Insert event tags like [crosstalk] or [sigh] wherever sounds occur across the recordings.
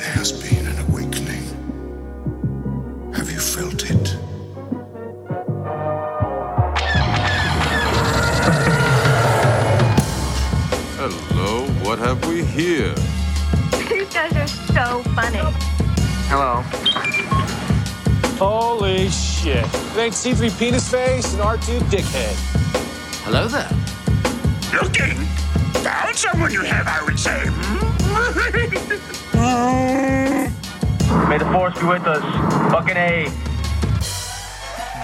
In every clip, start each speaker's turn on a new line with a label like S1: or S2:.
S1: has been an awakening. Have you felt it?
S2: Hello, what have we here?
S3: These guys are so funny.
S4: Hello.
S5: Holy shit. It ain't C3 penis face and R2 dickhead.
S4: Hello there.
S6: Looking? Found someone you have, I would say.
S7: May the force be with us. Fucking A.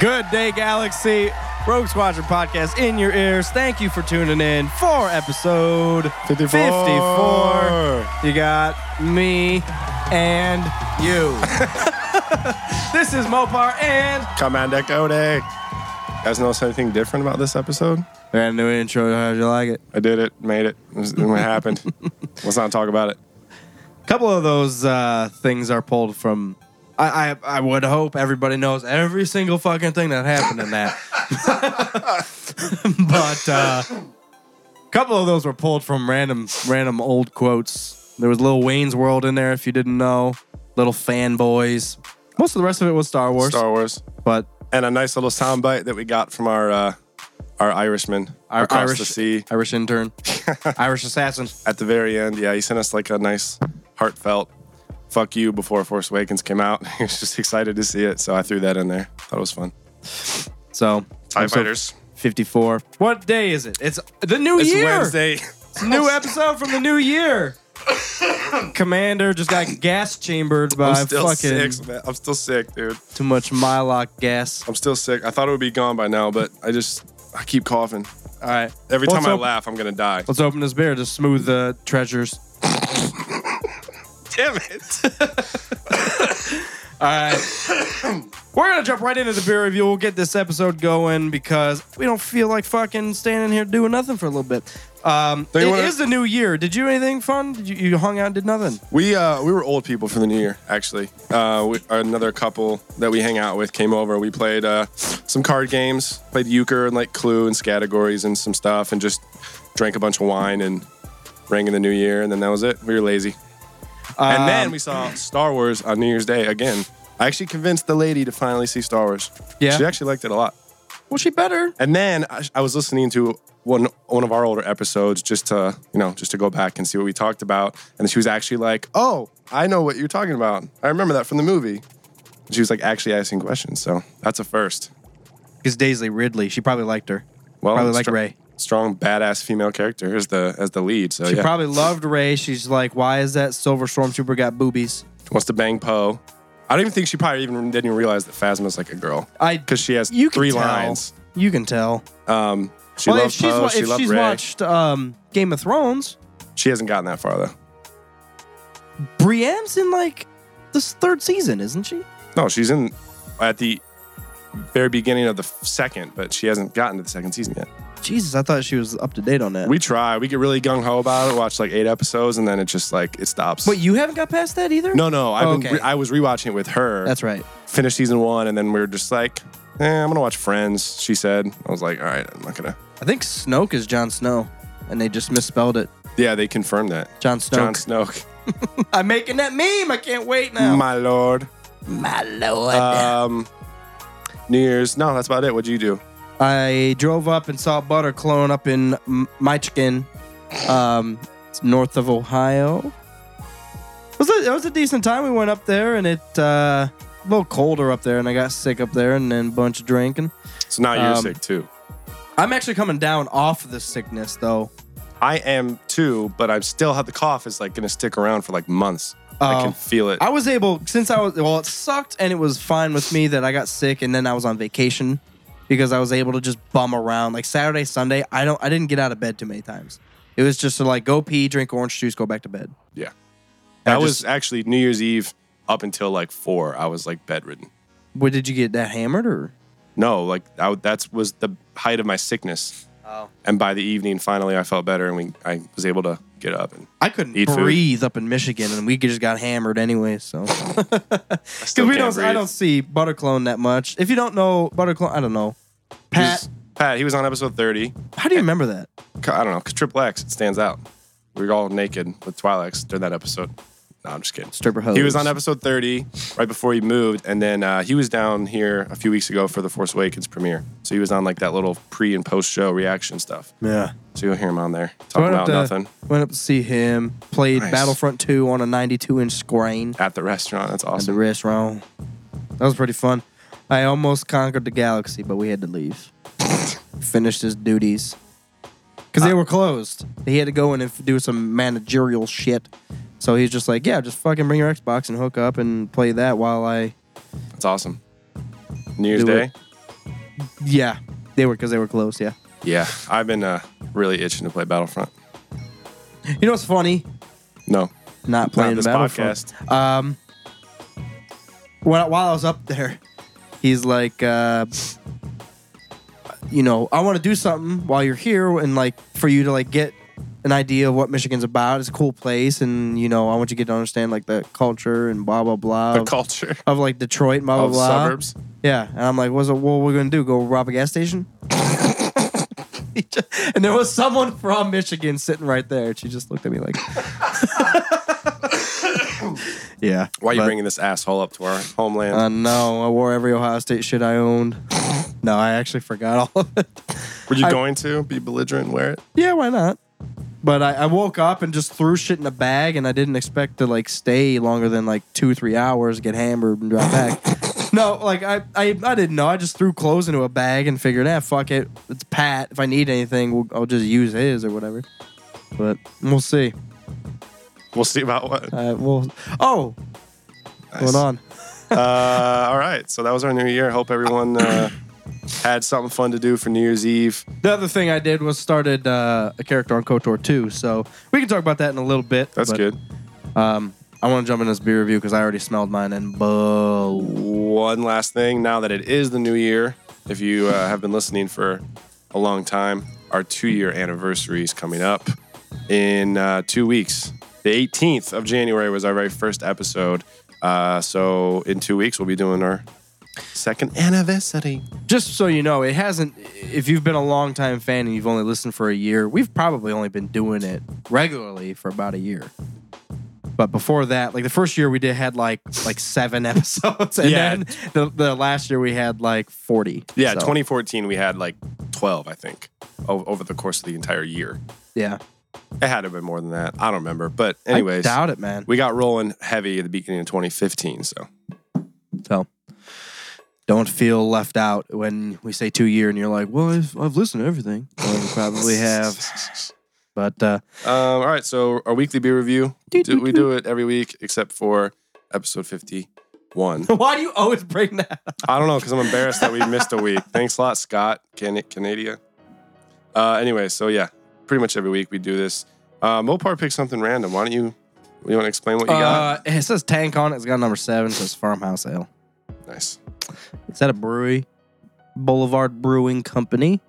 S8: Good day, Galaxy. Rogue Squadron podcast in your ears. Thank you for tuning in for episode 54. 54. You got me and [laughs] you. this is Mopar and
S9: Commander Cody. guys notice anything different about this episode?
S8: brand new intro. How'd you like it?
S9: I did it, made it. It, was, it [laughs] happened. Let's not talk about it.
S8: A couple of those uh, things are pulled from. I, I I would hope everybody knows every single fucking thing that happened in that. [laughs] but uh, a couple of those were pulled from random random old quotes. There was Lil Wayne's World in there, if you didn't know. Little fanboys. Most of the rest of it was Star Wars,
S9: Star Wars.
S8: but
S9: And a nice little soundbite that we got from our uh, our Irishman
S8: our
S9: across
S8: Irish
S9: the sea [laughs]
S8: Irish intern, Irish assassin.
S9: at the very end. Yeah, he sent us like a nice heartfelt fuck you before Force Awakens came out. [laughs] he was just excited to see it, so I threw that in there. Thought it was fun.
S8: So
S9: TIE
S8: episode
S9: Fighters.
S8: 54. What day is it? It's the new
S9: It's
S8: year.
S9: Wednesday.
S8: New episode from the new year. Commander just got gas chambered
S9: [laughs]
S8: by
S9: I'm still
S8: fucking
S9: sick, man. I'm still sick, dude.
S8: too much Mylock gas.
S9: I'm still sick. I thought it would be gone by now, but I just I keep coughing.
S8: All right.
S9: Every
S8: Let's
S9: time I
S8: op-
S9: laugh, I'm gonna die.
S8: Let's open this beer to smooth the treasures.
S9: Damn it.
S8: [laughs] All right. We're going to jump right into the beer review. We'll get this episode going because we don't feel like fucking standing here doing nothing for a little bit. Um,
S9: So
S8: it
S9: you
S8: is
S9: wanna-
S8: the new year. Did you do anything fun? Did you, you hung out and did nothing?
S9: We uh, we were old people for the new year, actually. Uh, we, another couple that we hang out with came over. We played uh, some card games, played euchre and like Clue and categories and some stuff, and just drank a bunch of wine and rang in the new year, and then that was it. We were lazy, and then we saw Star Wars on New Year's Day again. I actually convinced the lady to finally see Star Wars.
S8: Yeah.
S9: she actually liked it a lot.
S8: Well, she better.
S9: And then I, I was listening to one one of our older episodes just to you know just to go back and see what we talked about. And she was actually like, "Oh, I know what you're talking about. I remember that from the movie." She was like actually asking questions, so that's a first.
S8: Because Daisley Ridley, she probably liked her.
S9: Well,
S8: probably liked
S9: str-
S8: Ray.
S9: strong badass female character as the as the lead. So
S8: She
S9: yeah,
S8: probably loved Ray. She's like, why is that silver stormtrooper got boobies?
S9: wants to bang Poe. I don't even think she probably even didn't even realize that Phasma's like a girl
S8: I
S9: because she has
S8: you can
S9: three
S8: tell.
S9: lines.
S8: You can tell.
S9: Um, she
S8: well, if
S9: loved
S8: she's,
S9: Poe.
S8: wa-
S9: She
S8: if
S9: loved
S8: she's
S9: Ray.
S8: watched um, Game of Thrones,
S9: She hasn't gotten that far though.
S8: Brienne's in like this third season, isn't she?
S9: No, she's in at the very beginning of the f- second, but she hasn't gotten to the second season yet.
S8: Jesus, I thought she was up to date on that.
S9: We try. We get really gung ho about it. Watch like eight episodes, and then it just like it stops.
S8: Wait, you haven't got past that either?
S9: no, no. I've been
S8: Okay.
S9: re- I was rewatching it with her.
S8: That's right.
S9: Finished season one, and then we were just like, eh, I'm gonna watch Friends. She said. I was like, all right, I'm not gonna.
S8: I think Snoke is Jon Snow, and they just misspelled it.
S9: Yeah, they confirmed that.
S8: Jon
S9: John
S8: Snoke.
S9: Snoke,
S8: [laughs] I'm making that meme. I can't wait now.
S9: my lord.
S8: My lord.
S9: Um, New Year's. No, that's about it. What'd you do?
S8: I drove up and saw Butter Clone up in M- Michigan, um, it's north of Ohio. It was, a, it was a decent time. We went up there and it uh, a little colder up there, and I got sick up there, and then a bunch of drinking.
S9: So now you're
S8: Um,
S9: sick too.
S8: I'm actually coming down off of this sickness though.
S9: I am too, but I'm still have the cough is like gonna stick around for like months. I
S8: Oh.
S9: can feel it.
S8: I was able since I was well, it sucked and it was fine with me that I got sick, and then I was on vacation because I was able to just bum around like Saturday, Sunday. I don't, I didn't get out of bed too many times. It was just to like go pee, drink orange juice, go back to bed.
S9: yeah. That
S8: I
S9: was
S8: just-
S9: actually New Year's Eve up until like four. I was like bedridden.
S8: What did you get that hammered or?
S9: No, like I, that was the height of my sickness.
S8: Oh,
S9: And by the evening, finally, I felt better and we, I was able to get up. And
S8: I couldn't
S9: Eat food.
S8: breathe up in Michigan, and we just got hammered
S9: [laughs]
S8: anyway. So
S9: I
S8: because
S9: still
S8: we
S9: can't
S8: don't, I
S9: breathe.
S8: don't see Butterclone that much. If you don't know Butterclone, I don't know. Pat,
S9: Pat, he was on episode 30.
S8: how do you remember that?
S9: I don't know, because Triple X it stands out. We were all naked with Twilex during that episode. No, I'm just kidding.
S8: Stripper hose.
S9: He was on episode 30 right before he moved, and then uh, he was down here a few weeks ago for the Force Awakens premiere. So he was on like that little pre and post show reaction stuff.
S8: Yeah.
S9: So you'll hear him on there
S8: So I
S9: talking
S8: went up
S9: about
S8: to,
S9: nothing
S8: Went up to see him. Played
S9: Nice.
S8: Battlefront 2 on a 92 inch screen
S9: at the restaurant. That's
S8: at the
S9: awesome.
S8: restaurant. That was pretty fun. I almost conquered the galaxy, but we had
S9: [laughs]
S8: to leave. Finished his duties. Because they were closed. He had to go in and f- do some managerial shit. So he's just like, yeah, just fucking bring your Xbox and hook up and play that while I.
S9: That's awesome. New Year's
S8: Do
S9: Day.
S8: it. Yeah. They were because they were closed, yeah.
S9: Yeah, I've been uh, really itching to play Battlefront.
S8: You know what's funny?
S9: No,
S8: Not
S9: not
S8: playing
S9: this
S8: Battlefront.
S9: podcast.
S8: when, while I was up there, he's like, uh, you know, I want to do something while you're here, and like for you to like get an idea of what Michigan's about. It's a cool place, and you know, I want you to get to understand like the culture and blah blah blah
S9: The [laughs]
S8: of,
S9: culture
S8: of like Detroit, and blah blah
S9: of
S8: blah.
S9: suburbs.
S8: Yeah, and I'm like, what's it, what we're gonna do? Go rob a gas station? [laughs] He ju- and there was someone from Michigan sitting right there, and she just looked at me like, [laughs] yeah.
S9: Why are you
S8: but-
S9: bringing this asshole up to our homeland?
S8: uh, no, I wore every Ohio State shit I owned. no, I actually forgot all of it. [laughs]
S9: Were you
S8: I-
S9: going to be belligerent and wear it?
S8: Yeah, why not? But I, I woke up and just threw shit in a bag, and I didn't expect to like stay longer than like two, three hours, get hammered, and drive
S9: [laughs]
S8: back. no, like I, I, I didn't know. I just threw clothes into a bag and figured, ah, fuck it, it's Pat. If I need anything, we'll, I'll just use his or whatever. But we'll see.
S9: We'll see about what.
S8: Uh, we'll. Oh,
S9: Nice.
S8: going on.
S9: Uh, all right, so that was our new year. Hope everyone uh, had something fun to do for New Year's Eve.
S8: The other thing I did was started uh, a character on Kotor 2, so we can talk about that in a little bit.
S9: That's
S8: but-
S9: good.
S8: I want to jump in this beer review because I already smelled mine and boo.
S9: One last thing now that it is the new year, if you uh, have been listening for a long time, our two year anniversary is coming up in uh, two weeks. The 18th of January was our very first episode. Uh, so in two weeks, we'll be doing our second anniversary.
S8: Just so you know, it hasn't. If you've been a longtime fan and you've only listened for a year, we've probably only been doing it regularly for about a year. But before that, like the first year we did had like like seven [laughs] episodes, and
S9: Yeah.
S8: then the, the last year we had like forty.
S9: Yeah,
S8: So,
S9: 2014, we had like 12, I think, o- over the course of the entire year.
S8: Yeah,
S9: It had to have been more than that. I don't remember. But,
S8: I
S9: anyways,
S8: doubt it, man.
S9: we got rolling heavy at the beginning of 2015. So,
S8: So don't feel left out when we say two year and you're like, well, I've, I've listened to everything. Well, you [laughs] probably have. But uh,
S9: Um, all right, so our weekly beer review. Do- we do it every week except for episode 51.
S8: why do you always bring that up?
S9: I don't know because I'm embarrassed that we missed a week. Thanks a lot, Scott, Can- Canada. Uh, anyway, so yeah, pretty much every week we do this. Uh, Mopar picked something random. Why don't you? You want to explain what you got?
S8: Uh, it says tank on it. It's got number seven. It says farmhouse ale.
S9: Nice.
S8: It's at a brewery, Boulevard Brewing Company.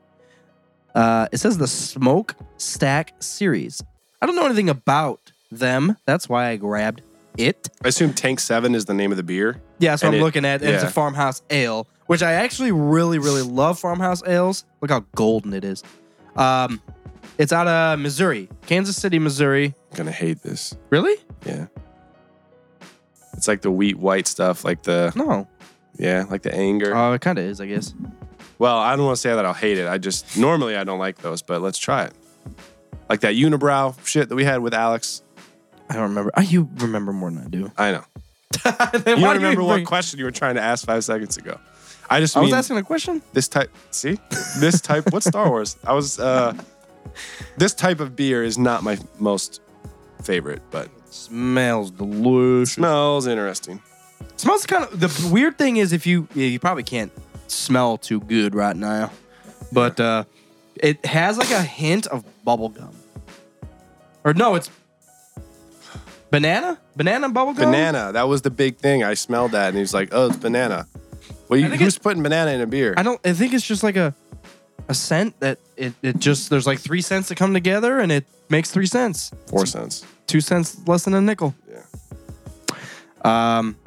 S8: Uh, it says the Smoke Stack series. I don't know anything about them. That's why I grabbed it.
S9: I assume Tank Seven is the name of the beer.
S8: Yeah, that's what
S9: And
S8: I'm
S9: it-
S8: looking at. And It's a
S9: yeah.
S8: farmhouse ale, which I actually really, really love farmhouse ales. Look how golden it is. Um, it's out of Missouri, Kansas City, Missouri.
S9: I'm gonna hate this.
S8: Really?
S9: Yeah. It's like the wheat white stuff, like the
S8: No.
S9: yeah, like the anger.
S8: Oh, it kind of is, I guess.
S9: Well, I don't want to say that I'll hate it. I just normally I don't like those, but let's try it. Like that unibrow shit that we had with Alex.
S8: I don't remember. Oh, you remember more than I do.
S9: I know.
S8: Then
S9: You
S8: why
S9: don't
S8: do you
S9: remember
S8: bring-
S9: what question you were trying to ask five seconds ago. I just
S8: I was
S9: mean
S8: asking a question.
S9: this type. See, this type. What's Star Wars? I was. uh This type of beer is not my most favorite, but
S8: Smells delicious.
S9: smells interesting.
S8: Smells kind of. The weird thing is, if you yeah, you probably can't smell too good right now, but uh, it has like a hint of bubble gum. Or no, it's banana, banana and bubble gum.
S9: Banana. That was the big thing. I smelled that, and he was like, "Oh, it's banana." Well, you,
S8: I think
S9: who's
S8: it's-
S9: putting banana in a beer?
S8: I don't. I think it's just like a a scent that it, it just there's like three cents that come together and it makes three cents.
S9: Four cents.
S8: two cents less than a nickel.
S9: Yeah.
S8: Um,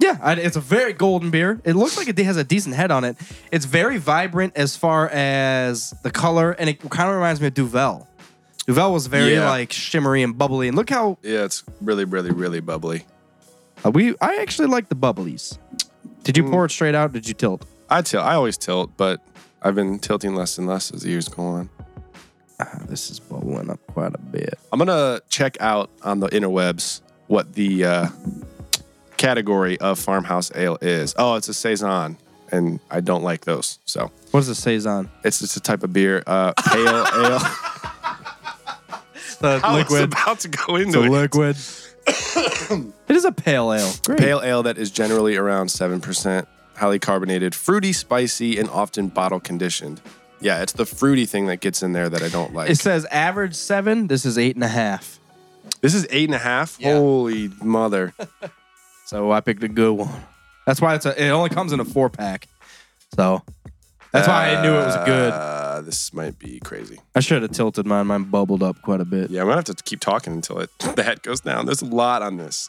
S8: yeah, I- it's a very golden beer. It looks like it has a decent head on it. It's very vibrant as far as the color, and it kind of reminds me of Duvel. Uvel was very
S9: Yeah.
S8: like shimmery and bubbly, and look how
S9: Yeah, it's really, really, really bubbly.
S8: uh, we. I actually like the bubblies. Did you pour it straight out? Did you tilt?
S9: I tilt. I always tilt, but I've been tilting less and less as the years go on.
S8: Ah, this is bubbling up quite a bit.
S9: I'm gonna check out on the interwebs what the uh, category of farmhouse ale is. Oh, it's a saison, and I don't like those. So
S8: What does it say on?
S9: it's just a type of beer. Uh, [laughs] pale ale.
S8: The
S9: I was about to go into it.
S8: liquid. [coughs] it is a pale ale. Great.
S9: Pale ale that is generally around seven percent, highly carbonated, fruity, spicy, and often bottle conditioned. Yeah, it's the fruity thing that gets in there that I don't like.
S8: It says average seven. This is eight and a half.
S9: this is eight and a half. Holy mother!
S8: So I picked a good one. That's why it's a, it only comes in a four pack. So that's why I knew it was good.
S9: Uh, this might be crazy.
S8: I should have tilted mine. Mine bubbled up quite a bit.
S9: Yeah, I'm gonna have to keep talking until it [laughs] the head goes down. There's a lot on this,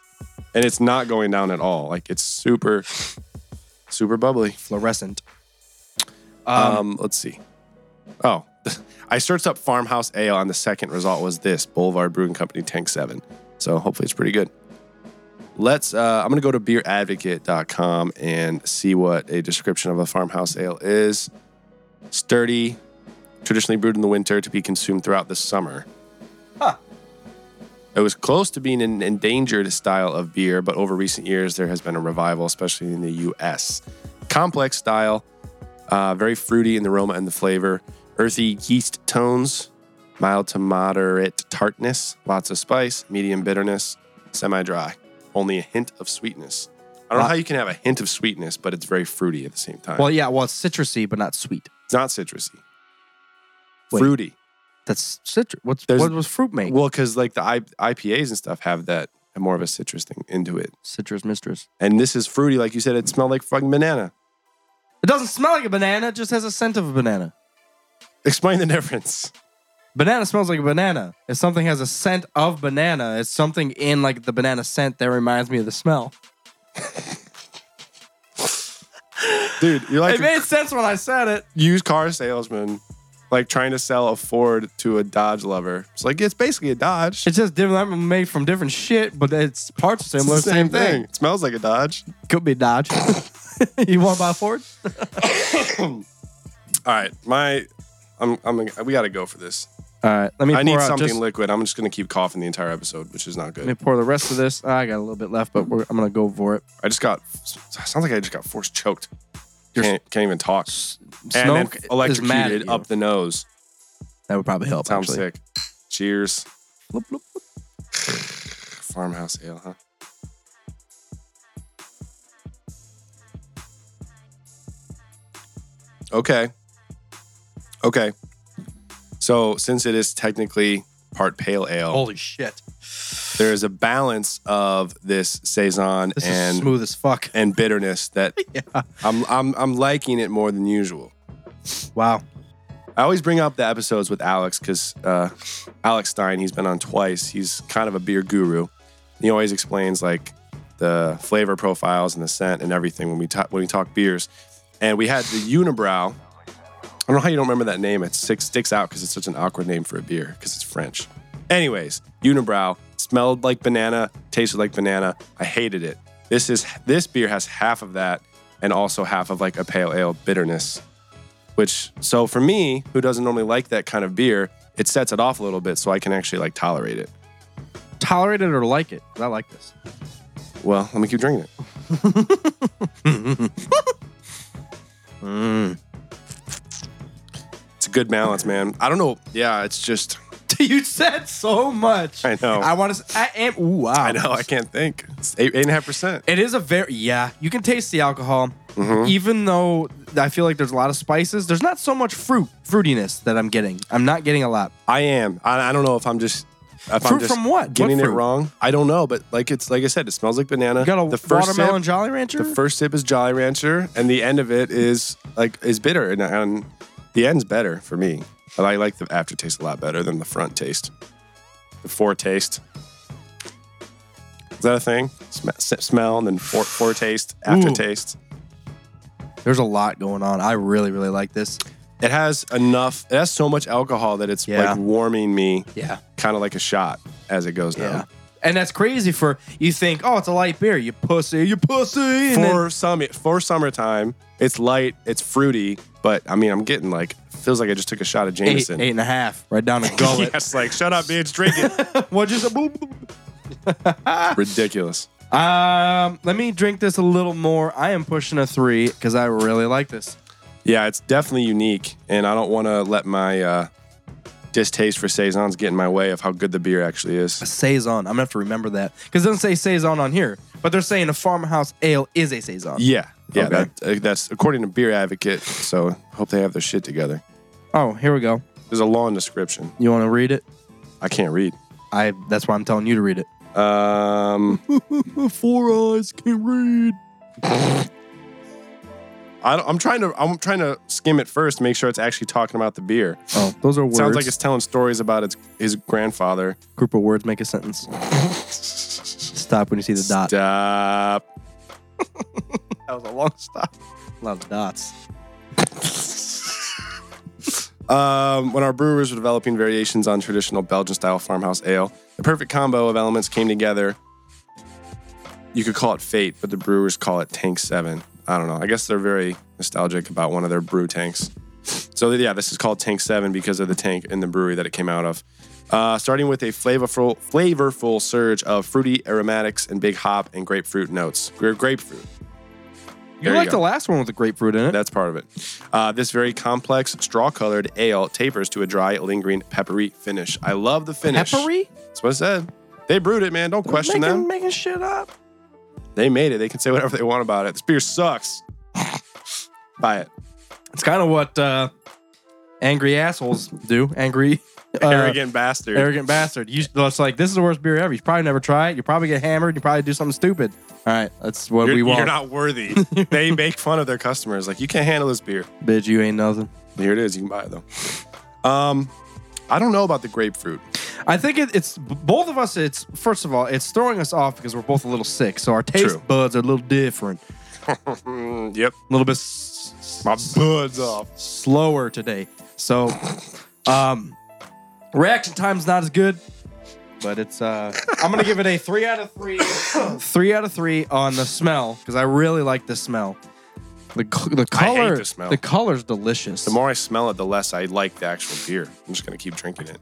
S9: and it's not going down at all. Like it's super, super bubbly.
S8: Fluorescent.
S9: Um, let's see. Oh, [laughs] I searched up farmhouse ale, and the second result was this Boulevard Brewing Company Tank Seven. So hopefully it's pretty good. Let's. Uh, I'm gonna go to beeradvocate.com and see what a description of a farmhouse ale is. Sturdy, traditionally brewed in the winter to be consumed throughout the summer. It was close to being an endangered style of beer, but over recent years there has been a revival, especially in the U.S. Complex style, uh, very fruity in the aroma and the flavor, earthy yeast tones, mild to moderate tartness, lots of spice, medium bitterness, semi-dry, only a hint of sweetness. I don't know how you can have a hint of sweetness, but it's very fruity at the same time.
S8: Well, yeah. Well, it's citrusy, but not sweet.
S9: it's not citrusy.
S8: Wait.
S9: Fruity.
S8: That's citrus. What's
S9: There's-
S8: what was fruit make?
S9: Well, because like the I- IPAs and stuff have that have more of a citrus thing into it.
S8: citrus mistress.
S9: And this is fruity, like you said. It smelled like fucking banana. [laughs]
S8: It doesn't smell like a banana. It just has a scent of a banana.
S9: Explain the difference.
S8: Banana smells like a banana. If something has a scent of banana, it's something in like the banana scent that reminds me of the smell.
S9: Dude, you're like
S8: It
S9: a
S8: made sense when I said it.
S9: used car salesman, like trying to sell a Ford to a Dodge lover. It's like, it's basically a Dodge.
S8: It's just different. I'm made from different shit, but it's parts are
S9: It's
S8: similar.
S9: the same thing. It smells like a Dodge.
S8: Could be Dodge. [laughs] you want to buy a Ford?
S9: All right, my, I'm, I'm, we got to go for this.
S8: All right. Let me.
S9: I need
S8: pour out
S9: something
S8: Just,
S9: liquid. I'm just gonna keep coughing the entire episode, which is not
S8: let me
S9: good.
S8: pour the rest of this. I got a little bit left, but we're, I'm gonna go for it.
S9: I just got, sounds like I just got force choked. Can't, can't even talk.
S8: Snow
S9: and then
S8: c- is mad at
S9: electrocuted
S8: you.
S9: up the nose.
S8: That would probably help.
S9: Sounds
S8: actually.
S9: sick. Cheers.
S8: Bloop, bloop, bloop.
S9: [sighs] Farmhouse ale, huh? Okay. Okay. So, since it is technically part pale ale,
S8: Holy shit!
S9: there is a balance of this saison
S8: Oh. This
S9: and
S8: is smooth as fuck.
S9: and bitterness that I'm, I'm I'm liking it more than usual.
S8: Wow.
S9: I always bring up the episodes with Alex because uh, Alex Stein, he's been on twice. He's kind of a beer guru. He always explains like the flavor profiles and the scent and everything when we talk when we talk beers. And we had the Unibrow. I don't know how you don't remember that name. It six, sticks out because it's such an awkward name for a beer because it's French. Anyways, Unibrow smelled like banana, tasted like banana. I hated it. This is this beer has half of that and also half of like a pale ale bitterness which so for me who doesn't normally like that kind of beer it sets it off a little bit so i can actually like tolerate it
S8: Tolerate it or like it? 'cause I like this. [laughs]
S9: well let me keep drinking it [laughs] it's a good balance man i don't know yeah it's just
S8: you said so much.
S9: I know.
S8: I want to. I am. Ooh, wow.
S9: i know i can't think it's eight eight and a half percent
S8: It is a very yeah. You can taste the alcohol,
S9: Mm-hmm.
S8: even though I feel like there's a lot of spices. There's not so much fruit fruitiness that I'm getting. I'm not getting a lot.
S9: i am i, I don't know if i'm just if I'm
S8: Fruit
S9: just
S8: from what? What
S9: getting it
S8: fruit?
S9: wrong i don't know but like it's like i said it smells like banana
S8: You got a
S9: the first sip-
S8: watermelon Jolly Rancher.
S9: The first sip is Jolly Rancher, and the end of it is like is bitter, and, and the end's better for me. But I like the aftertaste a lot better than the front taste, the foretaste. Is that a thing? Sm- s- smell and then fore- foretaste, aftertaste.
S8: There's a lot going on. I really really like this.
S9: It has enough. It has so much alcohol that it's
S8: Yeah.
S9: like warming me.
S8: Yeah.
S9: Kind of like a shot as it goes
S8: Yeah.
S9: down.
S8: And that's crazy for you think, oh, it's a light beer, you pussy, you pussy. and then-
S9: For some, for summertime, it's light, it's fruity, but I mean, I'm getting like feels like I just took a shot of
S8: eight,
S9: Jameson.
S8: eight and a half, right [laughs] down the gullet.
S9: [laughs] yes, like shut up, bitch, drink it.
S8: What just boop,
S9: [laughs]
S8: boop.
S9: Ridiculous.
S8: Um, let me drink this a little more. I am pushing a three because I really like this.
S9: Yeah, it's definitely unique, and I don't want to let my uh, distaste for saisons get in my way of how good the beer actually is.
S8: saison. I'm gonna have to remember that because it doesn't say saison on here, but they're saying a farmhouse ale is a saison.
S9: Yeah, yeah,
S8: Okay.
S9: that, uh, that's according to Beer Advocate. So hope they have their shit together.
S8: Oh, here we go.
S9: There's a long description.
S8: You want to read it?
S9: I can't read.
S8: I. That's why I'm telling you to read it.
S9: Um,
S8: Four eyes can read.
S9: I don't, I'm trying to I'm trying to skim it first, to make sure it's actually talking about the beer.
S8: Oh, those are words.
S9: Sounds like it's telling stories about its, his grandfather.
S8: group of words make a sentence. stop when you see the dot.
S9: Stop.
S8: That was a long stop. A lot of dots.
S9: Um, when our brewers were developing variations on traditional Belgian style farmhouse ale, the perfect combo of elements came together. You could call it fate, but the brewers call it Tank 7. I don't know. I guess they're very nostalgic about one of their brew tanks. So, yeah, this is called Tank 7 because of the tank in the brewery that it came out of. Uh, starting with a flavorful, flavorful surge of fruity aromatics and big hop and grapefruit notes. Gra- Grapefruit.
S8: You
S9: There
S8: like
S9: go.
S8: the last one with the grapefruit in it.
S9: That's part of it. Uh, this very complex straw colored ale tapers to a dry, lingering, peppery finish. I love the finish.
S8: peppery.
S9: That's what it said. They brewed it, man. Don't question
S8: making,
S9: them.
S8: Making shit up.
S9: They made it. They can say whatever they want about it. This beer sucks. [laughs] Buy it.
S8: It's kind of what uh, angry assholes do. Angry, uh,
S9: Arrogant bastard.
S8: arrogant bastard. You it's like this is the worst beer ever. You should probably never try it. You probably get hammered. You probably do something stupid. All right, that's what
S9: You're,
S8: we want.
S9: you're not
S8: [laughs]
S9: worthy. they make fun of their customers. Like, you can't handle this beer.
S8: Bitch, you ain't nothing.
S9: Here it is. You can buy it, though. Um, I don't know about the grapefruit.
S8: I think it, it's both of us. It's first of all, it's throwing us off because we're both a little sick, so our taste
S9: True.
S8: buds are a little different, a
S9: Mm, yep.
S8: little bit s- s-
S9: My bud's off.
S8: slower today. So, um, reaction time's not as good, but it's. Uh, I'm gonna give it a three out of three, [coughs] three out of three on the smell because I really like the smell. The, c- the
S9: I hate
S8: color,
S9: the smell.
S8: color's delicious.
S9: The more I smell it, the less I like the actual beer. I'm just going to keep drinking it.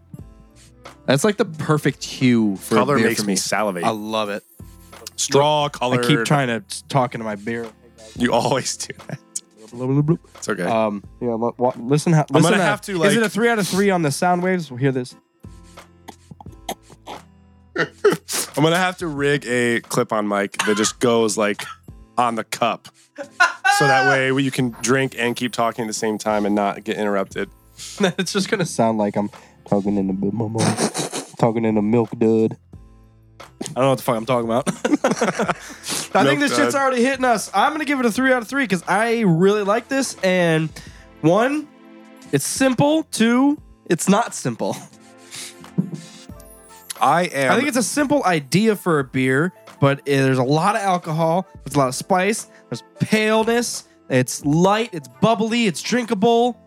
S8: That's like the perfect hue for a
S9: color
S8: beer
S9: makes
S8: for
S9: me salivate.
S8: I love it.
S9: Straw color.
S8: I keep trying to talk into my beer.
S9: You always do that. It's okay.
S8: Um, yeah, lo- wa- listen. How, listen
S9: gonna
S8: how-
S9: have to, like-
S8: Is it a three out of three on the sound waves? We'll hear [laughs] this.
S9: I'm gonna have to rig a clip-on mic that just goes like on the cup, so that way you can drink and keep talking at the same time and not get interrupted.
S8: it's just gonna sound like I'm talking in a bit more, talking in a milk dud. I don't know what the fuck I'm talking about. [laughs] I
S9: Milk
S8: think this shit's
S9: dud.
S8: already hitting us. I'm gonna give it a three out of three because I really like this. And one, it's simple. Two, it's not simple. [laughs]
S9: I am.
S8: I think it's a simple idea for a beer, but uh, there's a lot of alcohol, there's a lot of spice, there's paleness, it's light, it's bubbly, it's drinkable,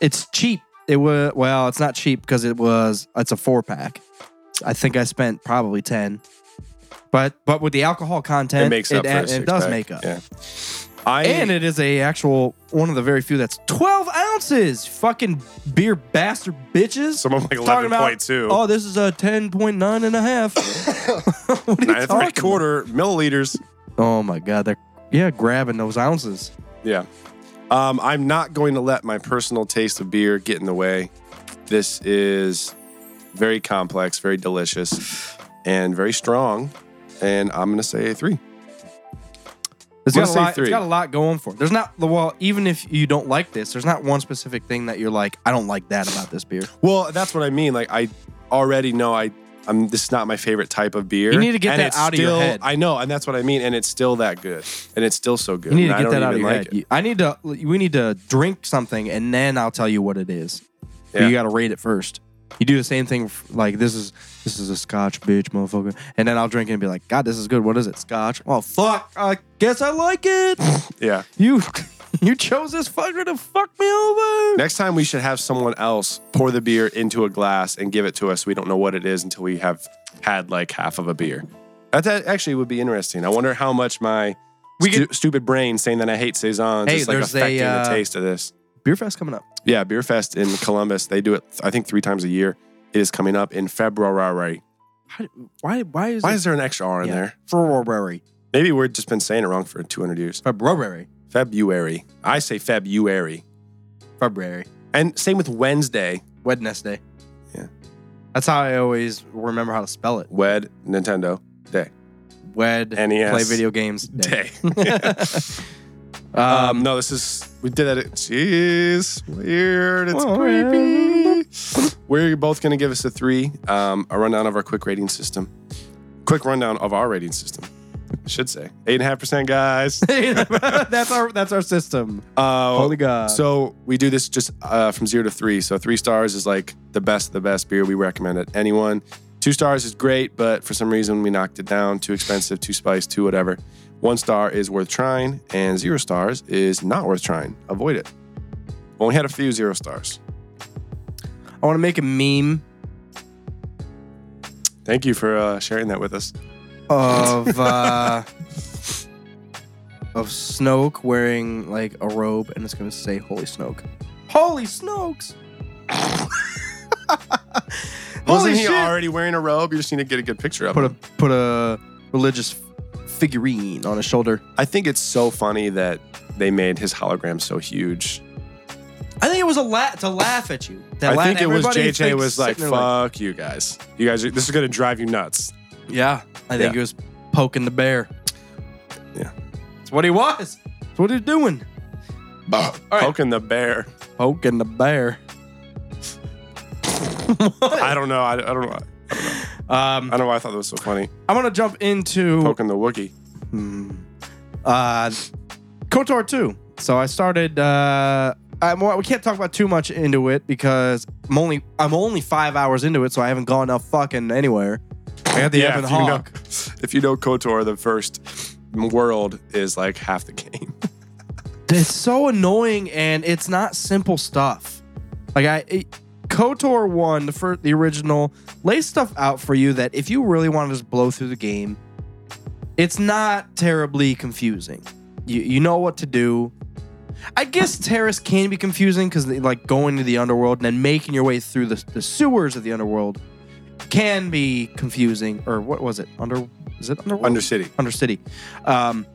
S8: it's cheap. It was well, it's not cheap because it was it's a four pack. I think I spent probably ten, but but with the alcohol content,
S9: it makes up.
S8: it,
S9: for a
S8: it
S9: six
S8: does
S9: pack.
S8: make up.
S9: Yeah. I
S8: And it is a actual one of the very few that's 12 ounces. Fucking beer bastard bitches.
S9: Some of them like
S8: Talking about,
S9: 11.2.
S8: Oh, this is a 10.9 and a half. [laughs] what are you
S9: nine and three
S8: talking
S9: quarter milliliters.
S8: about? Oh my God. They're, yeah, grabbing those ounces.
S9: Yeah. Um, I'm not going to let my personal taste of beer get in the way. This is very complex, very delicious, and very strong. And I'm going to say a three. I'm
S8: It's got, a
S9: gonna say
S8: lot,
S9: three.
S8: it's got a lot going for it. There's not, well, even if you don't like this, there's not one specific thing that you're like, I don't like that about this beer.
S9: Well, that's what I mean. Like I already know I I'm this is not my favorite type of beer.
S8: You need to get
S9: and
S8: that
S9: it's
S8: out of your
S9: still-
S8: head.
S9: I know, and that's what I mean. And it's still that good. And it's still so good.
S8: You need
S9: and
S8: to
S9: I
S8: get
S9: don't
S8: that out of
S9: even
S8: your
S9: like
S8: head. You- I need to, we need to drink something and then I'll tell you what it is. But
S9: Yeah.
S8: you got to rate it first. You do the same thing, f- like this is this is a Scotch, bitch, motherfucker, and then I'll drink it and be like, God, this is good. What is it? [laughs] Scotch? Oh fuck, I guess I like it.
S9: it. Yeah.
S8: you, You chose this fucker to fuck me over.
S9: Next time, we should have someone else pour the beer into a glass and give it to us. We don't know what it is until we have had like half of a beer. That, that actually would be interesting. I wonder how much my
S8: We
S9: stu-
S8: could-
S9: stupid brain saying that I hate saisons
S8: Hey,
S9: is like
S8: there's a,
S9: affecting
S8: uh,
S9: the taste of this.
S8: Beer fest coming up.
S9: Yeah, Beer Fest in Columbus. They do it, I think, three times a year. It is coming up in February.
S8: How, do- why? Why is
S9: Why
S8: it
S9: is there an extra R in
S8: Yeah.
S9: there?
S8: February?
S9: Maybe we've just been saying it wrong for 200 years.
S8: February.
S9: February. I say February.
S8: February.
S9: And same with Wednesday.
S8: Wednesday.
S9: Yeah.
S8: That's how I always remember how to spell it.
S9: Wed Nintendo Day.
S8: Wed.
S9: NES.
S8: Play
S9: [laughs]
S8: video games. [laughs]
S9: Day.
S8: um,
S9: Um, no, this is we did that. At, jeez, weird. It's
S8: Well,
S9: creepy. We're both gonna give us a three. Um, a rundown of our quick rating system. Quick rundown of our rating system. I should say eight and a half percent, guys.
S8: [laughs] that's our that's our system.
S9: Uh,
S8: Holy God.
S9: So we do this just uh, from zero to three. So three stars is like the best, of the best beer. We recommend it. Anyone. Two stars is great, but for some reason we knocked it down. Too expensive, too spiced, too whatever. One star is worth trying, and zero stars is not worth trying. Avoid it. Only had a few zero stars.
S8: I want to make a meme
S9: Thank you for uh, sharing that with us.
S8: of uh,
S9: [laughs]
S8: of Snoke wearing like a robe, and it's gonna say "Holy Snoke." Holy Snokes!
S9: Wasn't
S8: Holy
S9: he
S8: shit!
S9: already wearing a robe? You just need to get a good picture of
S8: put a
S9: him.
S8: put a religious figurine on his shoulder.
S9: I think it's so funny that they made his hologram so huge.
S8: I think it was a la- to laugh at you. To
S9: I
S8: laugh-
S9: think it was
S8: everybody
S9: JJ
S8: thinks-
S9: was like,
S8: sitting
S9: "Fuck
S8: there
S9: you guys, you guys, are, this is gonna drive you nuts."
S8: yeah." I think
S9: Yeah.
S8: he was poking the bear.
S9: Yeah.
S8: that's what he was. That's what he's doing. right.
S9: Poking the bear.
S8: Poking the bear.
S9: I don't know. I, I don't know. I
S8: Um,
S9: don't know why I thought that was so funny.
S8: I'm gonna jump into
S9: Poking the Wookiee.
S8: uh, KOTOR 2. So I started. Uh, I'm, well, we can't talk about too much into it because I'm only I'm only five hours into it, so I haven't gone up fucking anywhere. I got the Evan
S9: if you, know,
S8: Hawk.
S9: [laughs] if you know Kotor, the first world is like half the game.
S8: It's so annoying, and it's not simple stuff. Like I, it, Kotor one, the first, the original, lays stuff out for you that if you really want to just blow through the game, it's not terribly confusing. You you know what to do. I guess Terrace can be confusing because like going to the underworld and then making your way through the, the sewers of the underworld can be confusing. Or what was it? Under is it
S9: [laughs]
S8: underworld?
S9: Undercity.
S8: Undercity. Um,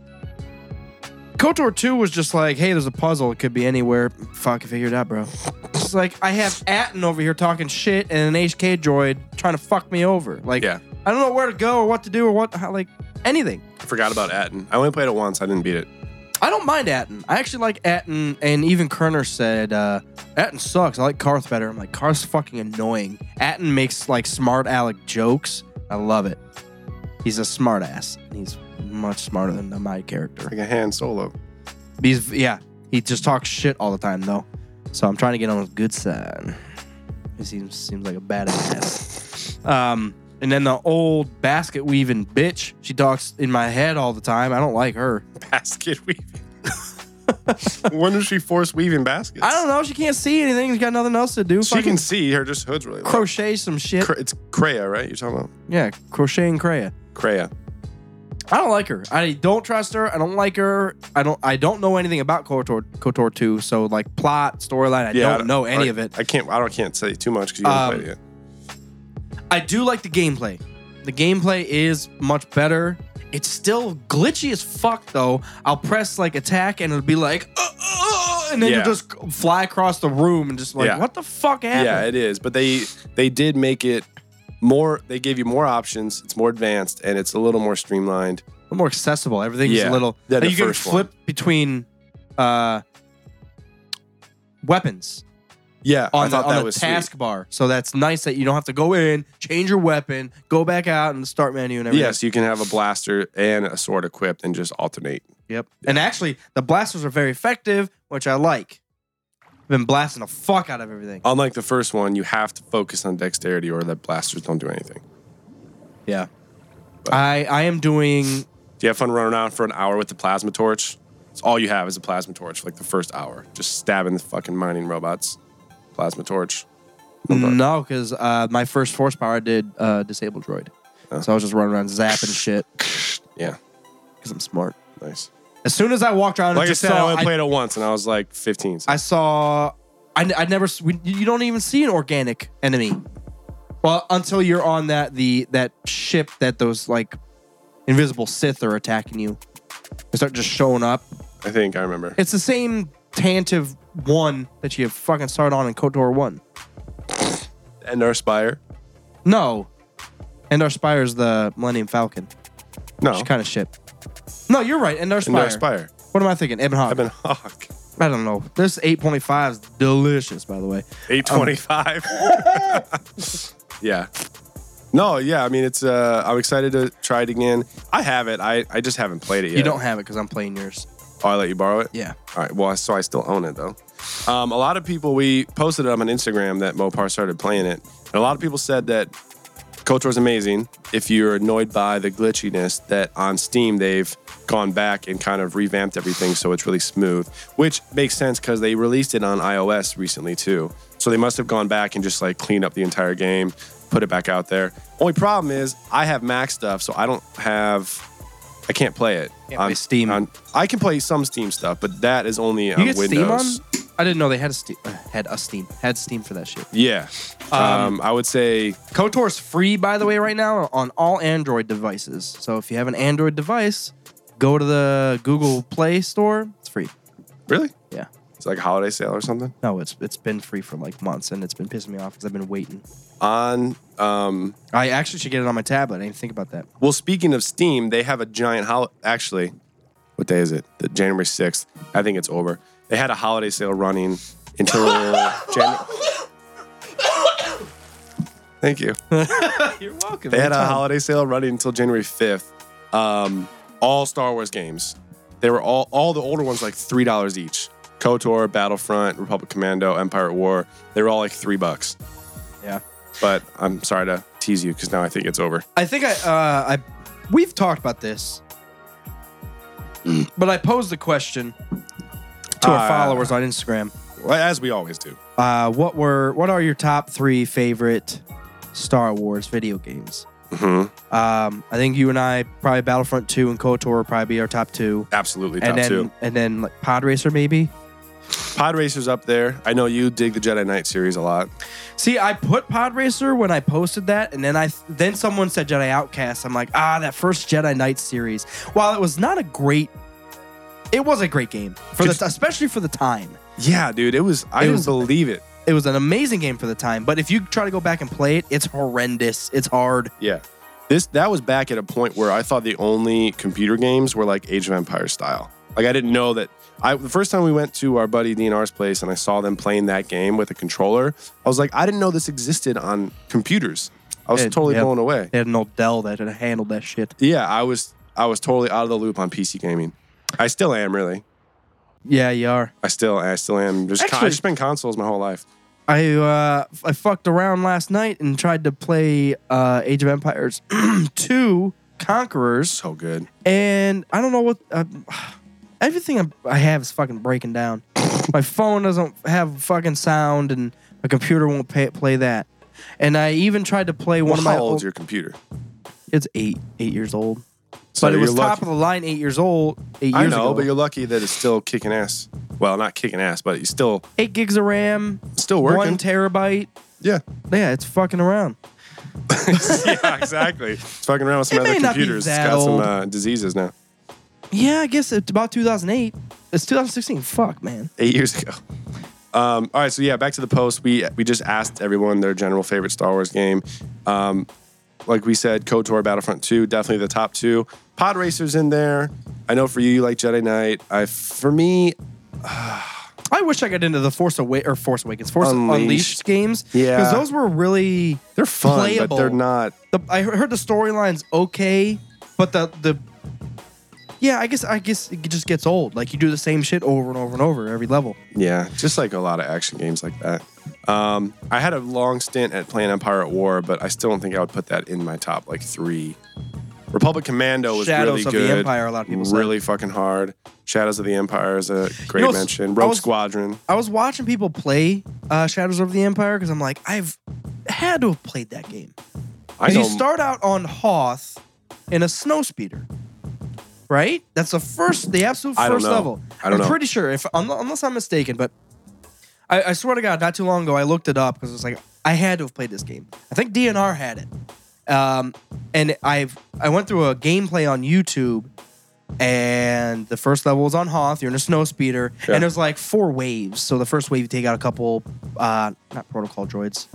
S8: Kotor 2 was just like, hey, there's a puzzle. It could be anywhere. Fuck, figure it out, bro. It's like, I have Atten over here talking shit and an HK droid trying to fuck me over. Like,
S9: Yeah.
S8: I don't know where to go or what to do or what, how, like, anything.
S9: I forgot about Atten. I only played it once. I didn't beat it.
S8: I don't mind Atten. I actually like Atten, and even Kerner said uh, Atten sucks. I like Karth better. I'm like Karth's fucking annoying. Atten makes like smart aleck jokes. I love it. He's a smart ass. He's much smarter than my character.
S9: Like a hand solo.
S8: He's yeah. He just talks shit all the time though. So I'm trying to get on his good side. He seems seems like a badass. um, and then the old basket weaving bitch. She talks in my head all the time. I don't like her.
S9: Basket [laughs] weaving. when was she force weaving baskets?
S8: I don't know. She can't see anything. She's got nothing else to do.
S9: She
S8: Fucking
S9: can see her just hood's really low.
S8: crochet some shit.
S9: Cra- it's Kreia, right? You're talking about
S8: yeah, crocheting Kreia.
S9: Kreia.
S8: I don't like her. I don't trust her. I don't like her. I don't. I don't know anything about Kotor Kotor two. So like plot storyline, I don't know any
S9: I-
S8: of it.
S9: I can't. I don't can't say too much because you haven't
S8: Um,
S9: played it yet.
S8: I do like the gameplay. The gameplay is much better. It's still glitchy as fuck though. I'll press like attack and it'll be like, uh, uh, and then
S9: Yeah.
S8: you'll just fly across the room and just like,
S9: Yeah.
S8: what the fuck happened?
S9: Yeah, it is. But they they did make it more. They gave you more options. It's more advanced and it's a little more streamlined.
S8: little more accessible. Everything's
S9: Yeah,
S8: a little.
S9: than the
S8: you can
S9: first one.
S8: flip between uh, weapons
S9: Yeah, I
S8: on the,
S9: thought
S8: on
S9: that
S8: the
S9: was
S8: taskbar, so that's nice that you don't have to go in, change your weapon, go back out, and the start menu and
S9: Sweet.
S8: everything.
S9: Yes, you can have a blaster and a sword equipped and just alternate.
S8: Yep. And actually, the blasters are very effective, which I like. I've been blasting the fuck out of everything.
S9: Unlike the first one, you have to focus on dexterity or the blasters don't do anything.
S8: Yeah. I I am doing
S9: Do you have fun running around for an hour with the plasma torch? It's It's all you have is a plasma torch for like the first hour, just stabbing the fucking mining robots. Plasma torch. Oh,
S8: No, because uh, my first force power I did uh, disable droid, so I was just running around zapping shit
S9: Yeah,
S8: because I'm smart.
S9: nice.
S8: As soon as I walked around, and
S9: Like I
S8: just
S9: said, I
S8: saw-
S9: only played it once, and I was like 15. So
S8: I saw. I, I never. s- We, you don't even see an organic enemy. Well, until you're on that the that ship that those like invisible Sith are attacking you, they start just showing up.
S9: I think I remember.
S8: It's the same Tantive one that you fucking start on in Kotor one.
S9: And our spire.
S8: No, and our spire's the Millennium Falcon.
S9: No,
S8: Which kind of ship. No, you're right. And our
S9: and
S8: spire.
S9: our Oh. spire.
S8: What am I thinking? Ebon Hawk.
S9: I've been hawk.
S8: I don't know. This 8.5 is delicious, by the way.
S9: 825. [laughs] yeah. No, yeah. I mean, it's. uh I'm excited to try it again. I have it. I, I just haven't played it yet.
S8: You don't have it because I'm playing yours.
S9: Oh, I let you borrow it.
S8: Yeah.
S9: All right. Well, I- so I still own it though. Um, a lot of people we posted it on Instagram that Mopar started playing it, and a lot of people said that KOTOR is amazing. If you're annoyed by the glitchiness, that on Steam they've gone back and kind of revamped everything so it's really smooth, which makes sense because they released it on iOS recently too. So they must have gone back and just like cleaned up the entire game, put it back out there. Only problem is I have Mac stuff, so I don't have. I can't play it
S8: Can't play Steam.
S9: I can play some Steam stuff, but that is only on
S8: You get
S9: Windows.
S8: Steam on? I didn't know they had a Steam. uh, Had a Steam. Had Steam for that shit.
S9: Yeah. Um, I would say
S8: KOTOR's free, by the way, right now on all Android devices. So if you have an Android device, go to the Google Play Store. It's free.
S9: really.
S8: Yeah.
S9: It's like a holiday sale or something.
S8: No, it's it's been free for like months, and it's been pissing me off because I've been waiting.
S9: On um
S8: I actually should get it on my tablet. I didn't even think about that.
S9: well, speaking of Steam, they have a giant hol actually, what day is it? The January 6th. I think it's over. They had a holiday sale running until January. Thank you.
S8: You're welcome.
S9: They had a holiday sale running until January 5th. Um, all Star Wars games. They were all all the older ones like three dollars each. KOTOR, Battlefront, Republic Commando, Empire at War. They were all like three bucks.
S8: Yeah.
S9: But I'm sorry to tease you because now I think it's over.
S8: I think I, uh, I, we've talked about this, but I posed the question to our
S9: Uh,
S8: followers on Instagram:
S9: Well, as we always do.
S8: uh, What were, what are your top three favorite Star Wars video games?
S9: Mhm.
S8: Um, I think you and I probably Battlefront Two and Kotor will probably be our top two,
S9: Absolutely top
S8: and then
S9: two.
S8: and then like Pod Racer maybe.
S9: Pod Racer's up there. I know you dig the Jedi Knight series a lot.
S8: See, I put Pod Racer when I posted that, and then I then someone said Jedi Outcast. I'm like, ah, that first Jedi Knight series. While it was not a great, it was a great game for
S9: Could
S8: the, especially for the time.
S9: Yeah, dude. It was I
S8: It
S9: didn't
S8: was-
S9: believe it.
S8: It was an amazing game for the time. But if you try to go back and play it, it's horrendous. It's hard.
S9: Yeah. This that was back at a point where I thought the only computer games were like Age of Empires style. Like I didn't know that I the first time we went to our buddy DNR's place and I saw them playing that game with a controller, I was like, I didn't know this existed on computers. I was
S8: It-
S9: totally
S8: yep.
S9: blown away.
S8: They had an old Dell that had handled that shit.
S9: Yeah, I was I was totally out of the loop on PC gaming. I still am really.
S8: Yeah, you are.
S9: I still I still am. Just con-
S8: Actually-
S9: I've just been consoles my whole life.
S8: I uh, I fucked around last night and tried to play uh, Age of Empires [clears throat] two Conquerors.
S9: So good.
S8: and I [sighs] don't know what uh, everything I'm- I have is fucking
S9: [laughs]
S8: breaking down. My phone doesn't have fucking sound, and my computer won't pay, play that. And I even tried to play one
S9: Well,
S8: of my
S9: how old's
S8: old.
S9: your computer?
S8: It's eight, eight years old.
S9: So
S8: but it was
S9: you're
S8: top
S9: lucky-
S8: of the line, eight years old, eight years
S9: I know,
S8: ago.
S9: but you're lucky that it's still kicking ass. Well, not kicking ass, but it's still
S8: eight gigs of RAM,
S9: still working.
S8: one terabyte.
S9: yeah. [laughs]
S8: Yeah, it's fucking around.
S9: yeah, exactly. It's fucking around with some
S8: It
S9: other
S8: may not be
S9: computers. It's
S8: that
S9: got some
S8: old.
S9: uh, diseases now.
S8: Yeah, I guess it's about 2008. It's 2016. Fuck, man.
S9: Eight years ago. Um, all right, so yeah, back to the post. We we just asked everyone their general favorite Star Wars game. Um, like we said, KOTOR, Battlefront 2, definitely the top two. Pod Racer's in there. I know for you, you like Jedi Knight. I for me,
S8: I wish I got into the Force Awakens or Force Awakens, Force Unleashed,
S9: Unleashed.
S8: games.
S9: Yeah.
S8: because those were really
S9: they're fun,
S8: playable.
S9: but they're not.
S8: The, I he- heard the storyline's okay, but the the yeah, I guess I guess it just gets old. Like you do the same shit over and over and over every level.
S9: Yeah, just like a lot of action games like that. Um, I had a long stint at playing Empire at War, but I still don't think I would put that in my top like three Republic Commando was really
S8: Shadows of the
S9: good.
S8: Empire, a lot of people said.
S9: really fucking hard. Shadows of the Empire is a great
S8: You know,
S9: mention.
S8: I
S9: Rogue
S8: was-
S9: Squadron.
S8: I was watching people play uh, Shadows of the Empire because I'm like, I've had to have played that game.
S9: I
S8: And
S9: know.
S8: you start out on Hoth in a snow speeder, right? That's the first, the absolute
S9: I don't
S8: first
S9: know.
S8: level.
S9: I don't
S8: am
S9: know.
S8: pretty sure, if un- unless I'm mistaken, but I, I swear to God, not too long ago, I looked it up because it's like I had to have played this game. I think DNR had it, um, and I've I went through a gameplay on YouTube, and the first level was on Hoth. You're in a snow speeder,
S9: Yeah.
S8: and there's like four waves. So the first wave, you take out a couple, uh, not protocol droids,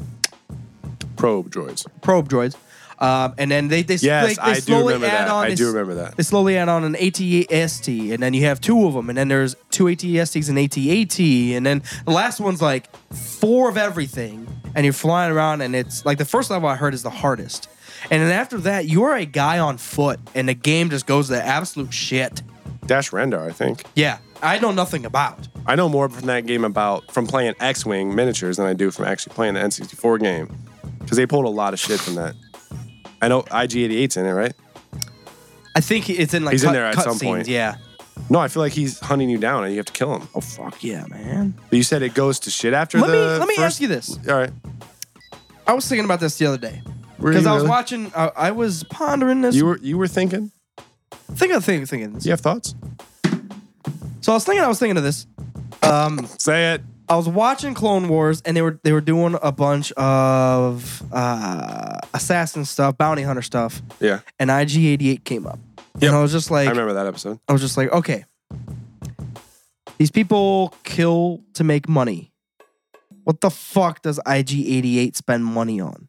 S9: probe droids.
S8: probe droids. Um, and then they they,
S9: Yes,
S8: they,
S9: I do
S8: they slowly
S9: remember
S8: add
S9: that.
S8: on
S9: I
S8: they
S9: do
S8: s-
S9: remember that.
S8: They slowly add on an ATST, and then you have two of them, and then there's two E ATSTs and ATAT, and then the last one's like four of everything, and you're flying around, and it's like the first level I heard is the hardest, and then after that you're a guy on foot, and the game just goes to absolute shit.
S9: Dash Rendar, I think.
S8: Yeah, I know nothing about.
S9: I know more from that game about from playing X Wing miniatures than I do from actually playing the N64 game because they pulled a lot of shit from that. I know IG88's in it, right?
S8: I think it's in like
S9: He's in
S8: cut,
S9: there at
S8: cut
S9: some
S8: scenes.
S9: point.
S8: Yeah.
S9: No, I feel like he's hunting you down and you have to kill him. Oh fuck!
S8: Yeah, man.
S9: But you said it goes to shit after
S8: Let me
S9: the.
S8: let me
S9: first-
S8: ask you this.
S9: All right.
S8: I was thinking about this the other day.
S9: Were
S8: Because
S9: you
S8: I was
S9: really?
S8: watching, I, I was pondering this.
S9: You were you were thinking?
S8: think of thinking, thinking. This.
S9: Do you have thoughts?
S8: So I was thinking, I was thinking of this. Um,
S9: Say it.
S8: I was watching Clone Wars, and they were they were doing a bunch of uh, assassin stuff, bounty hunter stuff,
S9: Yeah,
S8: and IG88 came up, and I was just like,
S9: I remember that episode.
S8: I was just like, okay, these people kill to make money. What the fuck does IG88 spend money on?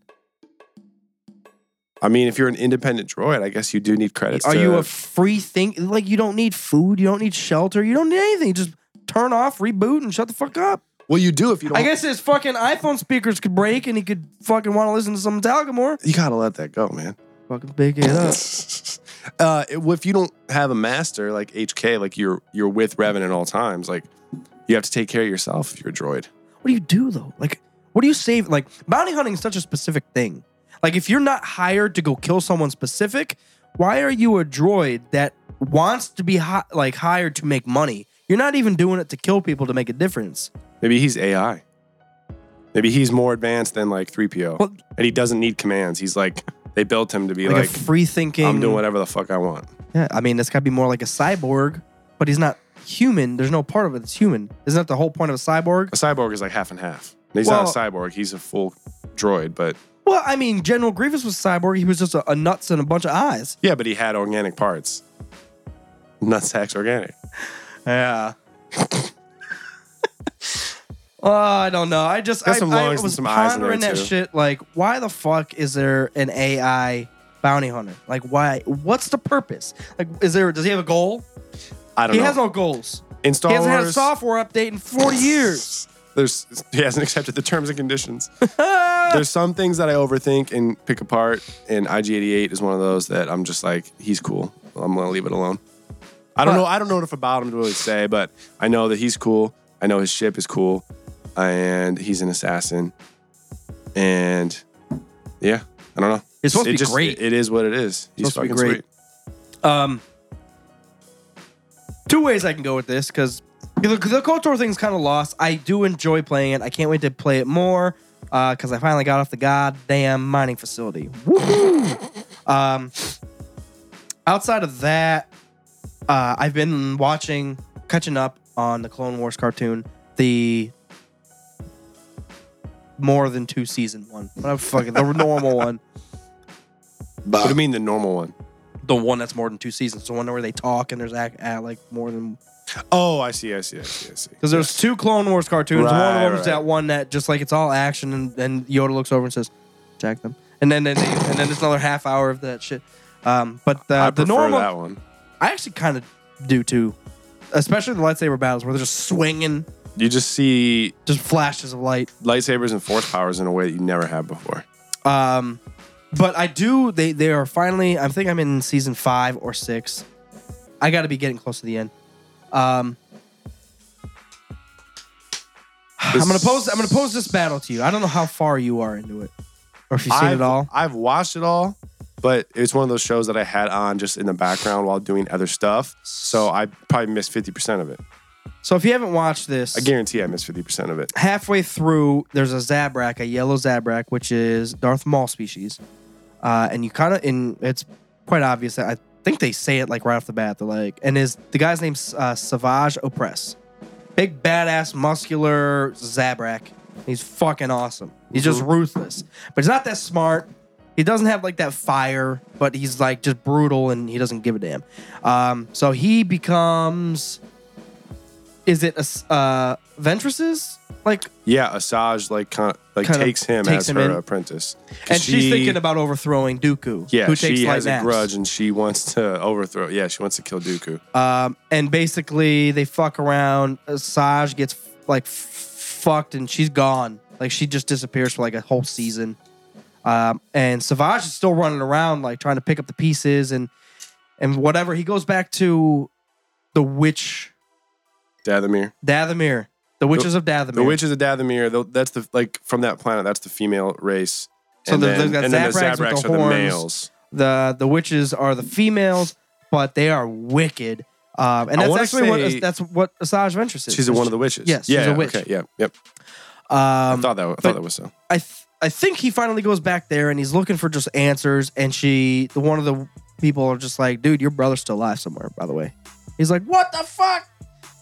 S9: I mean, if you're an independent droid, I guess you do need credits.
S8: Are
S9: to-
S8: you a free think? Like you don't need food, you don't need shelter, you don't need anything. Just turn off, reboot, and shut the fuck up.
S9: well, you do if you don't.
S8: I guess his fucking iPhone speakers could break and he could fucking want to listen to some Metallica more.
S9: you gotta let that go, man.
S8: Fucking pick it up.
S9: [laughs] uh, it- well, if you don't have a master like HK, like you're you're with Revan at all times, like you have to take care of yourself if you're a droid.
S8: What do you do though? Like, what do you save? Like, bounty hunting is such a specific thing. Like, if you're not hired to go kill someone specific, why are you a droid that wants to be hi- like hired to make money? You're not even doing it to kill people to make a difference.
S9: Maybe he's AI. Maybe he's more advanced than like 3PO.
S8: Well-
S9: and he doesn't need commands. He's like they built him to be
S8: Like,
S9: like,
S8: a free thinking.
S9: I'm doing whatever the fuck I want.
S8: Yeah, I mean, it's got to be more like a cyborg, but he's not human. There's no part of it that's human. Isn't that the whole point of a cyborg?
S9: A cyborg is like half and half. And He's
S8: Well-
S9: not a cyborg, he's a full droid, but
S8: Well, I mean, General Grievous was cyborg. He was just a, a nuts and a bunch of eyes.
S9: yeah, but he had organic parts. Nutsack's organic.
S8: Yeah. [laughs] oh, I don't know. I just
S9: Got
S8: I,
S9: some
S8: I
S9: lungs and
S8: was
S9: some eyes in there,
S8: pondering that
S9: too.
S8: shit. Like, why the fuck is there an AI bounty hunter? Like, why? What's the purpose? Like, is there? Does he have a goal?
S9: I don't
S8: He
S9: know.
S8: has no goals.
S9: In Star
S8: he hasn't had a
S9: Wars-
S8: software update in forty years.
S9: There's he hasn't accepted the terms and
S8: [laughs]
S9: conditions. There's some things that I overthink and pick apart, and IG88 is one of those that I'm just like, he's cool. I'm gonna leave it alone. I don't know. I don't know enough about him to really say, but I know that he's cool. I know his ship is cool, and he's an assassin. And yeah, I don't know.
S8: It's supposed to
S9: It
S8: be great.
S9: It is what it is. He's
S8: Supposed to be
S9: fucking
S8: great.
S9: sweet.
S8: Um, two ways I can go with this because the, the KOTOR thing's kind of lost. I do enjoy playing it. I can't wait to play it more because I finally got off the goddamn mining facility. Woohoo! um, outside of that, uh, I've been watching, catching up on the Clone Wars cartoon, the more than two season one, whatever fucking the normal one.
S9: What do you mean the normal one?
S8: the one that's more than two seasons, the one where they talk and there's act, act like more than
S9: Oh, I see. I see. I see. I see.
S8: because there's two Clone Wars cartoons. one of
S9: Right,
S8: them is
S9: right.
S8: that one that just like it's all action and, and Yoda looks over and says, "Attack them," and then then they, and then there's another half hour of that shit. Um, but
S9: I
S8: uh,
S9: prefer
S8: the normal,
S9: that one.
S8: I actually kind of do too, especially the lightsaber battles where they're just swinging,
S9: You just see
S8: just flashes of light.
S9: lightsabers and force powers in a way that you never have before.
S8: Um, but I do. They they are finally. I think I'm in season five or six. I got to be getting close to the end. Um, I'm gonna pose. I'm gonna pose this battle to you. I don't know how far you are into it, or if you've seen
S9: I've,
S8: it all.
S9: I've watched it all. But it's one of those shows that I had on just in the background while doing other stuff. So I probably missed 50% of it.
S8: So if you haven't watched this,
S9: I guarantee I missed 50% of it.
S8: halfway through, there's a Zabrak, a yellow Zabrak, which is Darth Maul species, uh, and you kind of, and it's quite obvious that I think they say it like right off the bat. They're like, and is the guy's name's uh, Savage Opress, big badass muscular Zabrak. He's fucking awesome. He's just ruthless, but he's not that smart. He doesn't have like that fire, but he's like just brutal and he doesn't give a damn. Um, so he becomes. Is it a s- uh, Ventress's like
S9: Yeah, Asajj like kind of like
S8: Kinda
S9: takes him
S8: takes
S9: as
S8: him
S9: her
S8: in.
S9: apprentice. 'Cause
S8: And she's
S9: she-
S8: thinking about overthrowing Dooku.
S9: yeah,
S8: who takes
S9: she
S8: light
S9: has
S8: naps.
S9: a grudge and she wants to overthrow. Yeah, she wants to kill Dooku.
S8: Um, and basically they fuck around. Saj gets like f- fucked, and she's gone. Like she just disappears for like a whole season. Um, and Savage is still running around, like trying to pick up the pieces and and whatever. He goes back to the witch
S9: Dathomir.
S8: Dathomir, the witches of Dathomir.
S9: The witches of Dathomir, tho- that's the like from that planet, that's the female race.
S8: So
S9: and
S8: the-
S9: then,
S8: they've got
S9: and then the
S8: Zabraks with
S9: Zabraks
S8: the
S9: are the
S8: horns.
S9: males.
S8: the the witches are the females, but they are wicked. Um, and
S9: I
S8: that's
S9: wanna
S8: actually
S9: say-
S8: what that's what Asajj Ventress is.
S9: She's a, one of the witches.
S8: Yes, she's
S9: yeah,
S8: a witch.
S9: Okay, yeah, yep. I
S8: Um,
S9: thought that. I thought
S8: but-
S9: that was so.
S8: I th- I think he finally goes back there and he's looking for just answers. And she, the one of the people, are just like, "Dude, your brother's still alive somewhere." By the way, he's like, "What the fuck?"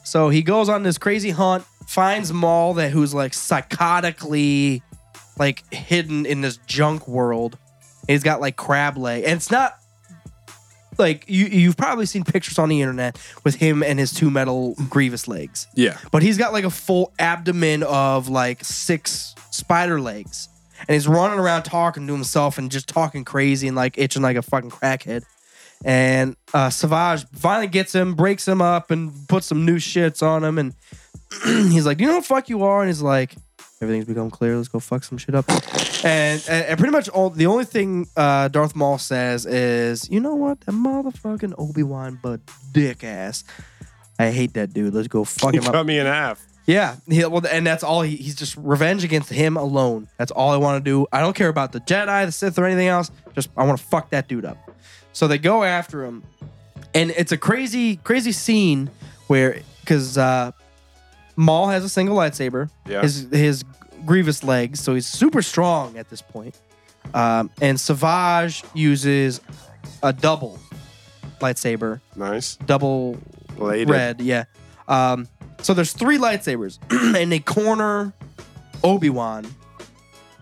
S8: So he goes on this crazy hunt, finds Maul that who's like psychotically, like hidden in this junk world. He's got like crab leg, and it's not like you you've probably seen pictures on the internet with him and his two metal Grievous legs [laughs]
S9: Yeah,
S8: but he's got like a full abdomen of like six spider legs. And he's running around talking to himself and just talking crazy and like itching like a fucking crackhead. And uh, Savage finally gets him, breaks him up, and puts some new shits on him. And [clears throat] he's like, "You know what fuck you are?" And he's like, "Everything's become clear. Let's go fuck some shit up." And and, and pretty much all the only thing uh, Darth Maul says is, "You know what? That motherfucking Obi Wan, but dick ass. I hate that dude. Let's go fuck
S9: he
S8: him up."
S9: cut me in half.
S8: Yeah, he, well, and that's all. He, he's just revenge against him alone. That's all I want to do. I don't care about the Jedi, the Sith, or anything else. Just I want to fuck that dude up. So they go after him, and it's a crazy, crazy scene where because uh, Maul has a single lightsaber.
S9: Yeah.
S8: His his grievous legs, so he's super strong at this point. Um, and Savage uses a double lightsaber,
S9: Nice.
S8: double
S9: Bladed.
S8: red. Yeah. Um, so there's three lightsabers, [clears throat] and they corner Obi Wan,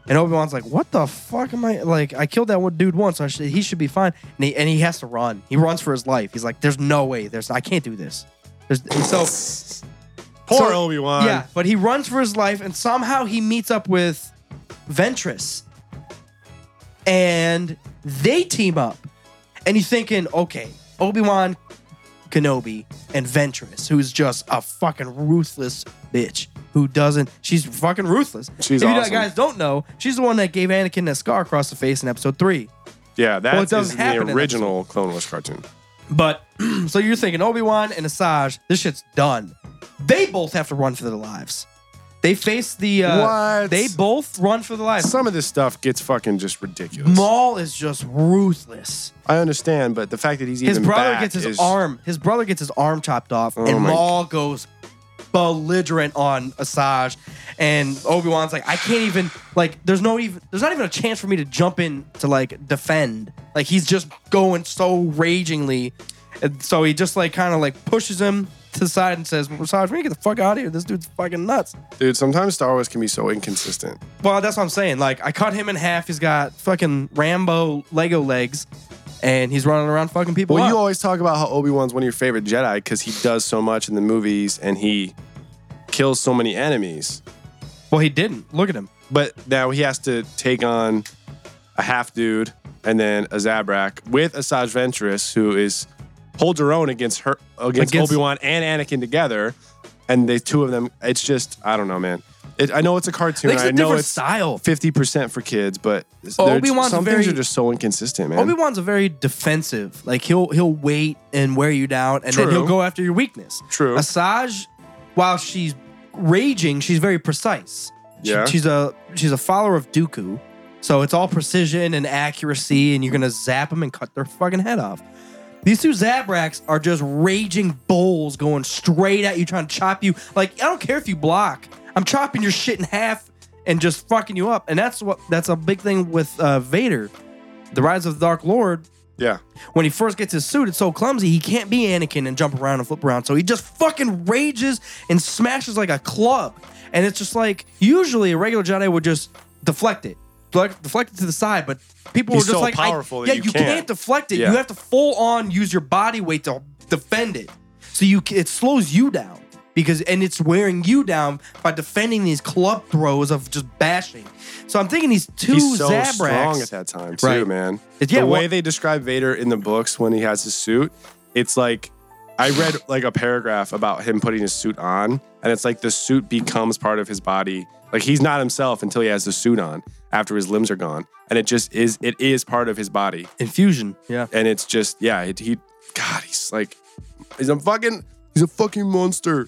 S8: and Obi Wan's like, "What the fuck am I? Like, I killed that one dude once. I should, he should be fine." And he, and he has to run. He runs for his life. He's like, "There's no way. There's I can't do this." There's and so
S9: Poor
S8: So-
S9: Obi Wan.
S8: yeah, but he runs for his life, and somehow he meets up with Ventress, and they team up. And you're thinking, okay, Obi Wan, Kenobi, and Ventress, who's just a fucking ruthless bitch who doesn't. She's fucking ruthless.
S9: She's
S8: if you
S9: awesome.
S8: guys don't know, she's the one that gave Anakin that scar across the face in Episode Three.
S9: yeah. That
S8: Well, it
S9: is
S8: doesn't happen in
S9: the
S8: that
S9: original Clone Wars cartoon.
S8: But [clears throat] so you're thinking Obi Wan and Asajj, this shit's done. They both have to run for their lives. They face the uh,
S9: What?
S8: they both run for their lives.
S9: Some of this stuff gets fucking just ridiculous.
S8: Maul is just ruthless.
S9: I understand, but the fact that he's
S8: His
S9: even
S8: brother
S9: back
S8: gets his
S9: is- Oh
S8: arm. His brother gets his arm chopped off, and
S9: my-
S8: Maul goes belligerent on Asajj, and Obi Wan's like, I can't even like. There's no even. There's not even a chance for me to jump in to like defend. Like he's just going so ragingly, and so he just like kind of like pushes him to the side and says, Asajj, we need to get the fuck out of here. This dude's fucking nuts.
S9: Dude, sometimes Star Wars can be so inconsistent.
S8: Well, that's what I'm saying. Like, I cut him in half. He's got fucking Rambo Lego legs, and he's running around fucking people.
S9: Well, you
S8: up.
S9: always talk about how Obi Wan's one of your favorite Jedi because he does so much in the movies and he kills so many enemies.
S8: well, he didn't. Look at him.
S9: But now he has to take on a half dude and then a Zabrak with Asajj Ventress, who is holds her own against her against,
S8: Against-
S9: Obi Wan and Anakin together. And the two of them, it's just I don't know, man. It, I know it's a cartoon.
S8: It's a
S9: I know
S8: different
S9: it's
S8: style.
S9: fifty percent for kids, but they're-
S8: Obi-Wan's
S9: some
S8: very-
S9: things are just so inconsistent, man.
S8: Obi Wan's a very defensive. Like he'll he'll wait and wear you down, and
S9: True.
S8: then he'll go after your weakness.
S9: True.
S8: Asajj, while she's raging, she's very precise. She-
S9: Yeah.
S8: she's a she's a follower of Dooku, So it's all precision and accuracy, and you're gonna zap them and cut their fucking head off. These two zap racks are just raging bowls going straight at you, trying to chop you. Like I don't care if you block, I'm chopping your shit in half and just fucking you up. And that's what that's a big thing with uh, Vader, the Rise of the Dark Lord
S9: Yeah.
S8: when he first gets his suit, it's so clumsy he can't be Anakin and jump around and flip around. So he just fucking rages and smashes like a club. And it's just like usually a regular Jedi would just deflect it, deflect deflect it to the side. But people
S9: He's
S8: were just
S9: so
S8: like, I-
S9: powerful that
S8: yeah,
S9: you
S8: can't.
S9: can't.
S8: deflect it.
S9: Yeah.
S8: You have to full on use your body weight to defend it. So you c- it slows you down because and it's wearing you down by defending these club throws of just bashing. So I'm thinking these two
S9: He's so
S8: Zabraks.
S9: strong at that time too,
S8: Right.
S9: man.
S8: It's- yeah,
S9: the way
S8: well-
S9: they describe Vader in the books when he has his suit, it's like I read like a paragraph about him putting his suit on, and it's like the suit becomes part of his body. Like he's not himself until he has the suit on after his limbs are gone, and it just is. It is part of his body,
S8: infusion. Yeah.
S9: and it's just yeah. It, he, God, he's like, he's a fucking, he's a fucking monster.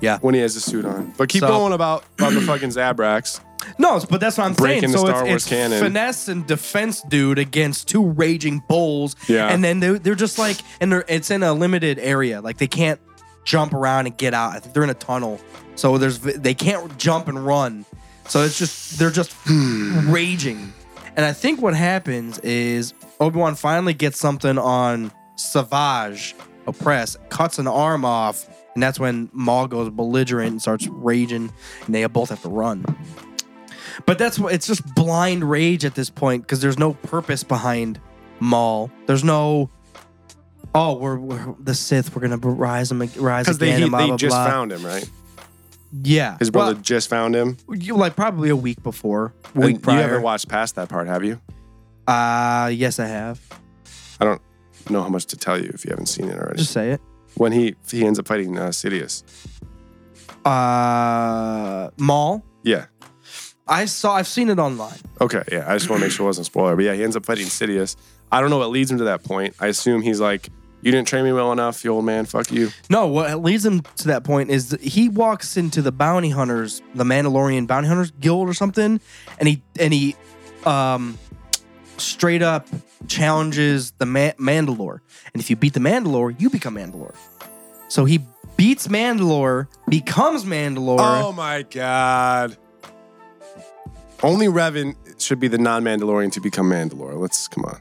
S8: Yeah.
S9: when he has the suit on. But keep
S8: So-
S9: going about about the fucking Zabraks.
S8: No, but that's what I'm
S9: Breaking
S8: saying.
S9: the
S8: so
S9: Star Wars
S8: it's, it's
S9: canon.
S8: finesse and defense dude against two raging bulls.
S9: Yeah.
S8: And then they're, they're just like, and they're, it's in a limited area. Like they can't jump around and get out. I think they're in a tunnel. So there's, they can't jump and run. So it's just,
S9: [sighs]
S8: they're just raging. And I think what happens is Obi Wan finally gets something on Savage, oppress, cuts an arm off. And that's when Maul goes belligerent and starts raging, and they both have to run. But that's what it's just blind rage at this point because there's no purpose behind Maul. There's no, oh, we're, we're the Sith. We're gonna rise him, rise
S9: Because they,
S8: again.
S9: he,
S8: and blah,
S9: they
S8: blah,
S9: just
S8: blah.
S9: found him, right?
S8: yeah,
S9: His brother just found him.
S8: well, you- like probably a week before, week
S9: And You
S8: prior.
S9: haven't watched past that part, have you?
S8: uh yes, I have.
S9: I don't know how much to tell you if you haven't seen it already.
S8: Just say it.
S9: when he he ends up fighting uh, Sidious.
S8: Uh, Maul.
S9: Yeah.
S8: I saw. I've seen it online.
S9: Okay. Yeah. I just want to make sure it wasn't a spoiler. But yeah, he ends up fighting Sidious. I don't know what leads him to that point. I assume he's like, "You didn't train me well enough, you old man. Fuck you."
S8: No, what leads him to that point is that he walks into the bounty hunters, the Mandalorian bounty hunters guild or something, and he and he um straight up challenges the Ma- Mandalore. And if you beat the Mandalore, you become Mandalore. So he beats Mandalore, becomes Mandalore.
S9: my god. Only Revan should be the non-Mandalorian to become Mandalore. Let's come on.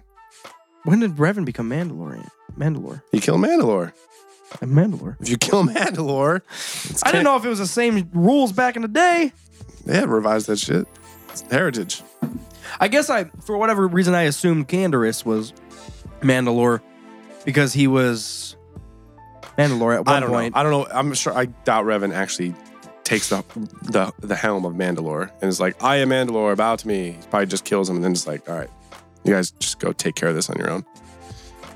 S8: When did Revan become Mandalorian? Mandalore.
S9: He killed Mandalore.
S8: A Mandalore.
S9: If you kill [laughs] Mandalore, it's
S8: I didn't know if it was the same rules back in the day.
S9: Yeah, revise that shit. It's heritage.
S8: I guess I, for whatever reason, I assumed Candorus was Mandalore because he was Mandalore at one
S9: I don't
S8: point.
S9: know. I don't know. I'm sure. I doubt Revan actually takes the the the helm of Mandalore and is like, "I am Mandalore. Bow to me." He probably just kills him and then just like, "All right, you guys just go take care of this on your own."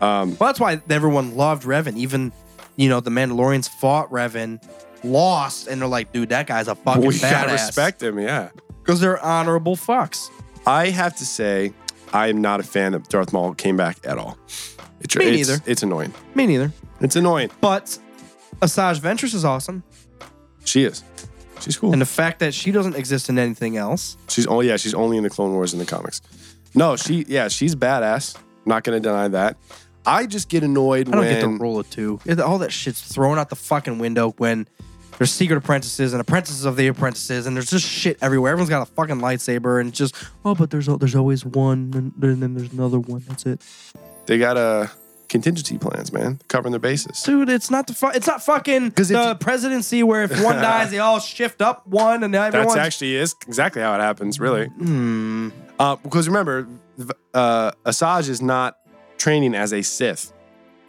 S8: Well, that's why everyone loved Revan. Even, you know, the Mandalorians fought Revan, lost, and they're like, dude, that guy's a fucking
S9: we gotta
S8: badass.
S9: respect him. Yeah.
S8: because they're honorable fucks.
S9: I have to say, I am not a fan of Darth Maul came back at all. It's,
S8: Me
S9: it's-
S8: neither.
S9: It's annoying.
S8: Me neither.
S9: It's annoying.
S8: But Asajj Ventress is awesome,
S9: She is. She's cool.
S8: and the fact that she doesn't exist in anything else.
S9: She's only yeah, she's only in the Clone Wars in the comics. No, she yeah, she's badass. Not gonna deny that. I just get annoyed
S8: I don't
S9: when
S8: get the rule of two. It- All that shit's thrown out the fucking window when there's secret apprentices and apprentices of the apprentices, and there's just shit everywhere. Everyone's got a fucking lightsaber, and it's just oh, but there's al- there's always one, and then then there's another one. That's it,
S9: they got uh, contingency plans, man. They're covering their bases.
S8: dude. It's not the fu- It's not fucking
S9: if
S8: the
S9: you-
S8: presidency where if
S9: [laughs]
S8: one dies, they all shift up one, and everyone's
S9: That's actually is exactly how it happens, really.
S8: Hmm.
S9: Uh, because remember, v- uh, Asajj is not training as a Sith.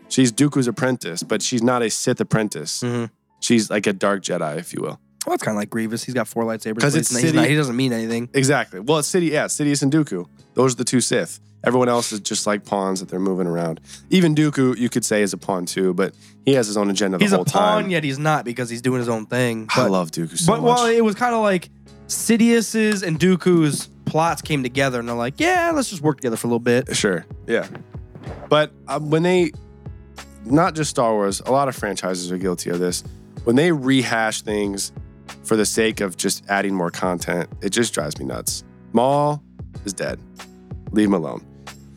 S9: She's Dooku's apprentice, but she's not a Sith apprentice.
S8: Mhm.
S9: She's like a dark Jedi, if you will.
S8: well, it's kind of like Grievous. He's got four lightsabers
S9: 'Cause
S8: but
S9: it's
S8: he's not- he's
S9: city-
S8: not- he doesn't mean anything.
S9: Exactly. Well, it's Sidi, yeah, Sidious and Dooku. Those are the two Sith. Everyone else is just like pawns that they're moving around. Even Dooku, you could say, is a pawn too, but he has his own agenda the
S8: He's
S9: whole
S8: a pawn,
S9: time.
S8: yet he's not because he's doing his own thing.
S9: I
S8: but-
S9: love Dooku so
S8: But
S9: much.
S8: well, it was kind of like Sidious's and Dooku's plots came together, and they're like, yeah, let's just work together for a little bit.
S9: Sure. Yeah. But um, when they, not just Star Wars, a lot of franchises are guilty of this. When they rehash things for the sake of just adding more content, it just drives me nuts. Maul is dead. Leave him alone.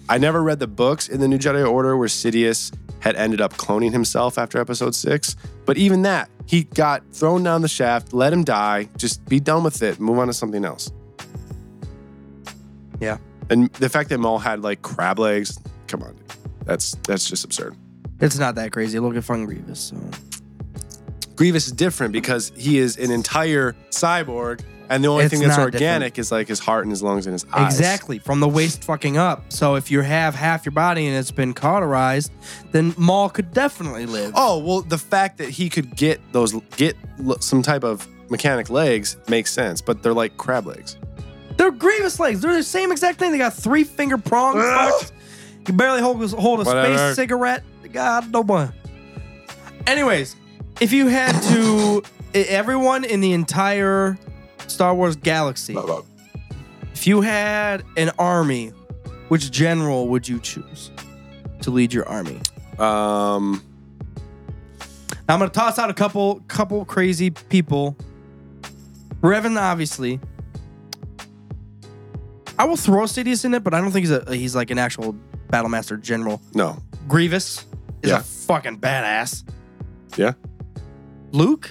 S9: I never read the books in the New Jedi Order where Sidious had ended up cloning himself after episode six, but even that, he got thrown down the shaft, let him die, just be done with it, move on to something else.
S8: Yeah.
S9: And the fact that Maul had like crab legs, come on, dude. That's that's just absurd.
S8: It's not that crazy. Look at Fun Grievous. So.
S9: Grievous is different because he is an entire cyborg, and the only
S8: It's
S9: thing that's
S8: not different.
S9: organic is like his heart and his lungs and his eyes.
S8: Exactly, from the waist fucking up. So if you have half your body and it's been cauterized, then Maul could definitely live.
S9: Oh well, the fact that he could get those get l- some type of mechanic legs makes sense, but they're like crab legs.
S8: They're grievous legs. They're the same exact thing. They got three finger prongs. fucked. You can barely hold, hold a
S9: Whatever.
S8: space cigarette. God, no one. Anyways, if you had to, e- everyone in the entire Star Wars galaxy, if you had an army, which general would you choose to lead your army?
S9: Um,
S8: Now I'm gonna toss out a couple couple crazy people. Revan, obviously. I will throw Sidious in it, but I don't think he's a he's like an actual battlemaster general.
S9: no,
S8: Grievous is
S9: Yeah.
S8: a fucking badass.
S9: yeah,
S8: Luke,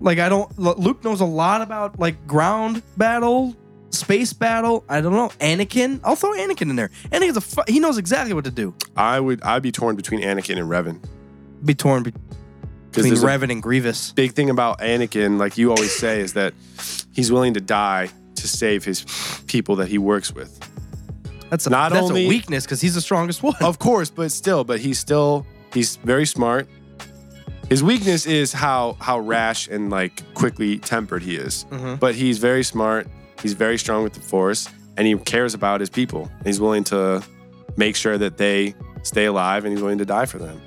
S8: like I don't Lu- Luke knows a lot about like ground battle, space battle. I don't know. Anakin, I'll throw Anakin in there. Anakin's a fu- he knows exactly what to do.
S9: I would. I'd be torn between Anakin and Revan
S8: Be torn be-
S9: because
S8: between
S9: there's a
S8: Revan and Grievous.
S9: big thing about Anakin, like you always say, is that he's willing to die to save his people that he works with.
S8: That's a,
S9: not
S8: that's
S9: only-
S8: a weakness because he's the strongest one.
S9: [laughs] Of course, but still, but he's still he's very smart. His weakness is how how rash and like quickly tempered he is. But he's very smart. He's very strong with the force, and he cares about his people. He's willing to make sure that they stay alive, and he's willing to die for them.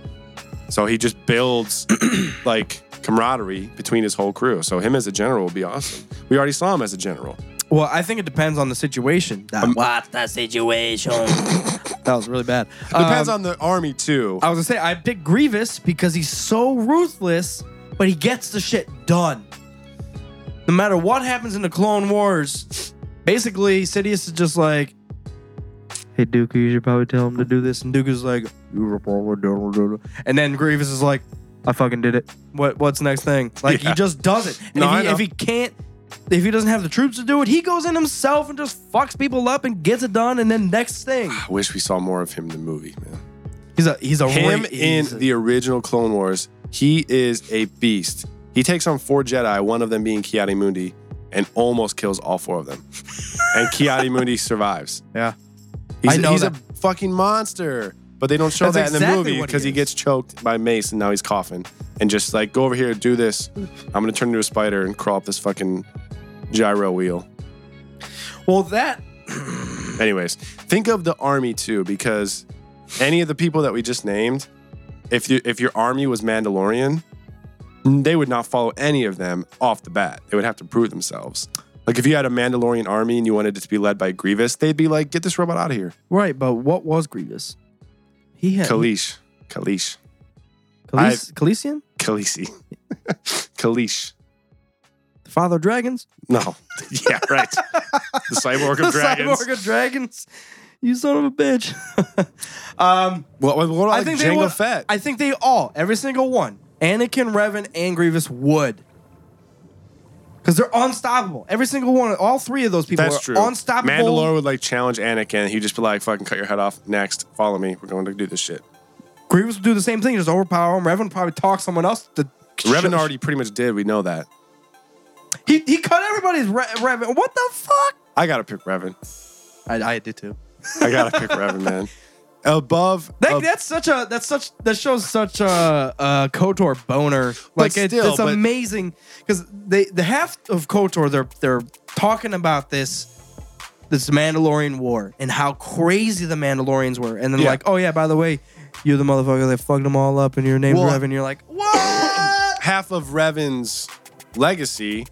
S9: So he just builds [clears throat] like camaraderie between his whole crew. So him as a general would be awesome. We already saw him as a general.
S8: [laughs] Well, I think it depends on the situation. Um, That,
S4: What's the situation?
S8: that was really bad.
S9: Depends
S8: Um,
S9: on the army too.
S8: I was gonna say I picked Grievous because he's so ruthless, but he gets the shit done. No matter what happens in the Clone Wars, basically Sidious is just like, "Hey Dooku, you should probably tell him to do this," and Dooku's like, "You were probably doing it." and then Grievous is like, "I fucking did it. What What's the next thing?" Like he just does it. And
S9: No, I
S8: if, he,
S9: know.
S8: if he can't. If he doesn't have the troops to do it, he goes in himself and just fucks people up and gets it done. And then next thing,
S9: I wish we saw more of him in the movie, man.
S8: he's a he's a
S9: him
S8: ra-
S9: in
S8: he's a-
S9: the original Clone Wars, he is a beast. He takes on four Jedi, one of them being Kiadi Mundi, and almost kills all four of them.
S8: [laughs]
S9: and Kiadi Mundi survives.
S8: yeah.
S9: He's,
S8: I know
S9: he's
S8: that.
S9: a fucking monster. But they don't show
S8: That's
S9: that in the
S8: exactly
S9: movie
S8: what he
S9: because he,
S8: is.
S9: gets choked by Mace and now he's coughing. And just like, go over here, do this. I'm gonna turn into a spider and crawl up this fucking gyro wheel.
S8: Well, that
S9: Anyways, think of the army too, because any of the people that we just named, if you if your army was Mandalorian, they would not follow any of them off the bat. They would have to prove themselves. Like if you had a Mandalorian army and you wanted it to be led by Grievous, they'd be like, "Get this robot out of here,
S8: Right, but what was Grievous? He had
S9: Kalish, Kalish,
S8: Khalees- Khaleesian?
S9: Khaleesi, [laughs] Kalish."
S8: the father of dragons,
S9: No, [laughs] yeah, right. The cyborg of
S8: [laughs] The
S9: dragons.
S8: cyborg of dragons. You son of a bitch. [laughs] um,
S9: What, what, what about
S8: I
S9: like
S8: think
S9: Jango
S8: they would,
S9: Fett?
S8: I think they all, every single one, Anakin, Revan, and Grievous would. Because they're unstoppable. Every single one, all three of those people
S9: That's
S8: are
S9: true.
S8: unstoppable.
S9: Mandalore would like challenge Anakin. He'd just be like, "Fucking cut your head off." Next, follow me. We're going to do this shit.
S8: Grievous would do the same thing, just overpower him. Revan would probably talk someone else to.
S9: Revan already pretty much did. We know that.
S8: He, he cut everybody's Re- Revan. What the fuck?
S9: I gotta pick Revan.
S8: I, I did too.
S9: I gotta
S8: [laughs]
S9: pick Revan, man. Above,
S8: That,
S9: ab-
S8: that's such a that's such that shows such a, a Kotor boner. Like it,
S9: still,
S8: it's
S9: but-
S8: amazing because they the half of Kotor they're they're talking about this this Mandalorian war and how crazy the Mandalorians were, and then
S9: Yeah.
S8: like oh yeah by the way you're the motherfucker that fucked them all up and your name's
S9: Well-
S8: Revan. You're like what?
S9: half of Revan's legacy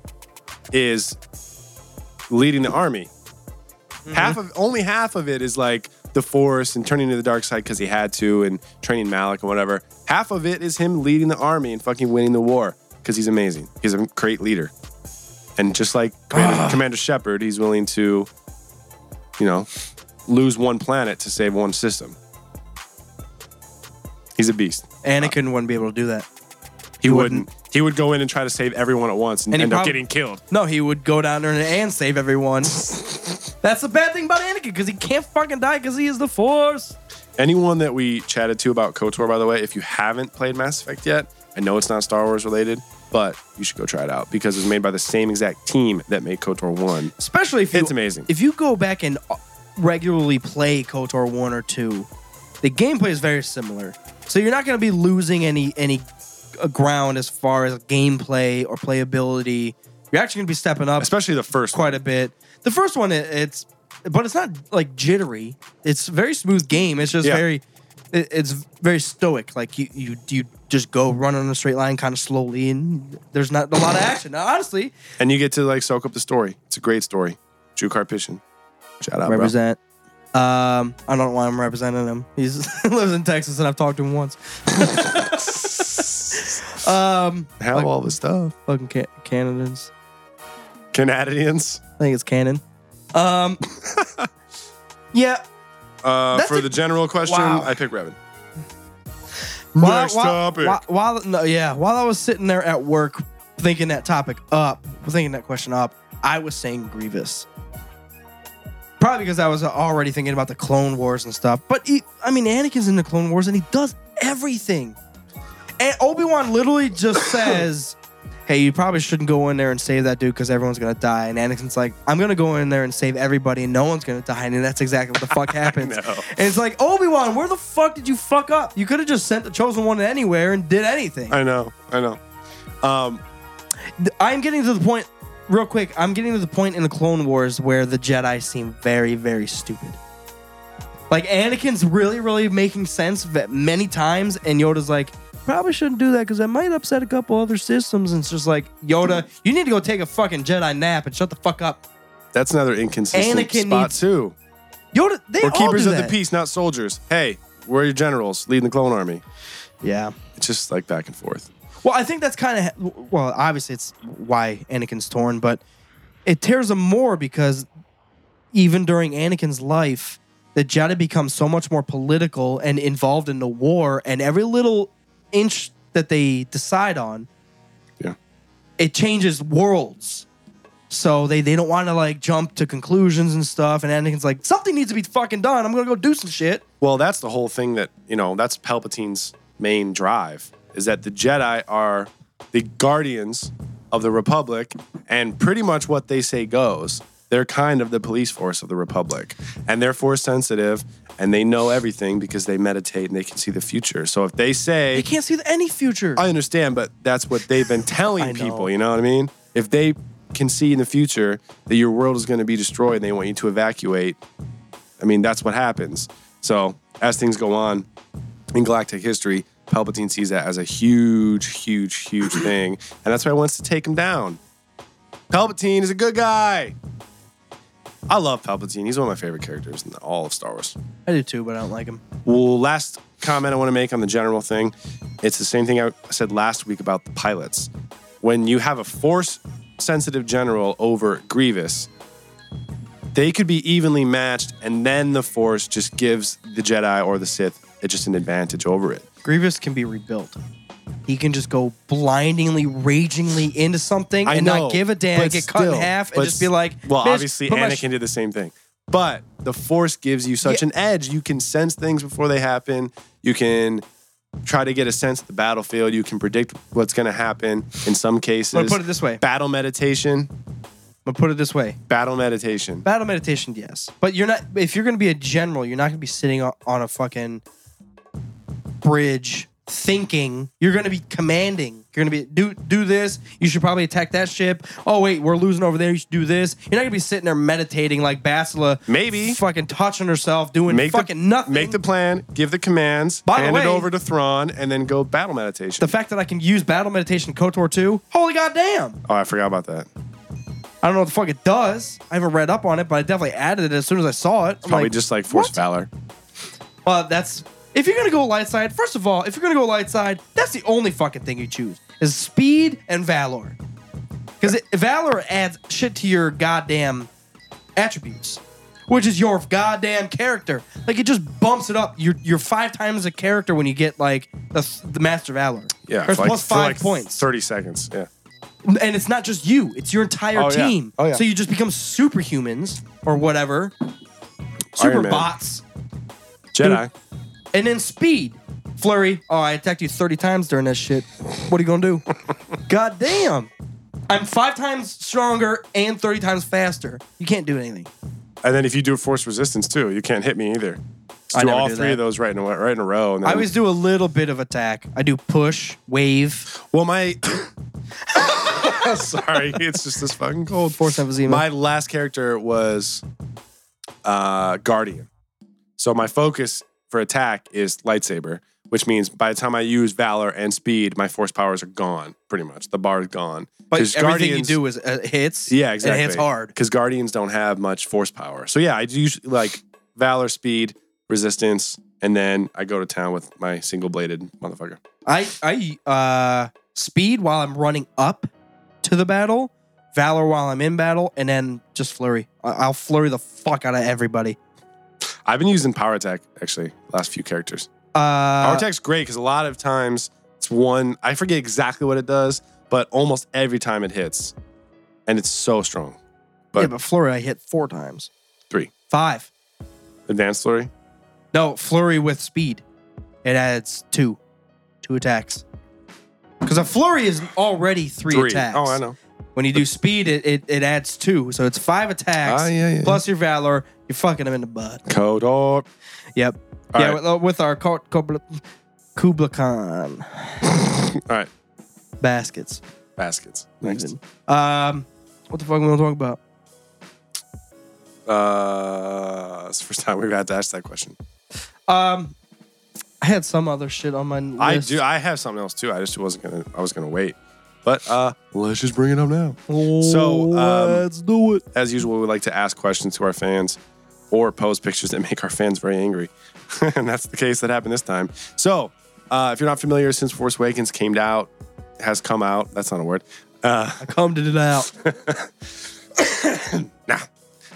S9: is leading the army. Half of only half of it is like the force and turning to the dark side because he had to and training Malik and whatever. Half of it is him leading the army and fucking winning the war because he's amazing. He's a great leader. And just like Commander, Commander Shepard, he's willing to you know, lose one planet to save one system. He's a beast.
S8: Anakin wouldn't be able to do that.
S9: He
S8: wouldn't.
S9: wouldn't. He would go in and try to save everyone at once and,
S8: And he
S9: end up
S8: prob-
S9: getting killed.
S8: No, he would go down there and, and
S9: [laughs]
S8: save everyone. That's the bad thing about Anakin because he can't fucking die because he is the Force.
S9: Anyone that we chatted to about KOTOR, by the way, if you haven't played Mass Effect yet, I know it's not Star Wars related, but you should go try it out because it was made by the same exact team that made KOTOR 1.
S8: Especially if you,
S9: It's amazing.
S8: If you go back and uh, regularly play KOTOR one or two, the gameplay is very similar. So you're not going to be losing any any uh, ground as far as gameplay or playability. You're actually going to be stepping up.
S9: Especially the first one.
S8: quite a bit. The first one, it, it's, but it's not like jittery. It's a very smooth game. It's just
S9: Yeah.
S8: very, it, it's very stoic. Like you, you, you just go run on a straight line, kind of slowly, and there's not a lot of action. Now, honestly,
S9: And you get to like soak up the story. It's a great story. Drew Carpishin. Shout out, Oh, bro.
S8: represent. Um, I don't know why I'm representing him. He's [laughs] lives in Texas, and I've talked to him once. um,
S9: Have all the stuff.
S8: fucking ca- Canadians.
S9: Canadians.
S8: I think it's Canon. Um, [laughs] yeah.
S9: Uh,
S8: That's
S9: for
S8: a-
S9: the general question,
S8: Wow.
S9: I pick Revan.
S8: While-
S9: Next
S8: while,
S9: topic.
S8: While, while- no, yeah, while I was sitting there at work thinking that topic up, thinking that question up, I was saying Grievous. Probably because I was already thinking about the Clone Wars and stuff. But he, I mean, Anakin's in the Clone Wars and he does everything. And Obi Wan literally just
S9: [coughs]
S8: says, "Hey, you probably shouldn't go in there and save that dude because everyone's gonna die." And Anakin's like, "I'm gonna go in there and save everybody, and no one's gonna die." And that's exactly what the fuck
S9: [laughs]
S8: happens. And it's like Obi Wan, where the fuck did you fuck up? You could have just sent the chosen one anywhere and did anything.
S9: I know. I know. Um,
S8: Th- I'm getting to the point, real quick. I'm getting to the point in the Clone Wars where the Jedi seem very, very stupid. Like Anakin's really, really making sense ve- many times, and Yoda's like, probably shouldn't do that because that might upset a couple other systems. And it's just like, Yoda, you need to go take a fucking Jedi nap and shut the fuck up.
S9: that's another inconsistent
S8: Anakin
S9: spot
S8: needs-
S9: too.
S8: Yoda, they
S9: We're
S8: all
S9: keepers
S8: do
S9: of the
S8: that.
S9: peace, not soldiers. Hey, we're your generals leading the clone army.
S8: Yeah.
S9: It's just like back and forth.
S8: Well, I think that's kind of well. Obviously, it's why Anakin's torn, but it tears him more because even during Anakin's life, the Jedi becomes so much more political and involved in the war, and every little inch that they decide on,
S9: Yeah.
S8: it changes worlds. So they they don't want to like jump to conclusions and stuff. And Anakin's like, something needs to be fucking done. I'm gonna go do some shit.
S9: Well, that's the whole thing that, you know, that's Palpatine's main drive is that the Jedi are the guardians of the Republic and pretty much what they say goes. They're kind of the police force of the Republic and they're force sensitive and they know everything because they meditate and they can see the future. So if they say,
S8: They can't see the, any future.
S9: I understand, but that's what they've been
S8: Mm. I
S9: telling
S8: know.
S9: people. You know what I mean? If they can see in the future that your world is going to be destroyed and they want you to evacuate, I mean, that's what happens. So as things go on in galactic history, Palpatine sees that as a huge, huge, huge thing. And that's why he wants to take him down. Palpatine is a good guy. I love Palpatine. He's one of my favorite characters in all of Star Wars.
S8: I do too, but I don't like him.
S9: Well, last comment I want to make on the general thing. It's the same thing I said last week about the pilots. When you have a force sensitive general over Grievous, they could be evenly matched, and then the force just gives the Jedi or the Sith it just an advantage over it.
S8: Grievous can be rebuilt. He can just go blindingly, ragingly into something
S9: I
S8: and
S9: know,
S8: not give a damn,
S9: but
S8: get cut in
S9: still-
S8: half, and
S9: but
S8: just be like,
S9: well,
S8: "Bitch,
S9: obviously
S8: put my
S9: Anakin did the same thing, but the Force gives you such
S8: Yeah.
S9: an edge. You can sense things before they happen. You can try to get a sense of the battlefield. You can predict what's going to happen in some cases.
S8: Let me put it this way.
S9: battle meditation,
S8: I'm gonna put it this way:
S9: battle meditation.
S8: battle meditation, yes, but you're not. If you're gonna be a general, you're not gonna be sitting on, on a fucking bridge thinking. You're gonna be commanding. You're gonna be do do this. You should probably attack that ship. Oh wait, we're losing over there. You should do this. You're not gonna be sitting there meditating like Basila,
S9: Maybe.
S8: fucking touching herself, doing
S9: Make
S8: fucking
S9: the,
S8: nothing.
S9: Make the plan, give the commands,
S8: By the
S9: hand
S8: way-
S9: it over to Thrawn, and then go battle meditation.
S8: the fact that I can use battle meditation in KOTOR 2, holy goddamn.
S9: oh, I forgot about that.
S8: I don't know what the fuck it does. I haven't read up on it, but I definitely added it as soon as I saw it. I'm
S9: Probably just like force
S8: what?
S9: valor.
S8: Well, that's if you're gonna go light side, first of all, if you're gonna go light side, that's the only fucking thing you choose is speed and valor. Because valor adds shit to your goddamn attributes. which is your goddamn character. Like it just bumps it up. You're you're five times a character when you get like the, the Master Valor.
S9: Yeah,
S8: Or it's
S9: for like-
S8: plus
S9: for
S8: five
S9: like
S8: points.
S9: Thirty seconds. Yeah.
S8: and it's not just you; it's your entire
S9: Oh, yeah.
S8: team.
S9: Oh, yeah.
S8: So you just become superhumans or whatever,
S9: Iron
S8: super
S9: Man.
S8: bots,
S9: Jedi.
S8: and then speed. Flurry. Oh, I attacked you thirty times during that shit. What are you
S9: [laughs]
S8: gonna do? God damn! I'm five times stronger and thirty times faster. You can't do anything.
S9: And then if you do force resistance too, you can't hit me either. Just
S8: I
S9: do
S8: never
S9: all
S8: do
S9: three
S8: that.
S9: of those right in a right in a row. And then,
S8: I always do a little bit of attack. I do push, wave,
S9: well my. [laughs] Sorry, it's just this fucking cold.
S8: force emphysema.
S9: My last character was uh, Guardian. So my focus for attack is lightsaber, which means by the time I use valor and speed, my force powers are gone. Pretty much, the bar is gone.
S8: but
S9: 'Cause
S8: everything
S9: Guardians-
S8: you do is uh, hits.
S9: yeah, exactly.
S8: And it hits hard.
S9: because guardians don't have much force power. So yeah, I do usually like valor, speed, resistance, and then I go to town with my single bladed motherfucker.
S8: I I uh speed while I'm running up to the battle, valor while I'm in battle, and then just flurry. I- I'll flurry the fuck out of everybody.
S9: I've been using power attack actually last few characters.
S8: Uh,
S9: Power attack's great because a lot of times it's one. I forget exactly what it does, but almost every time it hits, and it's so strong. but-
S8: yeah, but flurry I hit four times,
S9: Three
S8: five.
S9: advanced flurry.
S8: No flurry with speed. It adds two, two attacks. Because a flurry is already three, attacks.
S9: Oh, I know.
S8: When you do speed, it, it, it adds two. So it's five attacks
S9: Ah, yeah, yeah.
S8: plus your valor. You're fucking them in the butt.
S9: Code or
S8: Yep.
S9: All
S8: yeah,
S9: right.
S8: with, uh, with our co- Kubla, Kubla Khan
S9: all right,
S8: baskets.
S9: baskets. Next.
S8: Um, what the fuck we gonna talk about?
S9: Uh, it's the first time we've had to ask that question.
S8: Um, I had some other shit on my list.
S9: I do. I have something else too. I just wasn't gonna. I was gonna wait. But uh, let's just bring it up now. So um,
S8: Oh, let's do it.
S9: as usual, we like to ask questions to our fans or post pictures that [laughs] make our fans very angry. [laughs] and that's the case that happened this time. So, uh, if you're not familiar, since Force Awakens came out, has come out, that's not a word. Uh,
S8: I combed
S9: [laughs]
S8: it out.
S9: nah,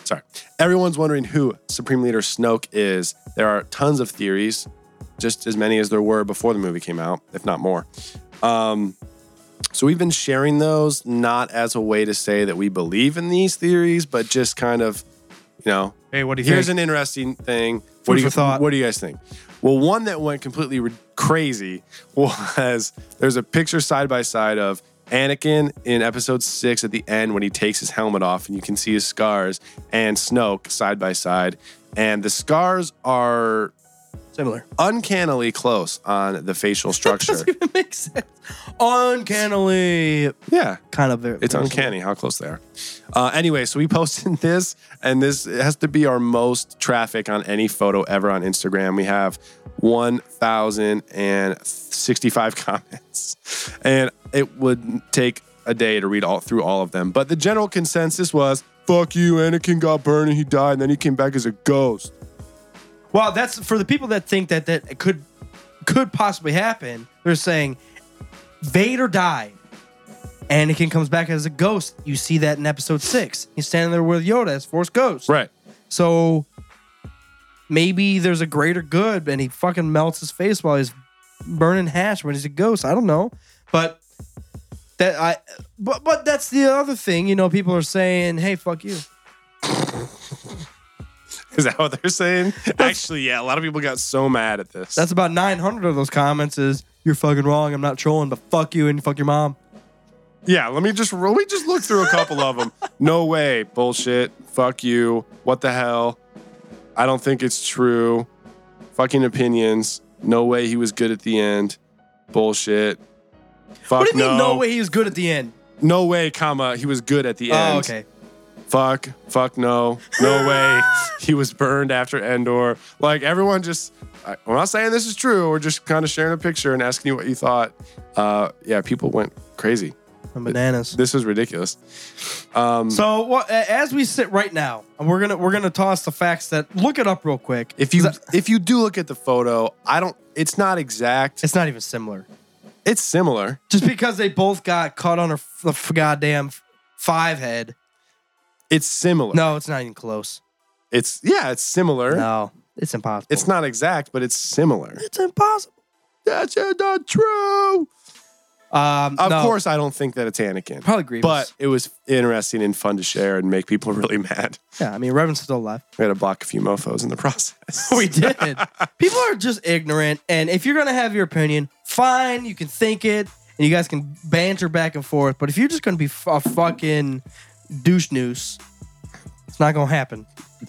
S9: sorry. Everyone's wondering who Supreme Leader Snoke is. There are tons of theories, just as many as there were before the movie came out, if not more. Um, so we've been sharing those not as a way to say that we believe in these theories, but just kind of, you know,
S8: Hey, what do
S9: Here's an interesting thing.
S8: Food
S9: What do, you,
S8: for thought.
S9: what do you guys think? Well, one that went completely re- crazy [laughs] was there's a picture side by side of Anakin in episode six at the end when he takes his helmet off and you can see his scars, and Snoke side by side. And the scars are
S8: Similar.
S9: uncannily close on the facial structure.
S8: [laughs] Doesn't even make sense. Uncannily,
S9: yeah.
S8: kind of. very-
S9: It's uncanny how close they are. Uh, anyway, so we [laughs] posted this, and this has to be our most traffic on any photo ever on Instagram. We have 1,065 [laughs] comments, and it would take a day to read all through all of them. But the general consensus was, "Fuck you, Anakin got burned and he died, and then he came back as a ghost."
S8: Well, that's for the people that think that that could could possibly happen. They're saying Vader died. Anakin comes back as a ghost. You see that in episode six. He's standing there with Yoda as Force Ghost.
S9: Right.
S8: So maybe there's a greater good and he fucking melts his face while he's burning hash when he's a ghost. I don't know. But that I but but that's the other thing, you know, people are saying, "Hey, fuck you."
S9: [laughs] Is that what they're saying? Actually, yeah. A lot of people got so mad at this.
S8: That's about 900 of those comments is you're fucking wrong. I'm not trolling, but fuck you and fuck your mom.
S9: Yeah, let me just let me just look through a couple of
S8: [laughs]
S9: them. No way, bullshit. Fuck you. What the hell? I don't think it's true. Fucking opinions. No way he was good at the end. Bullshit. Fuck
S8: What do you
S9: no.
S8: mean? No way he was good at the end.
S9: No way, comma. He was good at the end.
S8: Oh, okay.
S9: Fuck. Fuck no.
S8: [laughs]
S9: No way. He was burned after Endor. Like everyone just. I, I'm not saying this is true. We're just kind of sharing a picture and asking you what you thought. Uh, yeah, people went crazy.
S8: I'm bananas.
S9: This is ridiculous. Um,
S8: So wha- a- as we sit right now, and we're gonna we're gonna toss the facts that look it up real quick.
S9: If you
S8: 'Cause I-
S9: if you do look at the photo, I don't. It's not exact. It's,
S8: it's not even similar.
S9: similar.
S8: Just because they both got caught on a f- the f- goddamn f- five head.
S9: It's similar.
S8: No, it's not even close.
S9: It's yeah, it's similar.
S8: No, it's impossible.
S9: It's not exact, but it's similar.
S8: It's impossible.
S9: That's not true.
S8: Um,
S9: Of
S8: no,
S9: course, I don't think that it's Anakin.
S8: Probably Grievous.
S9: But it was interesting and fun to share and make people [laughs] really mad.
S8: Yeah, I mean, Reverend's still alive.
S9: We had to block a few mofos in the [laughs] process.
S8: [laughs] We did. People are just ignorant, and if you're gonna have your opinion, fine, you can think it, and you guys can banter back and forth. But if you're just gonna be f- a fucking douche noose, it's not gonna happen.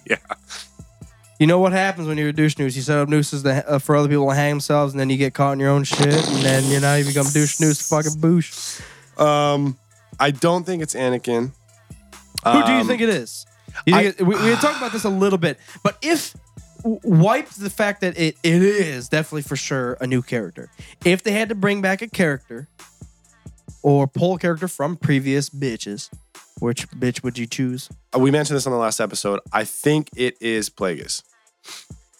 S9: Yeah.
S8: You know what happens when you're a douche noose? You set up nooses to, uh, for other people to hang themselves, and then you get caught in your own shit, and then you know you become douche noose fucking boosh.
S9: Um, I don't think it's Anakin.
S8: Who do you think it is? You think it- we, we had talked about this a little bit, but if w- wipe the fact that it, it is definitely for sure a new character. If they had to bring back a character or pull a character from previous bitches, which bitch would you choose?
S9: We mentioned this on the last episode. I think it is Plagueis.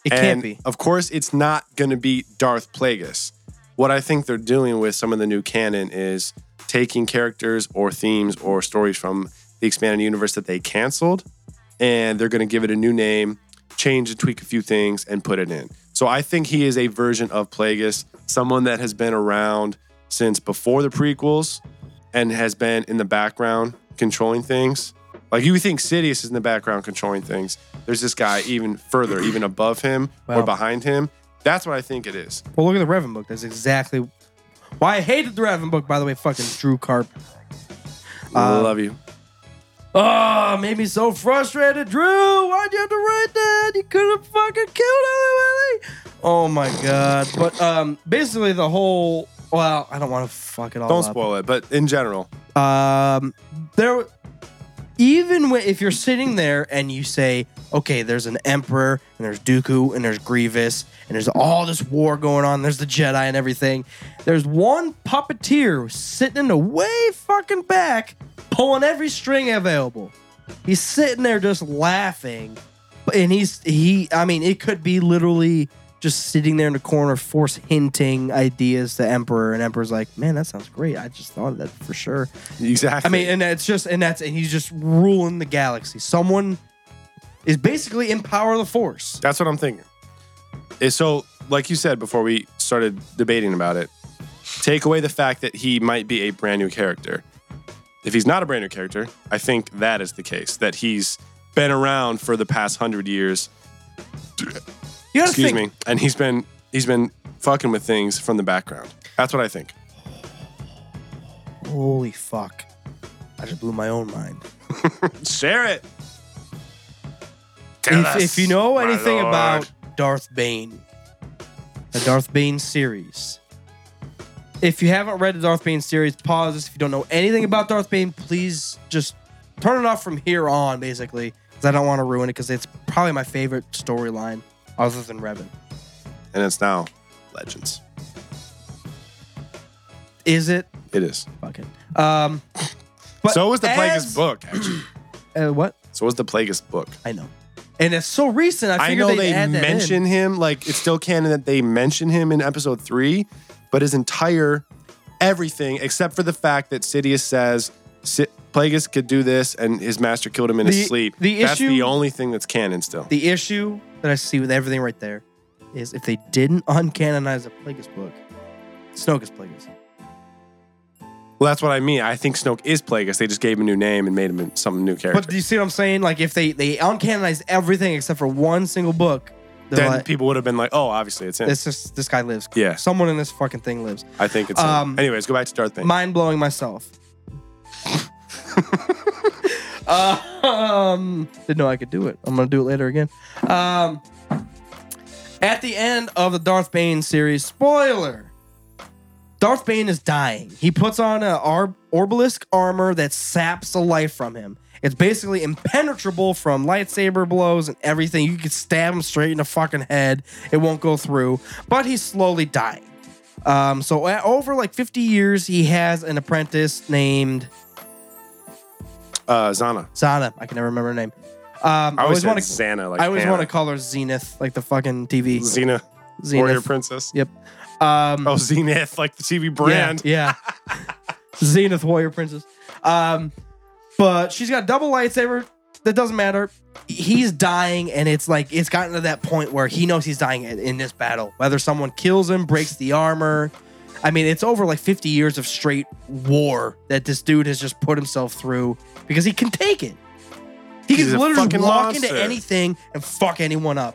S8: It
S9: and
S8: can't be.
S9: Of course, it's not going to be Darth Plagueis. What I think they're doing with some of the new canon is taking characters or themes or stories from the expanded universe that they canceled, and they're going to give it a new name, change and tweak a few things, and put it in. So I think he is a version of Plagueis, someone that has been around since before the prequels and has been in the background controlling things. Like you think Sidious is in the background controlling things. There's this guy even further, even above him or
S8: Wow.
S9: behind him. That's what I think it is.
S8: Well, look at the Revan book. That's exactly why I hated the Revan book. By the way, fucking Drew Carp. Uh,
S9: Love you.
S8: Oh, made me so frustrated, Drew. Why'd you have to write that? You could have fucking killed everybody. Oh my god. But um, basically the whole. Well, I don't want to fuck it all
S9: Don't
S8: up.
S9: spoil it, but in general, [laughs]
S8: Um, there, even when, if you're sitting there and you say, okay, there's an emperor and there's Dooku and there's Grievous and there's all this war going on, there's the Jedi and everything. There's one puppeteer sitting in the way fucking back, pulling every string available. He's sitting there just laughing, and he's he. I mean, it could be literally. Just sitting there in the corner, force hinting ideas to Emperor, and Emperor's like, "Man, that sounds great. I just thought of that for sure." I
S9: exactly.
S8: mean, and that's just and that's and he's just ruling the galaxy. Someone is basically in power of the force.
S9: That's what I'm thinking. Is so, like you said before we started debating about it, take away the fact that he might be a brand new character. If he's not a brand new character, I think that is the case, that he's been around for the past hundred years.
S8: You gotta
S9: Excuse
S8: think,
S9: me. And he's been he's been fucking with things from the background. That's what I think.
S8: Holy fuck! I just blew my own mind.
S9: Share it. Tell
S8: If,
S9: us,
S8: if you know
S9: my
S8: anything
S9: lord.
S8: about Darth Bane, the Darth Bane series. If you haven't read the Darth Bane series, pause this. If you don't know anything about Darth Bane, please just turn it off from here on, basically, because I don't want to ruin it. Because it's probably my favorite storyline, other than Revan.
S9: and it's now Legends.
S8: Is it?
S9: It is.
S8: Fuck it. Um, but
S9: so was the Plagueis
S8: as-
S9: book,
S8: [clears throat]
S9: actually.
S8: Uh, what?
S9: so was the Plagueis book.
S8: I know. And it's so recent. I
S9: I
S8: figured
S9: know they
S8: add that
S9: mention
S8: in.
S9: him, like it's still canon that they mention him in episode three, but his entire everything, except for the fact that Sidious says "Si- Plagueis could do this and his master killed him in
S8: The-
S9: his sleep.
S8: the
S9: That's
S8: issue-
S9: the only thing that's canon still.
S8: The issue that I see with everything right there is if they didn't uncanonize the Plagueis book, Snoke is Plagueis.
S9: well, that's what I mean. I think Snoke is Plagueis. They just gave him a new name and made him some new character.
S8: But do you see what I'm saying? Like if they they uncanonized everything except for one single book, they're
S9: then
S8: like,
S9: people would have been like, "Oh, obviously it's him."
S8: this is this guy lives.
S9: Yeah.
S8: someone in this fucking thing lives.
S9: I think it's. him.
S8: um,
S9: Anyways, go back to Darth Bane.
S8: Mind blowing myself. um, didn't know I could do it. I'm gonna do it later again. Um, at the end of the Darth Bane series, spoiler: Darth Bane is dying. He puts on a ar- orbalisk armor that saps the life from him. It's basically impenetrable from lightsaber blows and everything. You could stab him straight in the fucking head; it won't go through. But he's slowly dying. Um, so a- over like 50 years, he has an apprentice named
S9: uh, Zana.
S8: Zana. I can never remember her name. Um,
S9: I always,
S8: want
S9: want
S8: to.
S9: Xana. Like
S8: I always
S9: Hannah.
S8: want to call her Zenith, like the fucking TV.
S9: Xena, warrior
S8: Zenith.
S9: princess.
S8: Yep. Um,
S9: Oh, Zenith, like the TV brand.
S8: Yeah. [laughs] yeah. Zenith Warrior Princess. Um, but she's got double lightsaber that doesn't matter. He's dying, and it's like it's gotten to that point where he knows he's dying in, in this battle. Whether someone kills him, breaks the armor, I mean, it's over like 50 years of straight war that this dude has just put himself through because he can take it. He
S9: He's a
S8: can literally
S9: fucking
S8: walk
S9: monster.
S8: into anything and fuck anyone up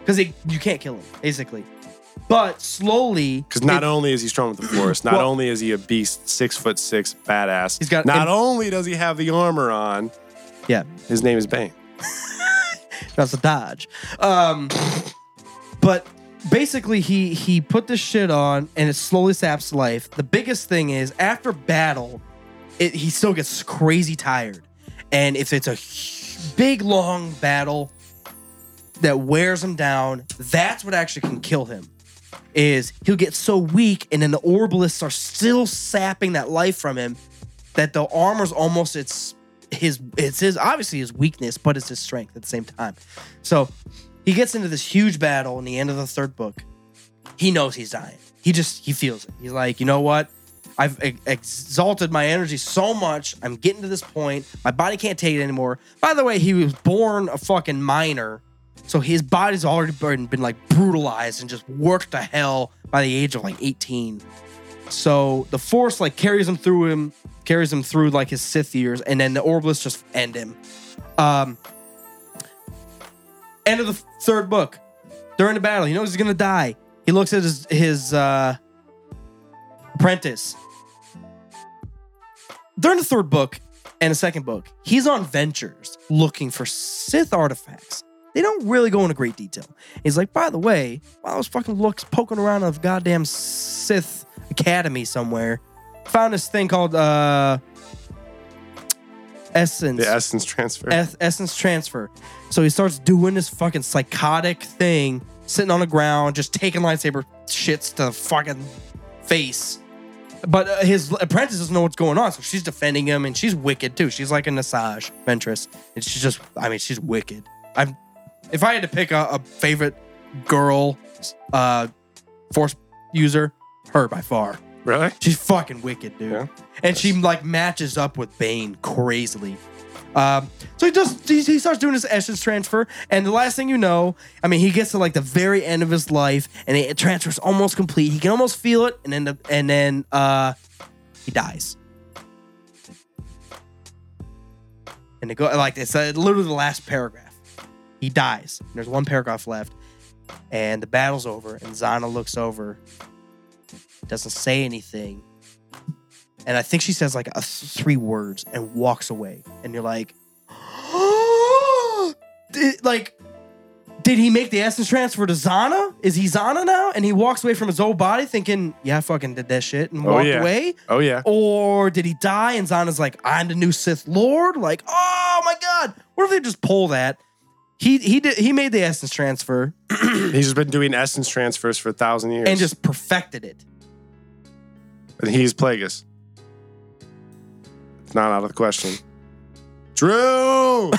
S8: because you can't kill him, basically. But slowly,
S9: Because not
S8: it-
S9: only is he strong with
S8: [clears throat]
S9: the force, not
S8: Well-
S9: only is he a beast, six foot six, badass.
S8: He's got-
S9: Not
S8: and-
S9: only does he have the armor on,
S8: yeah,
S9: his name is Bane.
S8: That's a dodge. Um, but basically, he he put this shit on, and it slowly saps life. The biggest thing is after battle, it, he still gets crazy tired, and if it's a hu- big long battle that wears him down, that's what actually can kill him. Is he'll get so weak, and then the orbalists are still sapping that life from him, that the armor's almost its his it's his obviously his weakness, but it's his strength at the same time. So he gets into this huge battle in the end of the third book. He knows he's dying. He just he feels it. He's like, you know what? I've ex- exalted my energy so much. I'm getting to this point. My body can't take it anymore. By the way, he was born a fucking miner, so his body's already been, been like brutalized and just worked to hell by the age of like 18. So the force like carries him through him, carries him through like his Sith years, and then the Orbalists just end him. Um, end of the third book. During the battle, he knows he's gonna die. He looks at his his uh, apprentice. During the third book and the second book, he's on ventures looking for Sith artifacts. They don't really go into great detail. He's like, by the way, while I was fucking looks poking around a goddamn Sith academy somewhere, found this thing called uh, Essence
S9: The essence transfer.
S8: eth- essence transfer. So he starts doing this fucking psychotic thing, sitting on the ground, just taking lightsaber shits to the fucking face. But uh, his apprentice doesn't know what's going on, so she's defending him, and she's wicked too. She's like a Nasaj Ventress, and she's just—I mean, she's wicked. I'm. If I had to pick a, a favorite girl, uh, force user, her by far.
S9: really?
S8: She's fucking wicked, dude.
S9: Yeah.
S8: And she like matches up with Bane crazily. Um, so he just he, he starts doing his essence transfer, and the last thing you know, I mean, he gets to like the very end of his life, and it, it transfers almost complete. He can almost feel it, and then the, and then uh, he dies. And it go like it's uh, literally the last paragraph. He dies. There's one paragraph left, and the battle's over. And Zana looks over doesn't say anything. And I think she says like a three words and walks away. And you're like, [gasps] Did- like, did he make the essence transfer to Zana? Is he Zana now? And he walks away from his old body thinking, yeah, I fucking did that shit and
S9: Oh,
S8: walked
S9: yeah.
S8: away.
S9: Oh, yeah.
S8: Or did he die and Zana's like, I'm the new Sith Lord? Like, oh my God. What if they just pull that? He he did he made the essence transfer
S9: He's just been doing essence transfers for a thousand years.
S8: and just perfected it.
S9: And he's Plagueis. It's not out of the question. Drew!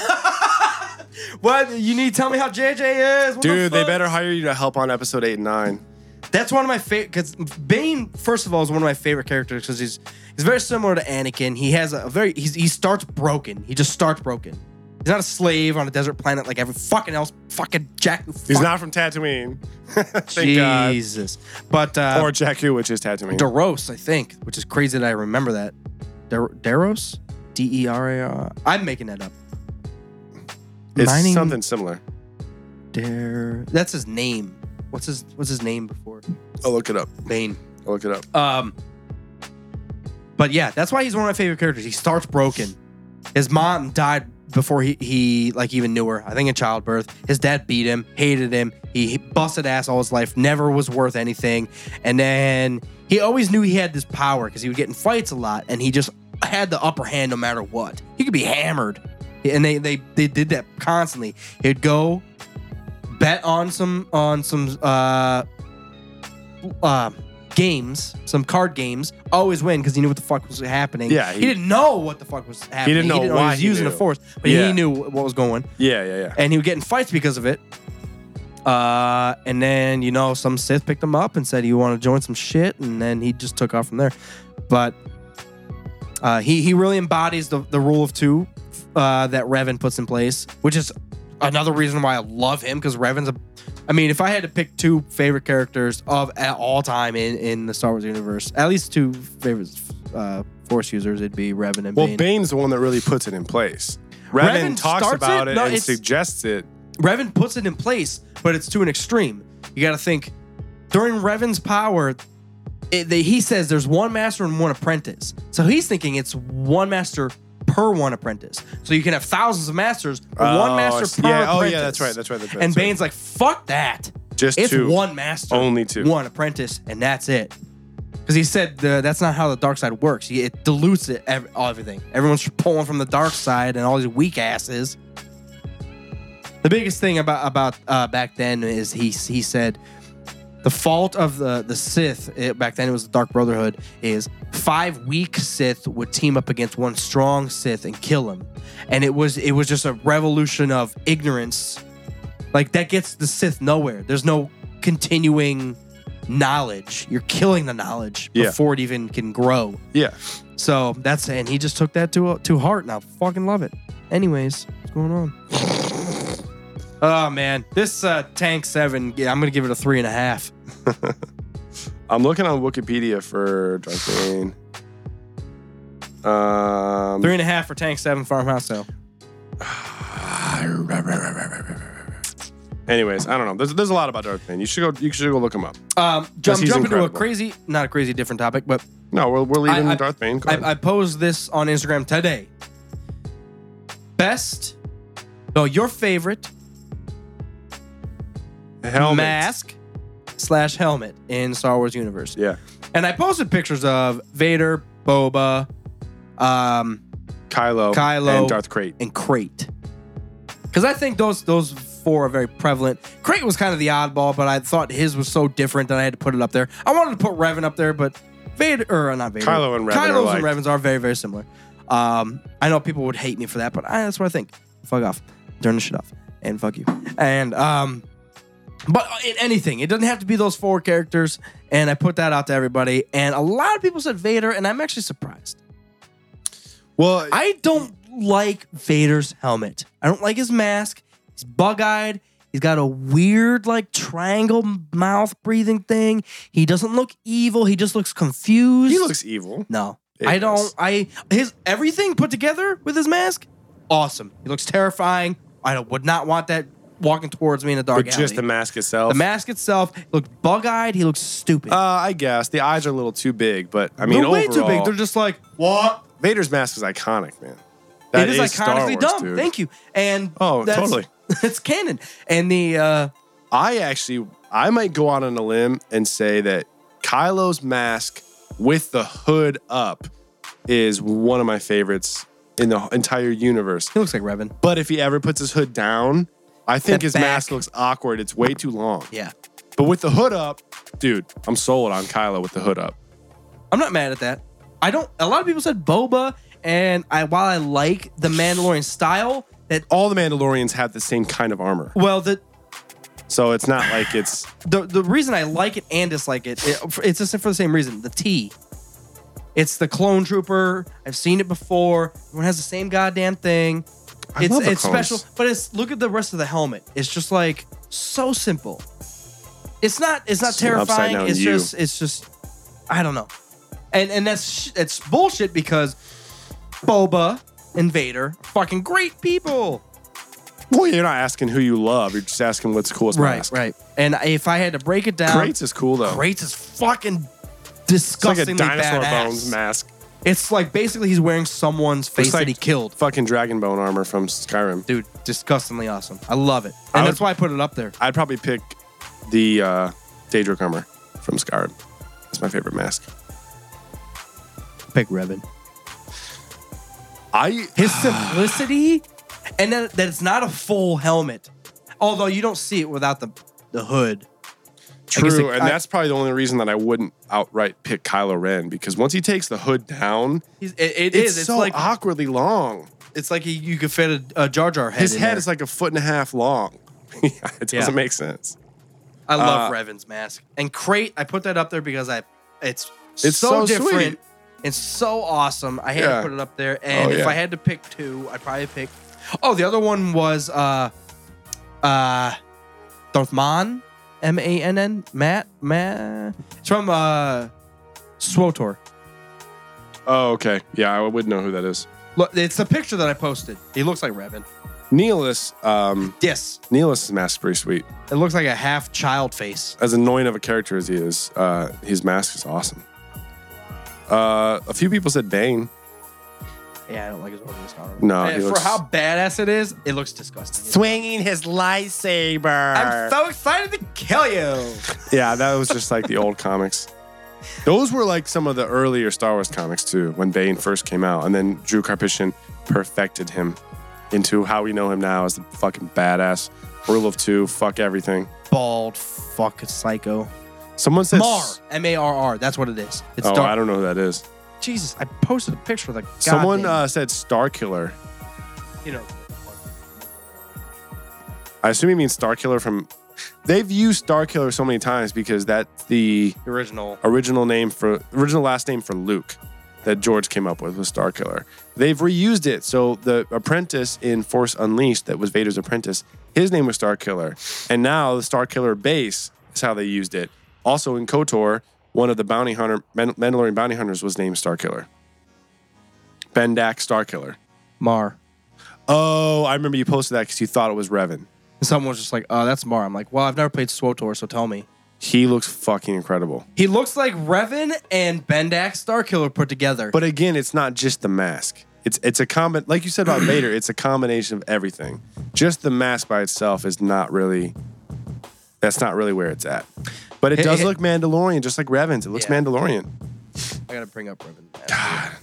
S8: What you need to tell me how JJ is. What the
S9: Dude, they
S8: fuck?
S9: better hire you to help on episode eight and nine.
S8: That's one of my favorite because Bane, first of all, is one of my favorite characters because he's he's very similar to Anakin. He has a very he's, he starts broken. He just starts broken. He's not a slave on a desert planet like every fucking else. Fucking Jack.
S9: He's
S8: fuck-
S9: not from Tatooine. [laughs] Thank God.
S8: Jesus. But uh,
S9: Or Jakku, which is Tatooine.
S8: Deros, I think, which is crazy that I remember that. Der- Deros? D E R A R. I'm making that up.
S9: it's
S8: mining-
S9: something similar.
S8: Der- That's his name. What's his What's his name before
S9: I'll look it up.
S8: Bane?
S9: I'll look it up.
S8: Um, but yeah, that's why he's one of my favorite characters. He starts broken. His mom died before he, he like even knew her. I think in childbirth. His dad beat him, hated him. He, he busted ass all his life. Never was worth anything. And then he always knew he had this power because he would get in fights a lot, and he just had the upper hand no matter what. He could be hammered, and they they they did that constantly. He'd go bet on some on some uh uh, games, some card games, always win because he knew what the fuck was happening.
S9: Yeah,
S8: he,
S9: he-
S8: didn't know what the fuck was happening.
S9: know
S8: he
S9: why
S8: was
S9: he
S8: using
S9: knew.
S8: the force, but
S9: Yeah.
S8: he knew what was going,
S9: Yeah, yeah, yeah.
S8: and he would get in fights because of it. Uh, and then you know some Sith picked him up and said, "You want to join some shit?" And then he just took off from there. But uh, he he really embodies the the rule of two uh, that Revan puts in place, which is another reason why I love him because Revan's a. I mean, if I had to pick two favorite characters of at all time in, in the Star Wars universe, at least two favorite uh, Force users, it'd be Revan and
S9: Well,
S8: Bane.
S9: Bane's the one that really puts it in place. Revan,
S8: Revan
S9: talks
S8: starts
S9: about
S8: it?
S9: it,
S8: No,
S9: and
S8: it's-
S9: suggests it.
S8: Revan puts it in place, but it's to an extreme. You got to think during Revan's power, it, they, he says there's one master and one apprentice. So he's thinking it's one master per one apprentice. So you can have thousands of masters, but one
S9: Oh, I
S8: master
S9: see.
S8: per
S9: Yeah, oh, yeah,
S8: apprentice.
S9: that's right, that's right, that's right,
S8: [laughs] And
S9: that's right.
S8: Bane's like, fuck that.
S9: Just
S8: it's
S9: two.
S8: one master,
S9: Only two.
S8: one apprentice, and that's it. Because he said the, that's not how the dark side works. He- It dilutes it ev- everything. Everyone's pulling from the dark side, and all these weak asses. The biggest thing about about uh, back then is he he said the fault of the the Sith it, back then it was the Dark Brotherhood is five weak Sith would team up against one strong Sith and kill him, and it was it was just a revolution of ignorance, like that gets the Sith nowhere. There's no continuing knowledge. You're killing the knowledge
S9: Yeah.
S8: before it even can grow.
S9: Yeah.
S8: So that's and he just took that to to heart, and I fucking love it. Anyways, what's going on?
S9: [laughs]
S8: oh man, this uh, tank seven. Yeah, I'm gonna give it a three and a half.
S9: I'm looking on Wikipedia for Dark Bane. Um,
S8: Three and a half for tank seven farmhouse sale.
S9: [sighs] anyways, I don't know. There's, there's a lot about Dark Bane. You should go. You should go look him up.
S8: Um, I'm
S9: Because
S8: jumping
S9: he's
S8: to a
S9: incredible.
S8: crazy, not a crazy different topic, but
S9: No, we're, we're leaving
S8: I- I-
S9: Darth Bane. Go ahead.
S8: I, I posed this on Instagram today. Best, no, your favorite
S9: Helmet.
S8: mask slash helmet in Star Wars universe.
S9: Yeah.
S8: And I posted pictures of Vader, Boba, um,
S9: Kylo.
S8: Kylo.
S9: And Darth Crate.
S8: and Crate. Because I think those those four are very prevalent. Crate was kind of the oddball, but I thought his was so different that I had to put it up there. I wanted to put Revan up there, but Vader or not Vader.
S9: Kylo and Revan are
S8: Kylo's
S9: like-
S8: and Revan's are very very similar. Um, I know people would hate me for that, but I, that's what I think. Fuck off. Turn the shit off and fuck you. And um, but in anything, it doesn't have to be those four characters. And I put that out to everybody, and a lot of people said Vader, and I'm actually surprised.
S9: Well,
S8: I don't like Vader's helmet. I don't like his mask. He's bug eyed. He's got a weird, like, triangle mouth breathing thing. He doesn't look evil. He just looks confused.
S9: he looks evil.
S8: No.
S9: Yeah,
S8: I
S9: he
S8: don't.
S9: does.
S8: I. His everything put together with his mask, awesome. He looks terrifying. I don't- would not want that walking towards me in a dark
S9: But just
S8: alley.
S9: the mask itself.
S8: The mask itself looked bug eyed. He looks stupid.
S9: Uh, I guess the eyes are a little too big, but I mean,
S8: They're way too big.
S9: overall-
S8: They're just like, what?
S9: Vader's mask is iconic, man. That
S8: it is,
S9: Star
S8: iconically
S9: Wars,
S8: dumb.
S9: dude.
S8: Thank you. And
S9: Oh,
S8: [laughs] that's,
S9: totally.
S8: It's canon. And the uh,
S9: I actually, I might go out on a limb and say that Kylo's mask with the hood up is one of my favorites in the entire universe.
S8: he looks like Revan.
S9: But if he ever puts his hood down, I think
S8: That
S9: his
S8: back.
S9: mask looks awkward. It's way too long.
S8: Yeah,
S9: But with the hood up, dude, I'm sold on Kylo with the hood up.
S8: I'm not mad at that. I don't. A lot of people said Boba, and I while I like the Mandalorian style, that
S9: All the Mandalorians have the same kind of armor,
S8: well the.
S9: so it's not like it's
S8: The, the reason I like it and dislike it, it, it's just for the same reason. The T. It's the clone trooper. I've seen it before. Everyone has the same goddamn thing.
S9: I
S8: it's
S9: love the
S8: it's
S9: clones.
S8: special, but it's look at the rest of the helmet. It's just like so simple. It's not it's not
S9: It's an upside
S8: terrifying.
S9: down
S8: It's
S9: U.
S8: just it's just I don't know, and and that's sh- it's bullshit because Boba and Vader are fucking great people.
S9: Well, you're not asking who you love. You're just asking what's coolest mask.
S8: right. And if I had to break it down,
S9: Crates is cool though.
S8: Crates is fucking
S9: it's like
S8: disgustingly
S9: a dinosaur
S8: badass.
S9: bones mask.
S8: It's like basically he's wearing someone's face
S9: Looks like
S8: that he killed.
S9: Fucking dragon bone armor from Skyrim.
S8: Dude, disgustingly awesome. I love it,
S9: I
S8: and
S9: would-
S8: that's why I put it up there.
S9: I'd probably pick the uh, Daedric armor from Skyrim. It's my favorite mask.
S8: Pick Revan.
S9: I [sighs]
S8: His simplicity, and that, that it's not a full helmet. Although you don't see it without the the hood. guess
S9: true,
S8: it-
S9: and
S8: I-
S9: that's probably the only reason that I wouldn't outright pick Kylo Ren because once he takes the hood down,
S8: He's, it, it
S9: it's
S8: is. It's
S9: so
S8: like
S9: awkwardly long.
S8: it's like he, you could fit a, a Jar Jar head.
S9: His
S8: in
S9: head
S8: there.
S9: is like a foot and a half long. [laughs] Yeah, it doesn't
S8: Yeah.
S9: make sense.
S8: I
S9: Uh,
S8: love Revan's mask and crate. I put that up there because I it's
S9: It's so, sweet.
S8: different. It's so awesome. I had
S9: Yeah.
S8: to put it up there. And
S9: Oh,
S8: if
S9: yeah.
S8: I had to pick two, I'd probably pick. Oh, the other one was uh, uh, Dorfman, M A N N, Matt, Matt. It's from uh, Swotor.
S9: Oh, okay. Yeah, I would know who that is.
S8: Look, it's the picture that I posted. He looks like Revan.
S9: Nihilus, um,
S8: Yes,
S9: Nihilus' mask's pretty sweet.
S8: it looks like a half child face.
S9: As annoying of a character as he is, uh, his mask is awesome. Uh, a few people said Bane.
S8: Yeah, I don't like his organs. I don't know.
S9: No,
S8: And
S9: he
S8: for
S9: looks-
S8: how badass it is, it looks disgusting.
S10: Swinging his lightsaber.
S8: I'm so excited to kill you.
S9: Yeah, that was just like the old comics. Those were like some of the earlier Star Wars comics too, when Bane first came out, and then Drew Carpishin perfected him into how we know him now as the fucking badass rule of two, fuck everything.
S8: Bald fuck psycho.
S9: Someone said
S8: Mar, M A R R. That's what it is. It's
S9: Oh,
S8: dark.
S9: I don't know who that is.
S8: Jesus, I posted a picture of the.
S9: Someone
S8: goddamn-
S9: uh, said Star Killer.
S8: you know,
S9: I assume he means Star Killer from. They've used Star Killer so many times because that's the
S8: the original.
S9: original name for original last name for Luke that George came up with was Star Killer. They've reused it. So the apprentice in Force Unleashed that was Vader's apprentice, his name was Star Killer. And now the Star Killer base is how they used it. Also in KOTOR, one of the bounty hunter Mandal- Mandalorian bounty hunters was named Star Killer. Bendak Star Killer.
S8: Mar.
S9: Oh, I remember you posted that because you thought it was Revan.
S8: And someone was just like, "Oh, that's Mar." I'm like, "Well, I've never played Swotor, so tell me."
S9: He looks fucking incredible.
S8: He looks like Revan and Bendak Starkiller put together.
S9: But again, it's not just the mask. It's it's a combi- like you said about
S8: [clears throat]
S9: Vader, it's a combination of everything. Just the mask by itself is not really that's not really where it's at. But it
S8: Hey,
S9: does
S8: hey.
S9: look Mandalorian, just like Revan's. It looks
S8: Yeah.
S9: Mandalorian.
S8: I gotta bring up Revan.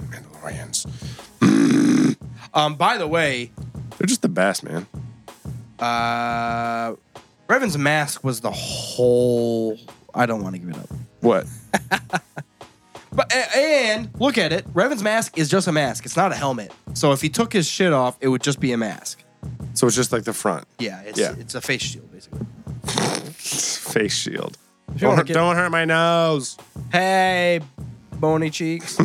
S9: Mandalorians.
S8: Um, by the way,
S9: They're just the best, man.
S8: uh, Revan's mask was the whole. I don't want to give it up. [laughs]
S9: What?
S8: But a- and look at it. Revan's mask is just a mask. It's not a helmet. So if he took his shit off, it would just be a mask.
S9: So it's just like the front
S8: Yeah, it's
S9: Yeah.
S8: it's a face shield basically.
S9: face shield.
S8: you wanna
S9: Don't,
S8: get-
S9: don't hurt my nose.
S8: Hey,
S9: [laughs]
S8: bony cheeks.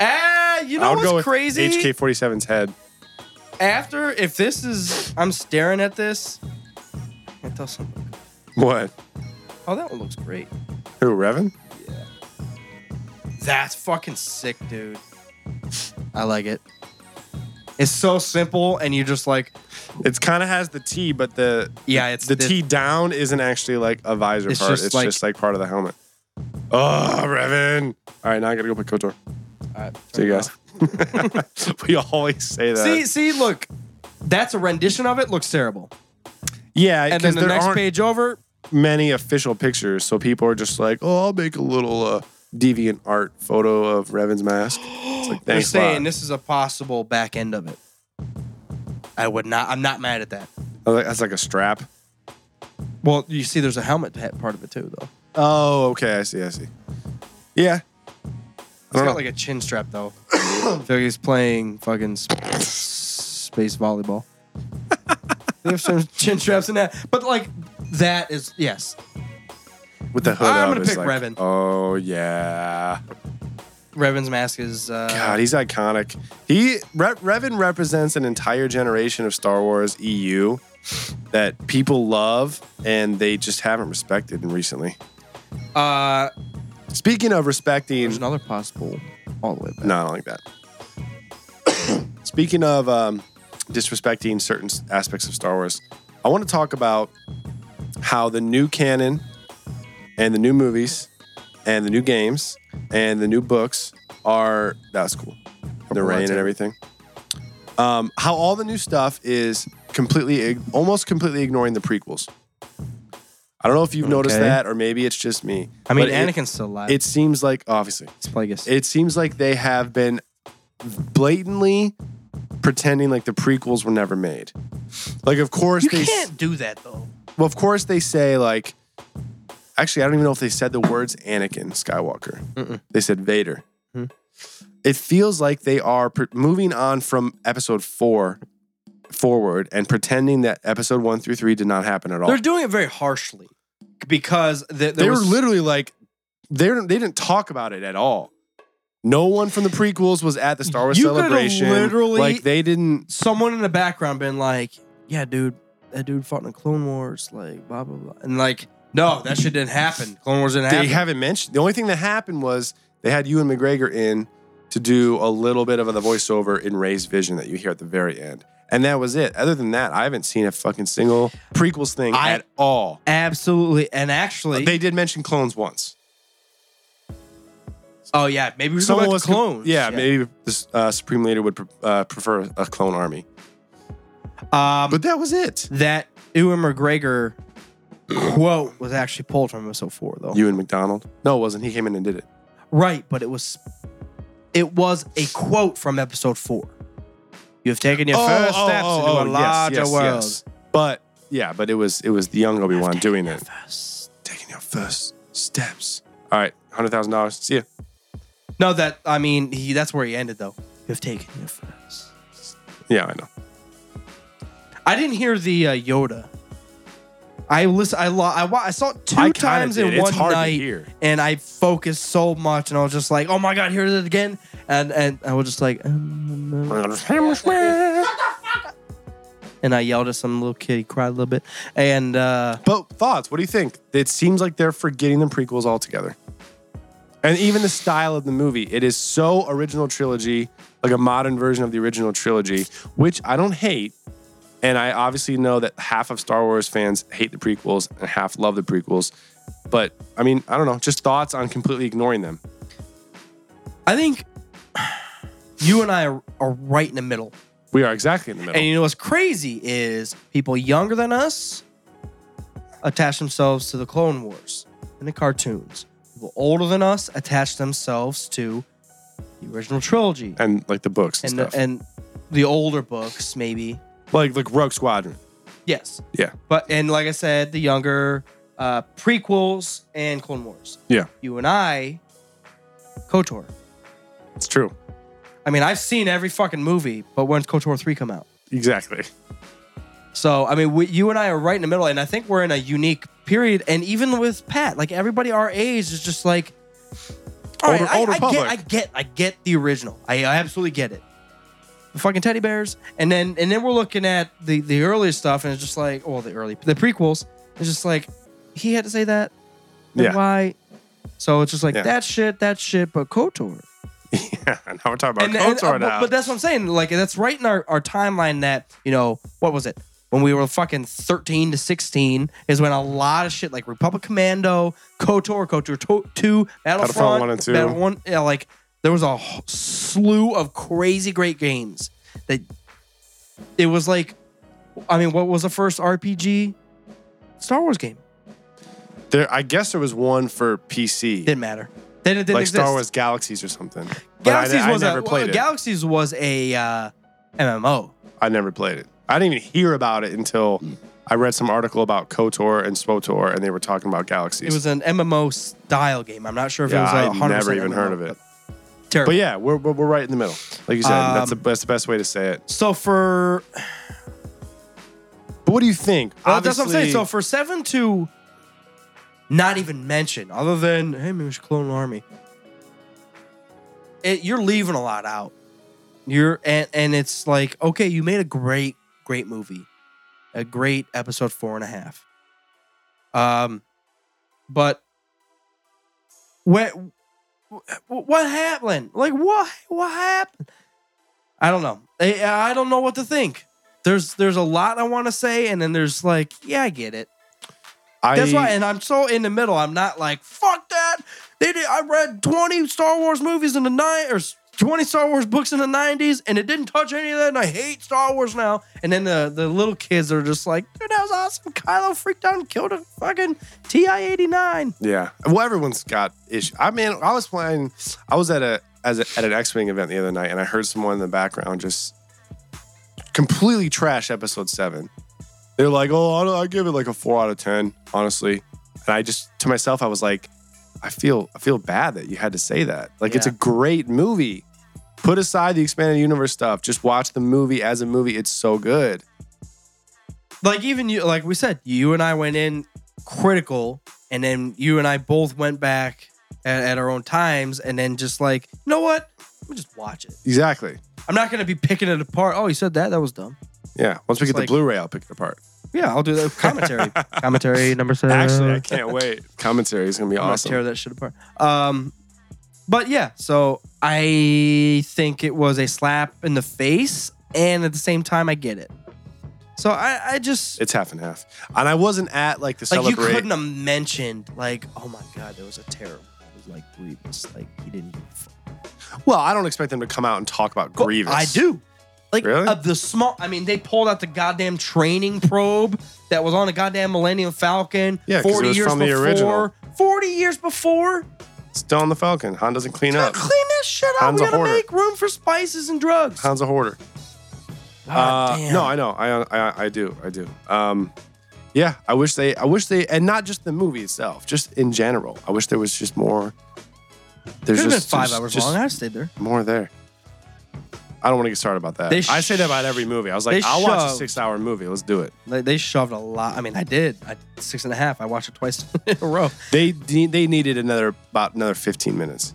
S8: Ah, you know
S9: I'll
S8: what's
S9: go with
S8: crazy?
S9: HK47's head.
S8: After, if this is, I'm staring at this. I tell someone,
S9: What?
S8: oh, that one looks great.
S9: Who, Revan?
S8: That's fucking sick, dude. I like it. It's so simple, and you're just like,
S9: It's kind of has the T, but the
S8: yeah, it's
S9: the
S8: this-
S9: T down isn't actually like a visor
S8: It's
S9: part.
S8: just
S9: it's
S8: like-
S9: just like part of the helmet. Oh, Revan. All right, now I gotta go pick Kotor.
S8: All right,
S9: See you
S8: turn it
S9: guys. [laughs]
S8: off.
S9: we always say that.
S8: See, see, look, that's a rendition of it. Looks terrible.
S9: yeah,
S8: And
S9: because
S8: then the
S9: there
S8: next
S9: aren't
S8: page over,
S9: many official pictures, so people are just like, "Oh, I'll make a little uh, deviant art photo of Revan's
S8: [gasps]
S9: mask." It's like,
S8: they're
S9: thanks a lot.
S8: saying this is a possible back end of it. I would not. I'm not mad at that.
S9: I was like, That's like a strap.
S8: Well, you see, there's a helmet pa- part of it too, though.
S9: Oh, okay, I see, I see. Yeah,
S8: It's
S9: don't
S8: got
S9: know.
S8: like a chin strap though. [coughs] I feel like he's playing fucking sp- space volleyball. [laughs] they have some chin straps in that, but like that is yes.
S9: with the hood.
S8: I'm
S9: up,
S8: gonna
S9: it's
S8: pick
S9: like,
S8: Revan.
S9: Oh yeah.
S8: Revan's mask is uh,
S9: God, he's iconic. He Re- Revan represents an entire generation of Star Wars EU that people love and they just haven't respected in recently.
S8: uh
S9: Speaking of respecting,
S8: there's another possible all the way back.
S9: no, I don't like that. [coughs] Speaking of um, disrespecting certain s- aspects of Star Wars, I want to talk about how the new canon and the new movies and the new games and the new books are that's cool. The rain and everything. Um, how all the new stuff is completely, almost completely ignoring the prequels. I don't know if you've noticed
S8: Okay.
S9: that, or maybe it's just me.
S8: I mean,
S9: but it-
S8: Anakin's still alive.
S9: it seems like obviously
S8: it's Plagueis.
S9: it seems like they have been blatantly pretending like the prequels were never made. Like, of course
S8: you
S9: they.
S8: can't do that though.
S9: Well, of course they say like. Actually, I don't even know if they said the words Anakin Skywalker. They said Vader.
S8: Hmm.
S9: It feels like they are pr moving on from Episode Four forward and pretending that Episode One through Three did not happen at all.
S8: They're doing it very harshly because the, there
S9: they were
S8: was,
S9: literally like, they didn't- they didn't talk about it at all. No one from the prequels was at the Star Wars
S8: You could've
S9: celebration.
S8: literally-
S9: like they didn't.
S8: someone in the background been like, "Yeah, dude, that dude fought in the Clone Wars, like blah blah blah," and like, no, that shit didn't happen. Clone Wars didn't
S9: They
S8: happen.
S9: haven't mentioned. The only thing that happened was they had Ewan McGregor in to do a little bit of the voiceover in Ray's vision that you hear at the very end, and that was it. Other than that, I haven't seen a fucking single prequels thing
S8: I-
S9: at all.
S8: Absolutely, and actually,
S9: They did mention clones once.
S8: oh yeah, maybe we were talking about the clones.
S9: Yeah, maybe the uh, Supreme Leader would pre- uh, prefer a clone army,
S8: Um,
S9: but that was it.
S8: that Ewan McGregor quote was actually pulled from episode four, though.
S9: Ewan McDonald? No, it wasn't. He came in and did it.
S8: right, but it was it was a quote from episode four. You have taken
S9: Oh,
S8: your first steps into a larger world.
S9: But yeah, but it was it was the young Obi Wan doing it. Taking your first steps. All right, hundred thousand dollars. See ya.
S8: No, that I mean, he that's where he ended though. You have taken your first.
S9: Yeah, I know.
S8: I didn't hear the uh, Yoda. I listen. I lo- I, wa- I saw it two
S9: I kinda
S8: times in
S9: did. It's
S8: one
S9: hard to
S8: night,
S9: hear.
S8: and I focused so much, and I was just like, "Oh my god, here's it again!" And and I was just like, um, um, um, and I yelled at some little kid. He cried a little bit, and uh,
S9: But thoughts? What do you think? It seems like they're forgetting the prequels altogether, and even the style of the movie. It is so original trilogy, like a modern version of the original trilogy, which I don't hate. And I obviously know that half of Star Wars fans hate the prequels and half love the prequels. But I mean, I don't know. Just thoughts on completely ignoring them.
S8: I think [sighs] you and I are, are right in the middle.
S9: We are exactly in the middle.
S8: And you know what's crazy is people younger than us attach themselves to the Clone Wars and the cartoons. People older than us attach themselves to the original trilogy
S9: and like the books and,
S8: and the,
S9: stuff.
S8: and the older books, maybe.
S9: like like Rogue Squadron.
S8: Yes,
S9: Yeah.
S8: but and like I said, the younger uh, prequels and Clone Wars.
S9: Yeah.
S8: You and I, Kotor.
S9: It's true.
S8: I mean, I've seen every fucking movie, but when's Kotor three come out?
S9: Exactly.
S8: So I mean, we, you and I are right in the middle, and I think we're in a unique period. And even with Pat, like everybody our age is just like, all right,
S9: Older-
S8: I,
S9: older
S8: I get,
S9: public.
S8: I get, I get the original. I, I absolutely get it. The fucking teddy bears, and then and then we're looking at the the early stuff, and it's just like, well, the early the prequels. It's just like he had to say that. And
S9: Yeah.
S8: Why? So it's just like
S9: Yeah.
S8: that shit, that shit, but Kotor.
S9: [laughs] Yeah. Now we're talking about
S8: And- and-
S9: Kotor
S8: uh,
S9: now.
S8: But, but that's what I'm saying. Like that's right in our, our timeline that, you know, what was it? When we were fucking 13 to 16 is when a lot of shit like Republic Commando, KOTOR, KOTOR to- 2, Battlefront,
S9: Battlefront 1 and 2.
S8: Battle 1, yeah, like there was a wh- slew of crazy great games that it was like I mean, what was the first RPG Star Wars game?
S9: there, I guess there was one for PC.
S8: Didn't matter. Then it didn't
S9: like
S8: exist.
S9: Star Wars Galaxies or something. But I-
S8: Galaxies
S9: I,
S8: was
S9: never
S8: a,
S9: played
S8: well,
S9: it.
S8: Galaxies was a uh, MMO.
S9: I never played it. I didn't even hear about it until
S8: Hmm.
S9: I read some article about Kotor and Swotor, and they were talking about Galaxies.
S8: It was an MMO style game. I'm not sure if
S9: yeah,
S8: it was a
S9: I
S8: 100%
S9: never even
S8: MMO,
S9: heard of it.
S8: Terrible.
S9: But yeah, we're, we're, we're right in the middle. Like you said, that's, the,
S8: Um,
S9: that's the best way to say it.
S8: So for
S9: But what do you think?
S8: well, Uh, that's what I'm saying.
S9: Obviously-
S8: So for seven to not even mention, other than hey, maybe we should clone an army. It, you're leaving a lot out. You're and and it's like okay, you made a great great movie, a great episode four and a half. Um, but what what happened? Like what what happened? I don't know. I, I don't know what to think. There's there's a lot I want to say, and then there's like yeah, I get it.
S9: I,
S8: That's why, and I'm so in the middle. I'm not like fuck that. They did, I read 20 Star Wars movies in the night or 20 Star Wars books in the 90s, and it didn't touch any of that. And I hate Star Wars now. And then the the little kids are just like, dude, that was awesome. Kylo freaked out and killed a fucking Ti-89.
S9: Yeah. Well, everyone's got issues. I mean, I was playing. I was at a as a, at an X Wing event the other night, and I heard someone in the background just completely trash Episode Seven. They're like, "Oh, I, I give it like a four out of ten, honestly." And I just to myself, I was like, "I feel I feel bad that you had to say that. Like, it's a
S8: Yeah.
S9: great movie. Put aside the expanded universe stuff. Just watch the movie as a movie. It's so good.
S8: Like even you, like we said, you and I went in critical, and then you and I both went back at, at our own times, and then just like, you know what? Let me just watch it.
S9: Exactly.
S8: I'm not gonna be picking it apart. Oh, he said that. That was dumb.
S9: Yeah. Once we
S8: It's
S9: get
S8: like-
S9: the Blu-ray, I'll pick it apart.
S8: Yeah, I'll do that.
S9: [laughs]
S8: Commentary. Commentary number seven.
S9: Actually,
S8: [laughs]
S9: I can't wait. Commentary is gonna be
S8: I'm gonna
S9: awesome.
S8: tear that shit apart. Um, but yeah, so I think it was a slap in the face, and at the same time, I get it. So I, I just
S9: It's half and half. And I wasn't at like the
S8: like you
S9: celebrate.
S8: couldn't have mentioned like, oh my god, there was a terrible, it was like grievous, like he didn't. Give a fuck.
S9: well, I don't expect them to come out and talk about
S8: Well,
S9: Grievous.
S8: I do. Like
S9: Really?
S8: of the small, I mean, they pulled out the goddamn training probe that was on the goddamn Millennium Falcon.
S9: Yeah, 'cause it
S8: forty
S9: was
S8: years
S9: from the
S8: before.
S9: original.
S8: Forty years before.
S9: Still on the Falcon. Han doesn't clean up.
S8: Clean that shit up.
S9: Han's
S8: we
S9: a
S8: gotta
S9: hoarder.
S8: make room for spices and drugs.
S9: Han's a hoarder.
S8: God
S9: Uh,
S8: damn.
S9: No, I know. I, I I do. I do. Um, yeah, I wish they. I wish they, and not just the movie itself, just in general. I wish there was just more. There's
S8: Could have been
S9: just
S8: five
S9: just-
S8: hours
S9: just
S8: long. I stayed there.
S9: More there. I don't want to get started about that.
S8: They sh-
S9: I say that about every movie. I was like,
S8: they
S9: I'll watch a
S8: shoved-
S9: six-hour movie. Let's do it.
S8: They, they shoved a lot. I mean, I did. I six and a half. I watched it twice [laughs] in a row.
S9: They de- they needed another about another 15 minutes.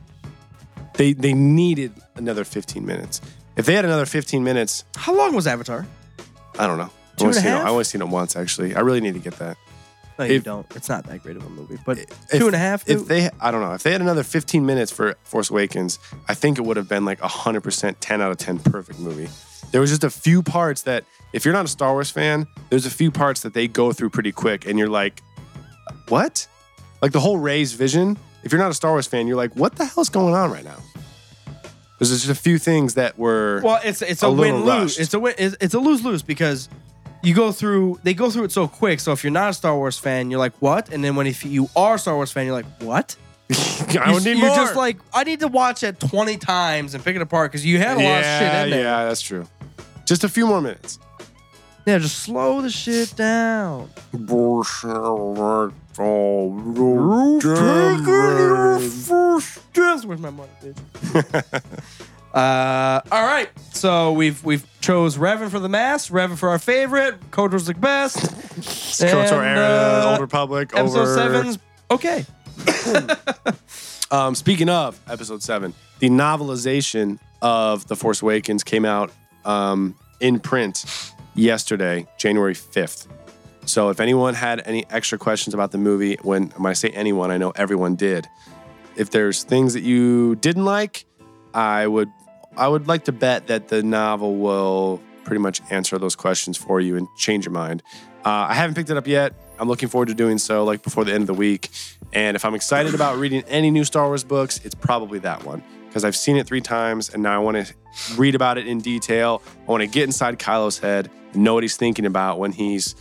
S9: They they needed another 15 minutes. If they had another 15 minutes,
S8: How long was Avatar?
S9: I don't know.
S8: Two
S9: I only
S8: and a
S9: seen it-
S8: half?
S9: I only seen it once actually. I really need to get that.
S8: No, you
S9: If-
S8: don't. It's not that great of a movie, but
S9: If-
S8: two and a half.
S9: If
S8: dude.
S9: they, I don't know, if they had another 15 minutes for Force Awakens, I think it would have been like 100% 10 out of 10 perfect movie. There was just a few parts that, if you're not a Star Wars fan, there's a few parts that they go through pretty quick, and you're like, what? Like the whole Ray's vision. If you're not a Star Wars fan, you're like, what the hell's going on right now? There's just a few things that were.
S8: Well, it's it's
S9: A
S8: a,
S9: little
S8: win lose.
S9: rushed.
S8: It's a win. It's, it's a lose lose because you go through. They go through it so quick. So if you're not a Star Wars fan, you're like what? And then when if you are a Star Wars fan, you're like
S9: [laughs]
S8: what?
S9: I
S8: you're,
S9: would need
S8: you're
S9: more.
S8: just like I need to watch it 20 times and pick it apart because you had a lot of shit
S9: yeah,
S8: in there.
S9: yeah, that's true. Just a few more minutes.
S8: yeah, just slow the shit down. Just where's my money, bitch? [laughs] uh, all right, so we've we've chose Revan for the mass, Revan for our favorite, Kotor's the [laughs] best,
S9: KOTOR
S8: and,
S9: era,
S8: uh,
S9: Old Republic,
S8: episode
S9: over.
S8: seven's okay.
S9: Um, speaking of episode seven, the novelization of The Force Awakens came out um, in print yesterday, January 5th. So if anyone had any extra questions about the movie, when, when I say anyone, I know everyone did. If there's things that you didn't like, I would I would like to bet that the novel will pretty much answer those questions for you and change your mind. Uh, I haven't picked it up yet. I'm looking forward to doing so, like before the end of the week. And if I'm excited about reading any new Star Wars books, it's probably that one because I've seen it three times and now I want to read about it in detail. I want to get inside Kylo's head, and know what he's thinking about when he's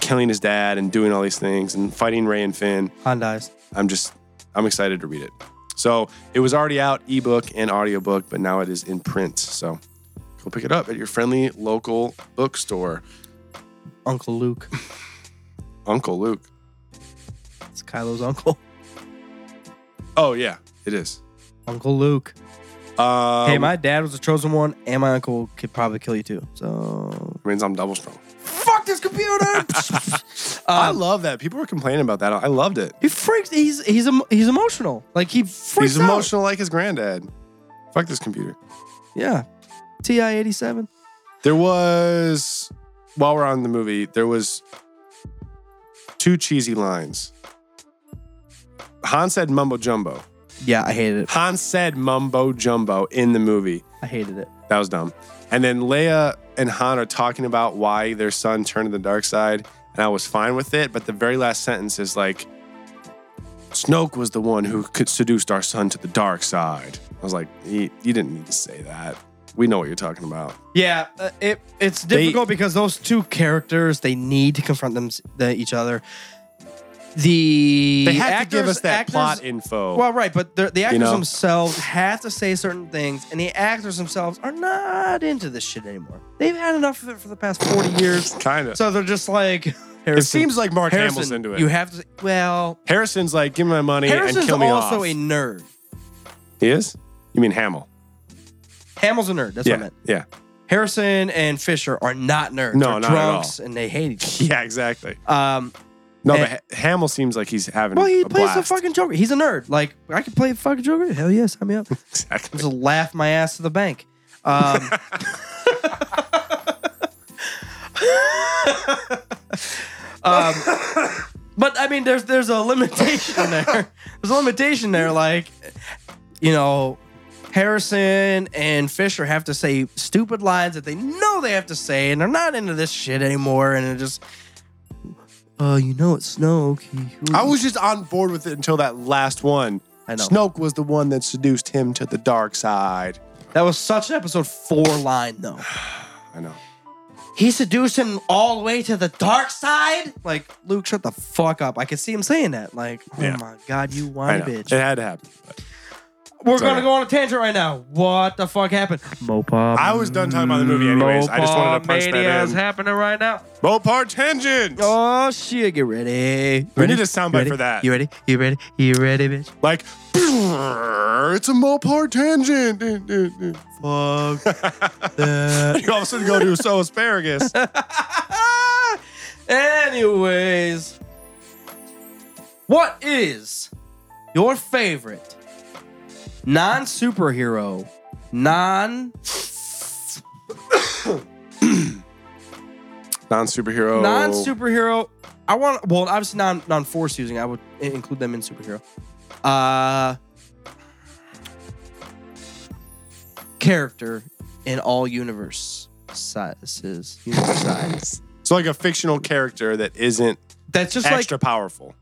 S9: killing his dad and doing all these things and fighting Ray and Finn.
S8: Han dies.
S9: I'm just I'm excited to read it. So it was already out ebook and audiobook, but now it is in print. So go pick it up at your friendly local bookstore.
S8: Uncle Luke.
S9: Uncle Luke.
S8: It's Kylo's uncle.
S9: Oh yeah, it is.
S8: Uncle Luke.
S9: Um,
S8: hey, my dad was the chosen one, and my uncle could probably kill you too. So
S9: means I'm double strong.
S8: fuck this [laughs] computer. Uh,
S9: I
S8: Um,
S9: love that. People were complaining about that. I loved it.
S8: he freaks. He's he's em- he's emotional. Like he freaks
S9: He's
S8: out.
S9: emotional like his granddad. Fuck this computer.
S8: Yeah. Ti eighty seven.
S9: There was while we're on the movie, there was two cheesy lines. Han said mumbo jumbo.
S8: Yeah, I hated it.
S9: Han said mumbo jumbo in the movie.
S8: I hated it.
S9: That was dumb. And then Leia and Han are talking about why their son turned to the dark side, and I was fine with it. But the very last sentence is like, Snoke was the one who could seduced our son to the dark side. I was like, "Y- you didn't need to say that. We know what you're talking about.
S8: Yeah, uh, it it's difficult because those two characters they need to confront them the, each other. The
S9: They had
S8: actors,
S9: to give us that
S8: actors-
S9: plot info.
S8: Well, right, but the, the actors
S9: know?
S8: themselves have to say certain things, and the actors themselves are not into this shit anymore. They've had enough of it for the past forty years,
S9: kind of.
S8: so they're just like.
S9: it
S8: Harrison,
S9: seems like Mark
S8: Harrison,
S9: Hamill's into it.
S8: You have to. say- Well,
S9: Harrison's like, give me my money and
S8: Harrison's
S9: kill me
S8: also
S9: off.
S8: a nerd.
S9: he is? You mean Hamill?
S8: Hamill's a nerd. That's what I
S9: Yeah,
S8: meant.
S9: yeah,
S8: Harrison and Fisher are not nerds.
S9: No,
S8: They're
S9: not at all. [laughs]
S8: drunks, and they hate each other.
S9: yeah. Exactly.
S8: Um,
S9: No,
S8: And-
S9: but Ha- Hamill seems like he's having.
S8: Well, he
S9: a
S8: plays the
S9: blast.
S8: fucking Joker. He's a nerd. Like I can play the fucking Joker. Hell yeah, sign
S9: [laughs]
S8: me up.
S9: Exactly.
S8: just laugh my ass to the bank.
S9: [laughs]
S8: Um, um, but I mean, there's there's a limitation there. [laughs] There's a limitation there. Like, you know, Harrison and Fisher have to say stupid lines that they know they have to say, and they're not into this shit anymore. And it just, uh, you know, it's Snoke. He-
S9: I was just on board with it until that last one.
S8: I know.
S9: Snoke was the one that seduced him to the dark side.
S8: That was such an episode four line though.
S9: I know.
S8: he seduced him all the way to the dark side. Like, Luke, shut the fuck up. I could see him saying that. Like,
S9: Yeah.
S8: oh my god, you
S9: I
S8: whiny
S9: know. It
S8: bitch.
S9: had to happen.
S8: We're
S9: Sorry.
S8: gonna go on a tangent right now. What the fuck happened? Mopop.
S9: I was done talking about the movie anyways. I just wanted to punch that in.
S8: happening right now.
S9: Mopar tangent.
S8: Oh shit, get ready.
S9: We
S8: Ready?
S9: need a soundbite
S8: You ready?
S9: for that.
S8: You ready? You ready? You ready, bitch?
S9: Like, it's a Mopar tangent. [laughs] you [laughs]
S8: Fuck that.
S9: all of a sudden go to so asparagus.
S8: [laughs] Anyways, what is your favorite non superhero, non
S9: Non superhero.
S8: non superhero? I want well, obviously non non force using. I would i- include them in superhero. Uh, character in all universe sizes. Universe size.
S9: So like a fictional character that isn't
S8: That's just like
S9: extra powerful.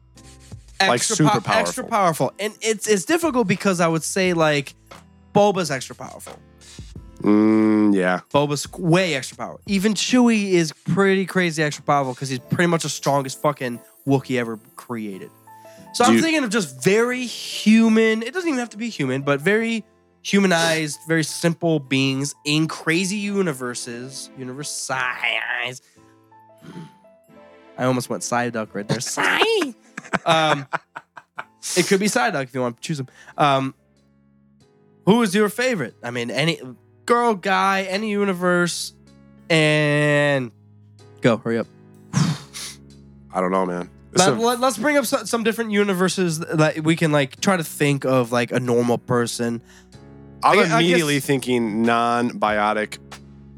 S9: like, super powerful.
S8: extra powerful, and it's it's difficult because I would say like Boba's extra powerful.
S9: Mm, yeah.
S8: Boba's way extra powerful. Even Chewie is pretty crazy extra powerful because he's pretty much the strongest fucking Wookiee ever created. So I'm
S9: Dude.
S8: thinking of just very human. It doesn't even have to be human, but very humanized, very simple beings in crazy universes, universe size. I almost went side duck right there. Side. um, it could be side duck if you want to choose them. Um, who is your favorite? I mean, any girl, guy, any universe, and go. Hurry up.
S9: I don't know, man. It's
S8: Let,
S9: a-
S8: us bring up some, some different universes that we can like try to think of like a normal person.
S9: I'm
S8: I gue- I
S9: immediately
S8: guess-
S9: thinking non-biotic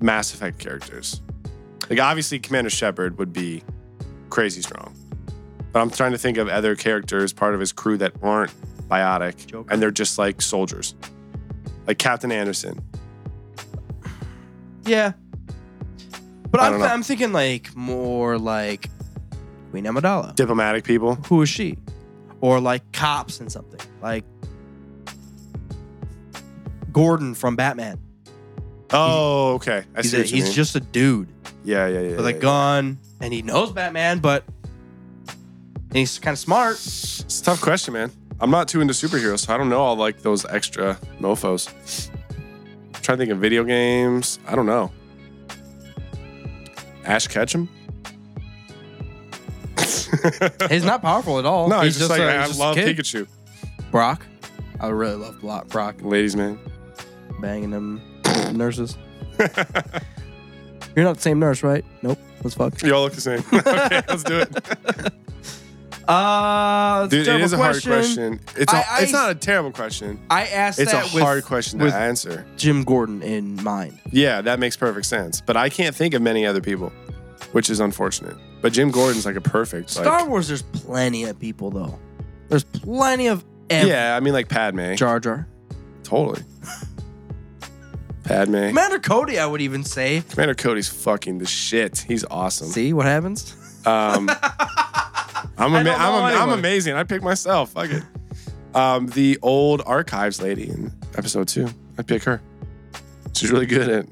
S9: Mass Effect characters. Like obviously Commander Shepard would be crazy strong. But I'm trying to think of other characters part of his crew that aren't biotic
S8: Joker.
S9: and they're just like soldiers. Like Captain Anderson.
S8: Yeah, but
S9: I
S8: I'm,
S9: don't know.
S8: I'm thinking like more like Queen Amidala.
S9: Diplomatic people.
S8: Who is she? Or like cops and something like Gordon from Batman.
S9: Oh, okay. I
S8: He's,
S9: see
S8: a,
S9: what you
S8: he's
S9: mean.
S8: just a dude.
S9: Yeah, yeah, yeah.
S8: with a
S9: yeah.
S8: gun, and he knows Batman, but and he's kind of smart.
S9: It's a tough question, man. I'm not too into superheroes, so I don't know all like those extra mofos. I'm trying to think of video games. I don't know. Ash Ketchum? [laughs]
S8: He's not powerful at all.
S9: no,
S8: he's
S9: he's just, like,
S8: a-
S9: I
S8: he's just a
S9: love
S8: kid.
S9: Pikachu.
S8: Brock. I really love Brock. Brock
S9: Ladies, man. [laughs]
S8: banging them nurses. You're not the same nurse, right? Nope. Let's fuck.
S9: You all look the same. [laughs] okay, let's do it.
S8: Uh, that's a
S9: Dude, it
S8: terrible
S9: is a hard question. It's, a,
S8: I- I-
S9: it's not a terrible question.
S8: I asked
S9: It's a
S8: that with,
S9: hard question to
S8: with
S9: answer.
S8: Jim Gordon in mind.
S9: Yeah, that makes perfect sense. But I can't think of many other people, which is unfortunate. But Jim Gordon's like a perfect.
S8: Star
S9: like,
S8: Wars, there's plenty of people though. There's plenty of every-
S9: yeah, I mean like Padme.
S8: Jar Jar.
S9: Totally.
S8: [laughs]
S9: Padme.
S8: Commander Cody, I would even say.
S9: Commander Cody's fucking the shit. He's awesome.
S8: See what happens? [laughs]
S9: Um, I'm, ama-
S8: know
S9: I'm, ama- I'm
S8: anyone.
S9: amazing. I pick myself. Fuck it. Um, the old archives lady in episode two. I pick her. She's really good at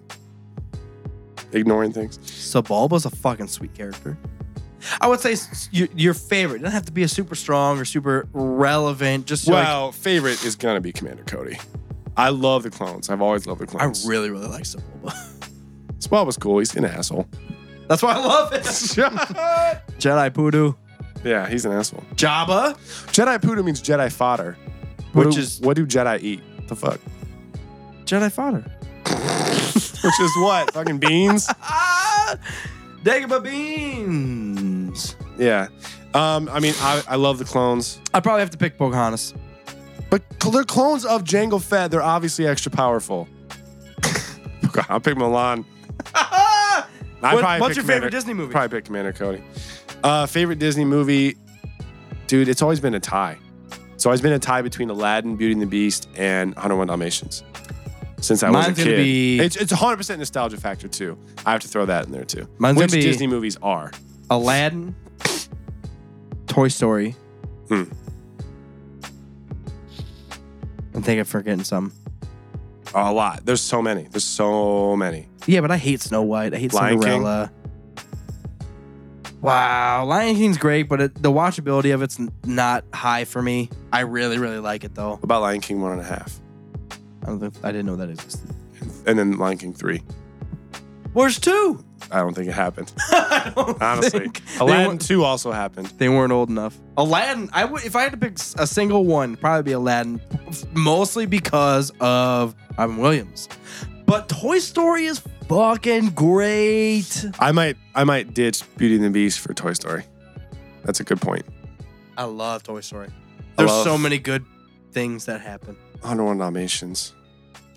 S9: ignoring things.
S8: So Bulba's a fucking sweet character. I would say s- s- your, your favorite. It doesn't have to be a super strong or super relevant. Just like-
S9: well, favorite is gonna be Commander Cody. I love the clones. I've always loved the clones.
S8: I really, really like Sir Bulba.
S9: Swell was cool. He's an asshole.
S8: [laughs] That's why I love
S9: [laughs]
S8: it. Jedi Pudu.
S9: yeah, he's an asshole.
S8: Jabba.
S9: Jedi poodle means Jedi fodder. What
S8: Which
S9: do-
S8: is-
S9: what do Jedi eat? The fuck?
S8: Jedi Fodder.
S9: Which is what? [laughs] Fucking beans?
S8: Ah! Dagobah Beans.
S9: Yeah. Um, I mean, I, I love the clones,
S8: I probably have to
S9: [laughs]
S8: pick Pocahontas.
S9: but cl- they're clones of Jango Fett. They're obviously extra powerful. [laughs] God, I'll pick Milan. I'd
S8: What-
S9: probably pick
S8: what's your favorite
S9: Commander-
S8: Disney movie?
S9: Probably pick Commander Cody. Uh, favorite Disney movie, dude. It's always been a tie. It's always been a tie between Aladdin, Beauty and the Beast, and 101 Dalmatians. Since I
S8: Mine's
S9: was a
S8: gonna
S9: kid,
S8: be-
S9: it's, it's 100% nostalgia factor too. I have to throw that in there too.
S8: Mine's gonna
S9: Which
S8: be-
S9: Disney movies are?
S8: Aladdin, Toy Story.
S9: Hmm.
S8: I think I'm forgetting some.
S9: A lot. There's so many. There's so many.
S8: Yeah, but I hate Snow White. I hate
S9: Lion King?
S8: Cinderella. Wow, Lion King's great, but it, the watchability of it's n- not high for me. I really, really like it though.
S9: What about Lion King one and a half,
S8: I, don't think, I didn't know that existed.
S9: and then Lion King three.
S8: Where's two? [laughs]
S9: I don't think it happened.
S8: I don't
S9: Honestly,
S8: think. They
S9: Aladdin
S8: wa-
S9: two also happened.
S8: They weren't old enough. Aladdin, I would if I had to pick s- a single one, probably be Aladdin, mostly because of Robin Williams. But Toy Story is fucking great.
S9: I might I might ditch Beauty and the Beast for Toy Story. That's a good point.
S8: I love Toy Story.
S9: I
S8: There's
S9: love-
S8: so many good things that happen.
S9: 101 Dalmatians.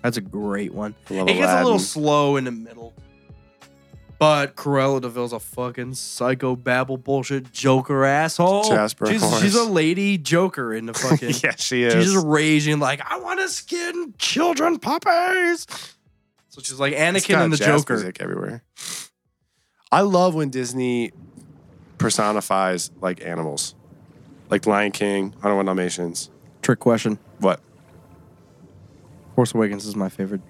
S8: That's a great one.
S9: I love
S8: it gets a little
S9: Aladdin.
S8: slow in the middle. But Corella Deville's a fucking psycho babble bullshit joker asshole.
S9: Jasper
S8: she's,
S9: Horace.
S8: she's a lady joker [laughs] in the fucking
S9: [laughs] yeah, she is.
S8: She's just raging like, I want to skin children puppies. So she's like
S9: It's
S8: Anakin
S9: got
S8: and the
S9: jazz
S8: Joker.
S9: music everywhere. I love when Disney personifies like animals, like Lion King, 101 Dalmatians.
S8: Trick question.
S9: What?
S8: Force Awakens is my favorite.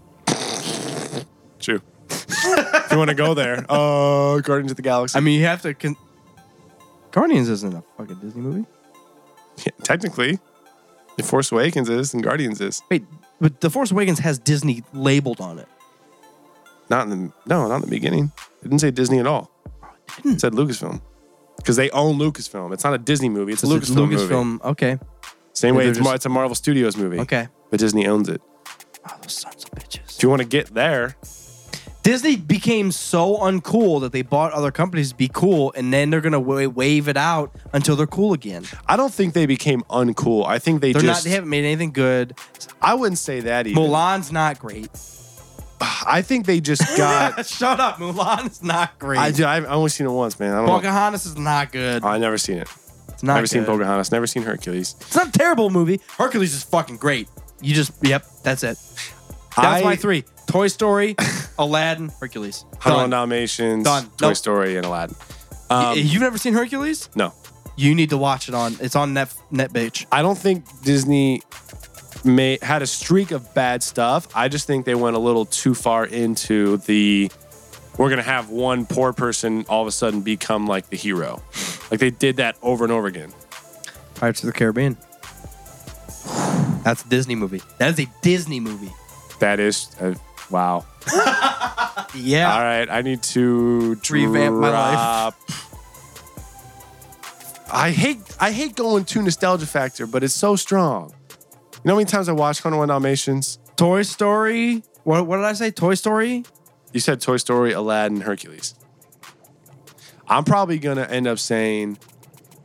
S9: True. if you want to go there, [laughs] uh, Guardians of the Galaxy.
S8: I mean, you have to. Con- Guardians isn't a fucking Disney movie.
S9: Yeah, technically, The Force Awakens is and Guardians is
S8: Wait, but The Force Awakens has Disney labeled on it.
S9: not in the no, not in the beginning. It didn't say Disney at all. It,
S8: Hmm.
S9: said Lucasfilm because they own Lucasfilm. It's not a Disney movie. It's a
S8: It's
S9: Lucasfilm, movie.
S8: Lucasfilm. Okay.
S9: Same way
S8: They're
S9: it's, Mar-
S8: just-
S9: it's a Marvel Studios movie.
S8: Okay.
S9: but Disney owns it.
S8: Oh, those sons of bitches.
S9: If you want to get there,
S8: Disney became so uncool that they bought other companies to be cool, and then they're gonna wa- wave it out until they're cool again.
S9: I don't think they became uncool. I think they
S8: They're not.
S9: just.
S8: They haven't made anything good.
S9: I wouldn't say that even.
S8: Mulan's not great.
S9: I think they
S8: [laughs]
S9: just got.
S8: Shut up, Mulan is not great.
S9: I, dude, I've I only seen it once, man. I don't. know.
S8: Pocahontas is not good.
S9: I never seen it.
S8: It's not
S9: never
S8: good.
S9: seen Pocahontas. Never seen Hercules.
S8: It's not a terrible movie. Hercules is fucking great. You just yep, that's it. That's
S9: I-
S8: my three:
S9: [laughs]
S8: Toy Story, Aladdin, Hercules.
S9: Hundred One
S8: Done.
S9: Dalmatians,
S8: Done.
S9: Toy
S8: Nope.
S9: Story, and Aladdin. um,
S8: Y- You've never seen Hercules?
S9: No,
S8: You need to watch it on. It's on net net bitch.
S9: I don't think Disney may had a streak of bad stuff. I just think they went a little too far into the we're gonna have one poor person all of a sudden become like the hero. Like they did that over and over again.
S8: Pirates of the Caribbean. That's a Disney movie. That is a Disney movie.
S9: That is uh, wow.
S8: Yeah.
S9: All right, I need to
S8: Revamp my life.
S9: drop- I hate I hate going to nostalgia factor, but it's so strong. You know how many times I watched 101 Dalmatians?
S8: Toy Story. What, what did I say? Toy Story.
S9: You said Toy Story, Aladdin, Hercules. I'm probably gonna end up saying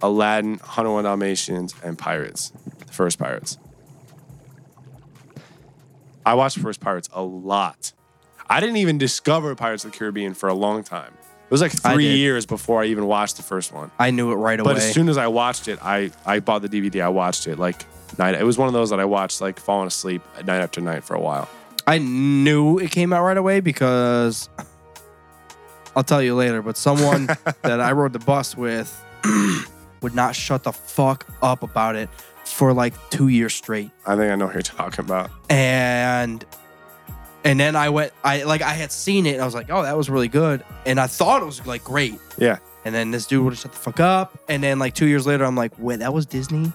S9: Aladdin, 101 Dalmatians, and Pirates. The first Pirates. I watched First Pirates a lot. I didn't even discover Pirates of the Caribbean for a long time. It was like
S8: I
S9: three
S8: did.
S9: years before I even watched the first one.
S8: I knew it right away.
S9: But as soon as I watched it, I I bought the DVD. I watched it like night. It was one of those that I watched like falling asleep night after night for a while.
S8: I knew it came out right away because I'll tell you later, but [laughs] someone that I rode the bus with [clears throat] would not shut the fuck up about it for like two years straight.
S9: I think I know what you're [laughs] talking about.
S8: And and then I went I like I had seen it and I was like, oh that was really good. And I thought it was like great.
S9: Yeah.
S8: And then this dude would shut the fuck up. And then like two years later, I'm like, wait, that was Disney?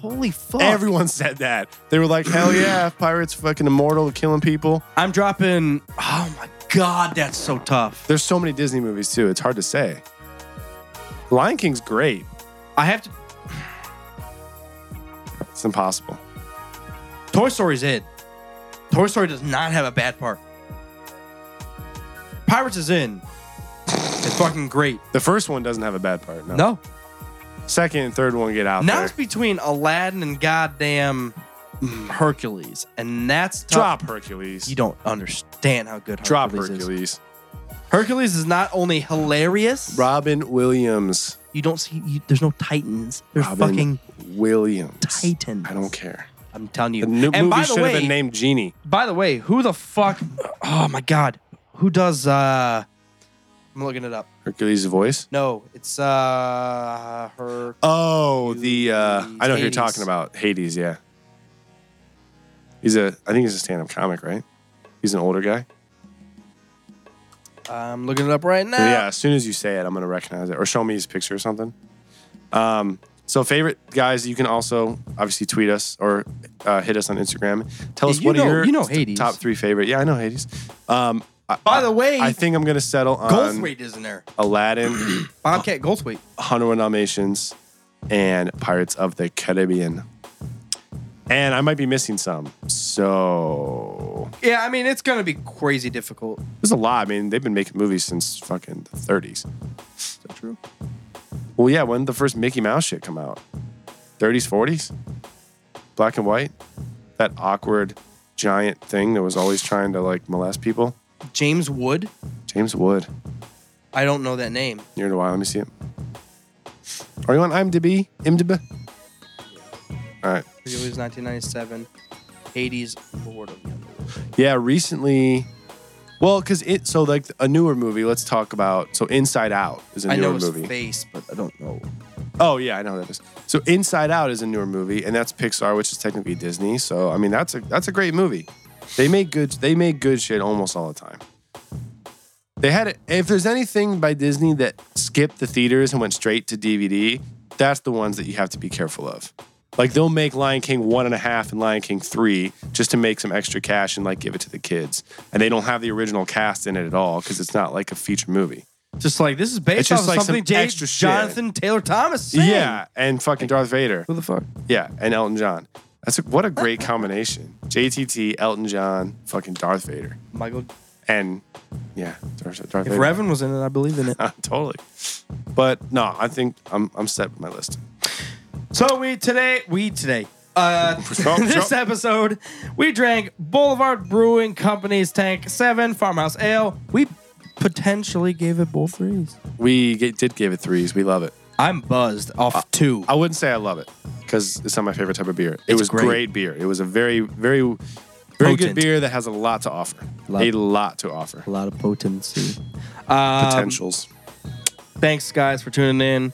S8: Holy fuck.
S9: Everyone said that. They were like, hell yeah, pirates fucking immortal, killing people.
S8: I'm dropping oh my god, that's so tough.
S9: There's so many Disney movies too. It's hard to say. Lion King's great.
S8: I have to
S9: It's impossible.
S8: Toy Story's in. Toy Story does not have a bad part. Pirates is in. It's fucking great.
S9: The first one doesn't have a bad part. No.
S8: No.
S9: Second and third one get out
S8: Now
S9: there.
S8: it's between Aladdin and goddamn mm, Hercules, and that's tough.
S9: Drop Hercules.
S8: You don't understand how good Hercules
S9: Drop
S8: is.
S9: Hercules.
S8: Hercules is not only hilarious.
S9: Robin Williams.
S8: You don't see. You, there's no Titans. There's
S9: Robin
S8: fucking.
S9: Williams.
S8: Titans.
S9: I don't care.
S8: I'm telling you.
S9: The new
S8: and
S9: movie
S8: by the
S9: should
S8: way,
S9: have been named Genie.
S8: by the way, who the fuck? Oh my god, who does? uh I'm looking it up.
S9: Hercules' voice.
S8: No, it's uh her.
S9: Oh, the uh, I know who you're
S8: Hades.
S9: talking about. Hades, yeah. He's a I think he's a stand-up comic, right? He's an older guy.
S8: I'm looking it up right now.
S9: Yeah, as soon as you say it, I'm gonna recognize it. Or show me his picture or something. Um, so favorite guys, you can also obviously tweet us or uh, hit us on Instagram. Tell
S8: Yeah,
S9: us
S8: you
S9: what
S8: know-
S9: are your
S8: you know
S9: t-
S8: Hades.
S9: top three favorite. Yeah, I know Hades. Um, I-
S8: By the way,
S9: I think uh, I'm gonna settle on
S8: Goldthwait is in there.
S9: Aladdin,
S8: Bobcat Goldthwait.
S9: Hanuman Dalmatians, and Pirates of the Caribbean. And I might be missing some. So
S8: Yeah, I mean it's gonna be crazy difficult.
S9: there's a lot. I mean, they've been making movies since fucking the 30s. Is that true? Well, yeah. When did the first Mickey Mouse shit come out? 30s, 40s? Black and white? That awkward giant thing that was always trying to like molest people?
S8: James Wood.
S9: James Wood.
S8: I don't know that name.
S9: Near to why. Let me see it. Are you on IMDb? IMDb? All right.
S8: Hercules 1997. Hades, Lord of the Underworld.
S9: Yeah, recently. Well, because it so like a newer movie. Let's talk about so Inside Out is a
S8: I
S9: newer
S8: know his
S9: movie.
S8: face, but I don't know.
S9: Oh yeah, I know that is. So Inside Out is a newer movie, and that's Pixar, which is technically Disney. So I mean, that's a that's a great movie. They make good they make good shit almost all the time. They had it. If there's anything by Disney that skipped the theaters and went straight to DVD, that's the ones that you have to be careful of. Like they'll make Lion King one and a half and Lion King three just to make some extra cash and like give it to the kids, and they don't have the original cast in it at all because it's not like a feature movie.
S8: Just like this is
S9: It's
S8: based
S9: just
S8: on
S9: like some
S8: something J-
S9: extra shit.
S8: Jonathan Taylor Thomas. said.
S9: Yeah, and fucking Darth Vader.
S8: Who the fuck?
S9: Yeah, and Elton John. That's a, what a great combination. JTT, Elton John, fucking Darth Vader,
S8: Michael.
S9: and yeah, Darth, Darth
S8: If
S9: Vader. [laughs]
S8: Revan was in it, I believe in it.
S9: totally. But no, I think I'm I'm set with my list.
S8: [laughs] So we today, we today, [laughs] uh,
S9: Stop,
S8: this
S9: stop.
S8: episode, we drank Boulevard Brewing Company's Tank Seven Farmhouse Ale. We potentially gave it both threes.
S9: We get, did give it threes. We love it.
S8: I'm buzzed off two.
S9: I wouldn't say I love it because it's not my favorite type of beer. It
S8: It's
S9: was great.
S8: great.
S9: beer. It was a very very very
S8: Potent.
S9: good beer that has a lot to offer.
S8: Love.
S9: A lot to offer.
S8: A lot of potency. Um,
S9: Potentials.
S8: Thanks, guys, for tuning in.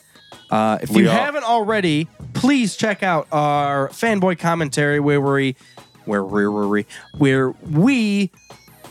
S8: Uh, if
S9: We
S8: you
S9: are-
S8: haven't already, please check out our fanboy commentary where we, where we, where we, where we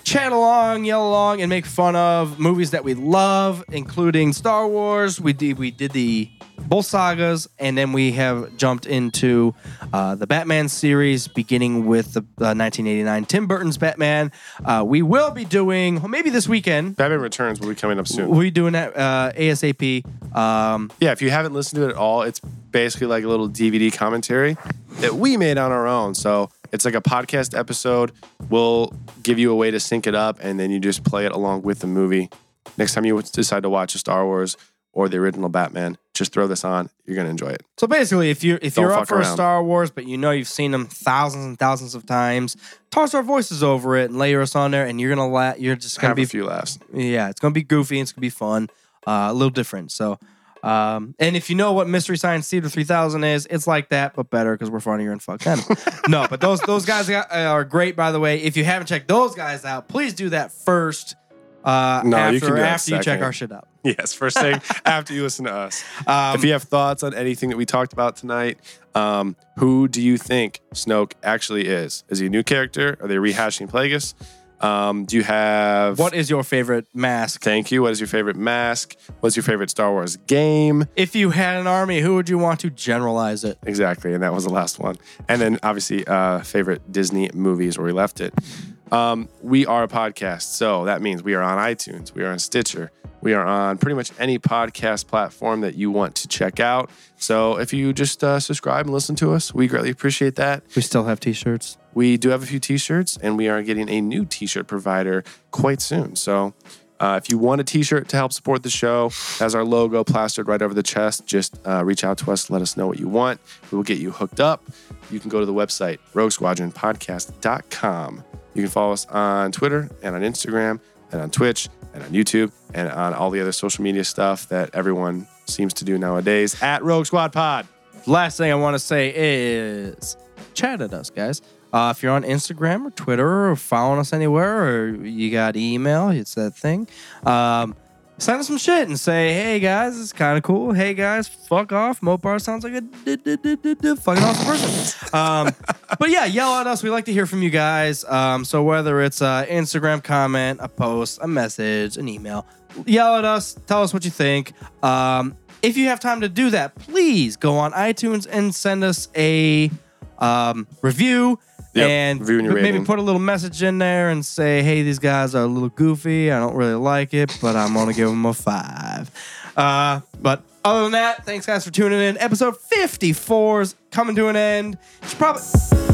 S8: chat along, yell along, and make fun of movies that we love, including Star Wars. We did we did the both sagas, and then we have jumped into uh, the Batman series, beginning with the uh, 1989 Tim Burton's Batman. Uh, we will be doing maybe this weekend.
S9: Batman Returns will be coming up soon.
S8: We'll be doing that uh, ASAP. Um,
S9: Yeah, if you haven't listened to it at all, it's basically like a little DVD commentary that we made on our own. So it's like a podcast episode. We'll give you a way to sync it up, and then you just play it along with the movie. Next time you decide to watch a Star Wars or the original Batman, just throw this on. You're gonna enjoy it.
S8: so basically, if you if
S9: Don't
S8: you're
S9: fuck
S8: up for
S9: around.
S8: a Star Wars, but you know you've seen them thousands and thousands of times, toss our voices over it and layer us on there, and you're gonna la- you're just gonna
S9: Have
S8: be
S9: a few laughs.
S8: yeah, it's gonna be goofy and it's gonna be fun, uh, a little different. So, um, and if you know what Mystery Science Theater 3000 is, it's like that but better because we're funnier and fuck
S9: [laughs]
S8: them. no, but those those guys got- uh, are great by the way. If you haven't checked those guys out, please do that first. Uh,
S9: No, you
S8: after
S9: can do that
S8: after you check
S9: second.
S8: our shit out.
S9: [laughs] Yes, first thing after you listen to us.
S8: Um,
S9: if you have thoughts on anything that we talked about tonight, um, who do you think Snoke actually is? Is he a new character? Are they rehashing Plagueis? Um, do you have
S8: What is your favorite mask?
S9: Thank you. What is your favorite mask? What's your favorite Star Wars game?
S8: If you had an army, who would you want to generalize it?
S9: Exactly. And that was the last one. And then obviously, uh, favorite Disney movies where we left it. Um, we are a podcast. So that means we are on iTunes, we are on Stitcher, we are on pretty much any podcast platform that you want to check out. So if you just uh, subscribe and listen to us, we greatly appreciate that.
S8: We still have t-shirts.
S9: We do have a few t shirts and we are getting a new t shirt provider quite soon. So Uh, if you want a T-shirt to help support the show, as our logo plastered right over the chest, just uh, reach out to us. Let us know what you want. We will get you hooked up. You can go to the website roguesquadronpodcast.com. You can follow us on Twitter and on Instagram and on Twitch and on YouTube and on all the other social media stuff that everyone seems to do nowadays at Rogue Squad Pod.
S8: Last thing I want to say is chat at us, guys. Uh, if you're on Instagram or Twitter or following us anywhere or you got email, it's that thing. Um, send us some shit and say, hey guys, it's kind of cool. Hey guys, fuck off. Mopar sounds like a d- d- d- d- d- fucking awesome person. Um, but yeah, yell at us. We like to hear from you guys. Um, so whether it's an Instagram comment, a post, a message, an email, yell at us. Tell us what you think. Um, if you have time to do that, please go on iTunes and send us a um, review.
S9: Yep,
S8: And
S9: review and your
S8: maybe
S9: rating.
S8: put a little message in there and say, hey, these guys are a little goofy. I don't really like it, but I'm going to give them a five. Uh, but other than that, thanks guys for tuning in. Episode 54 is coming to an end. Should probably.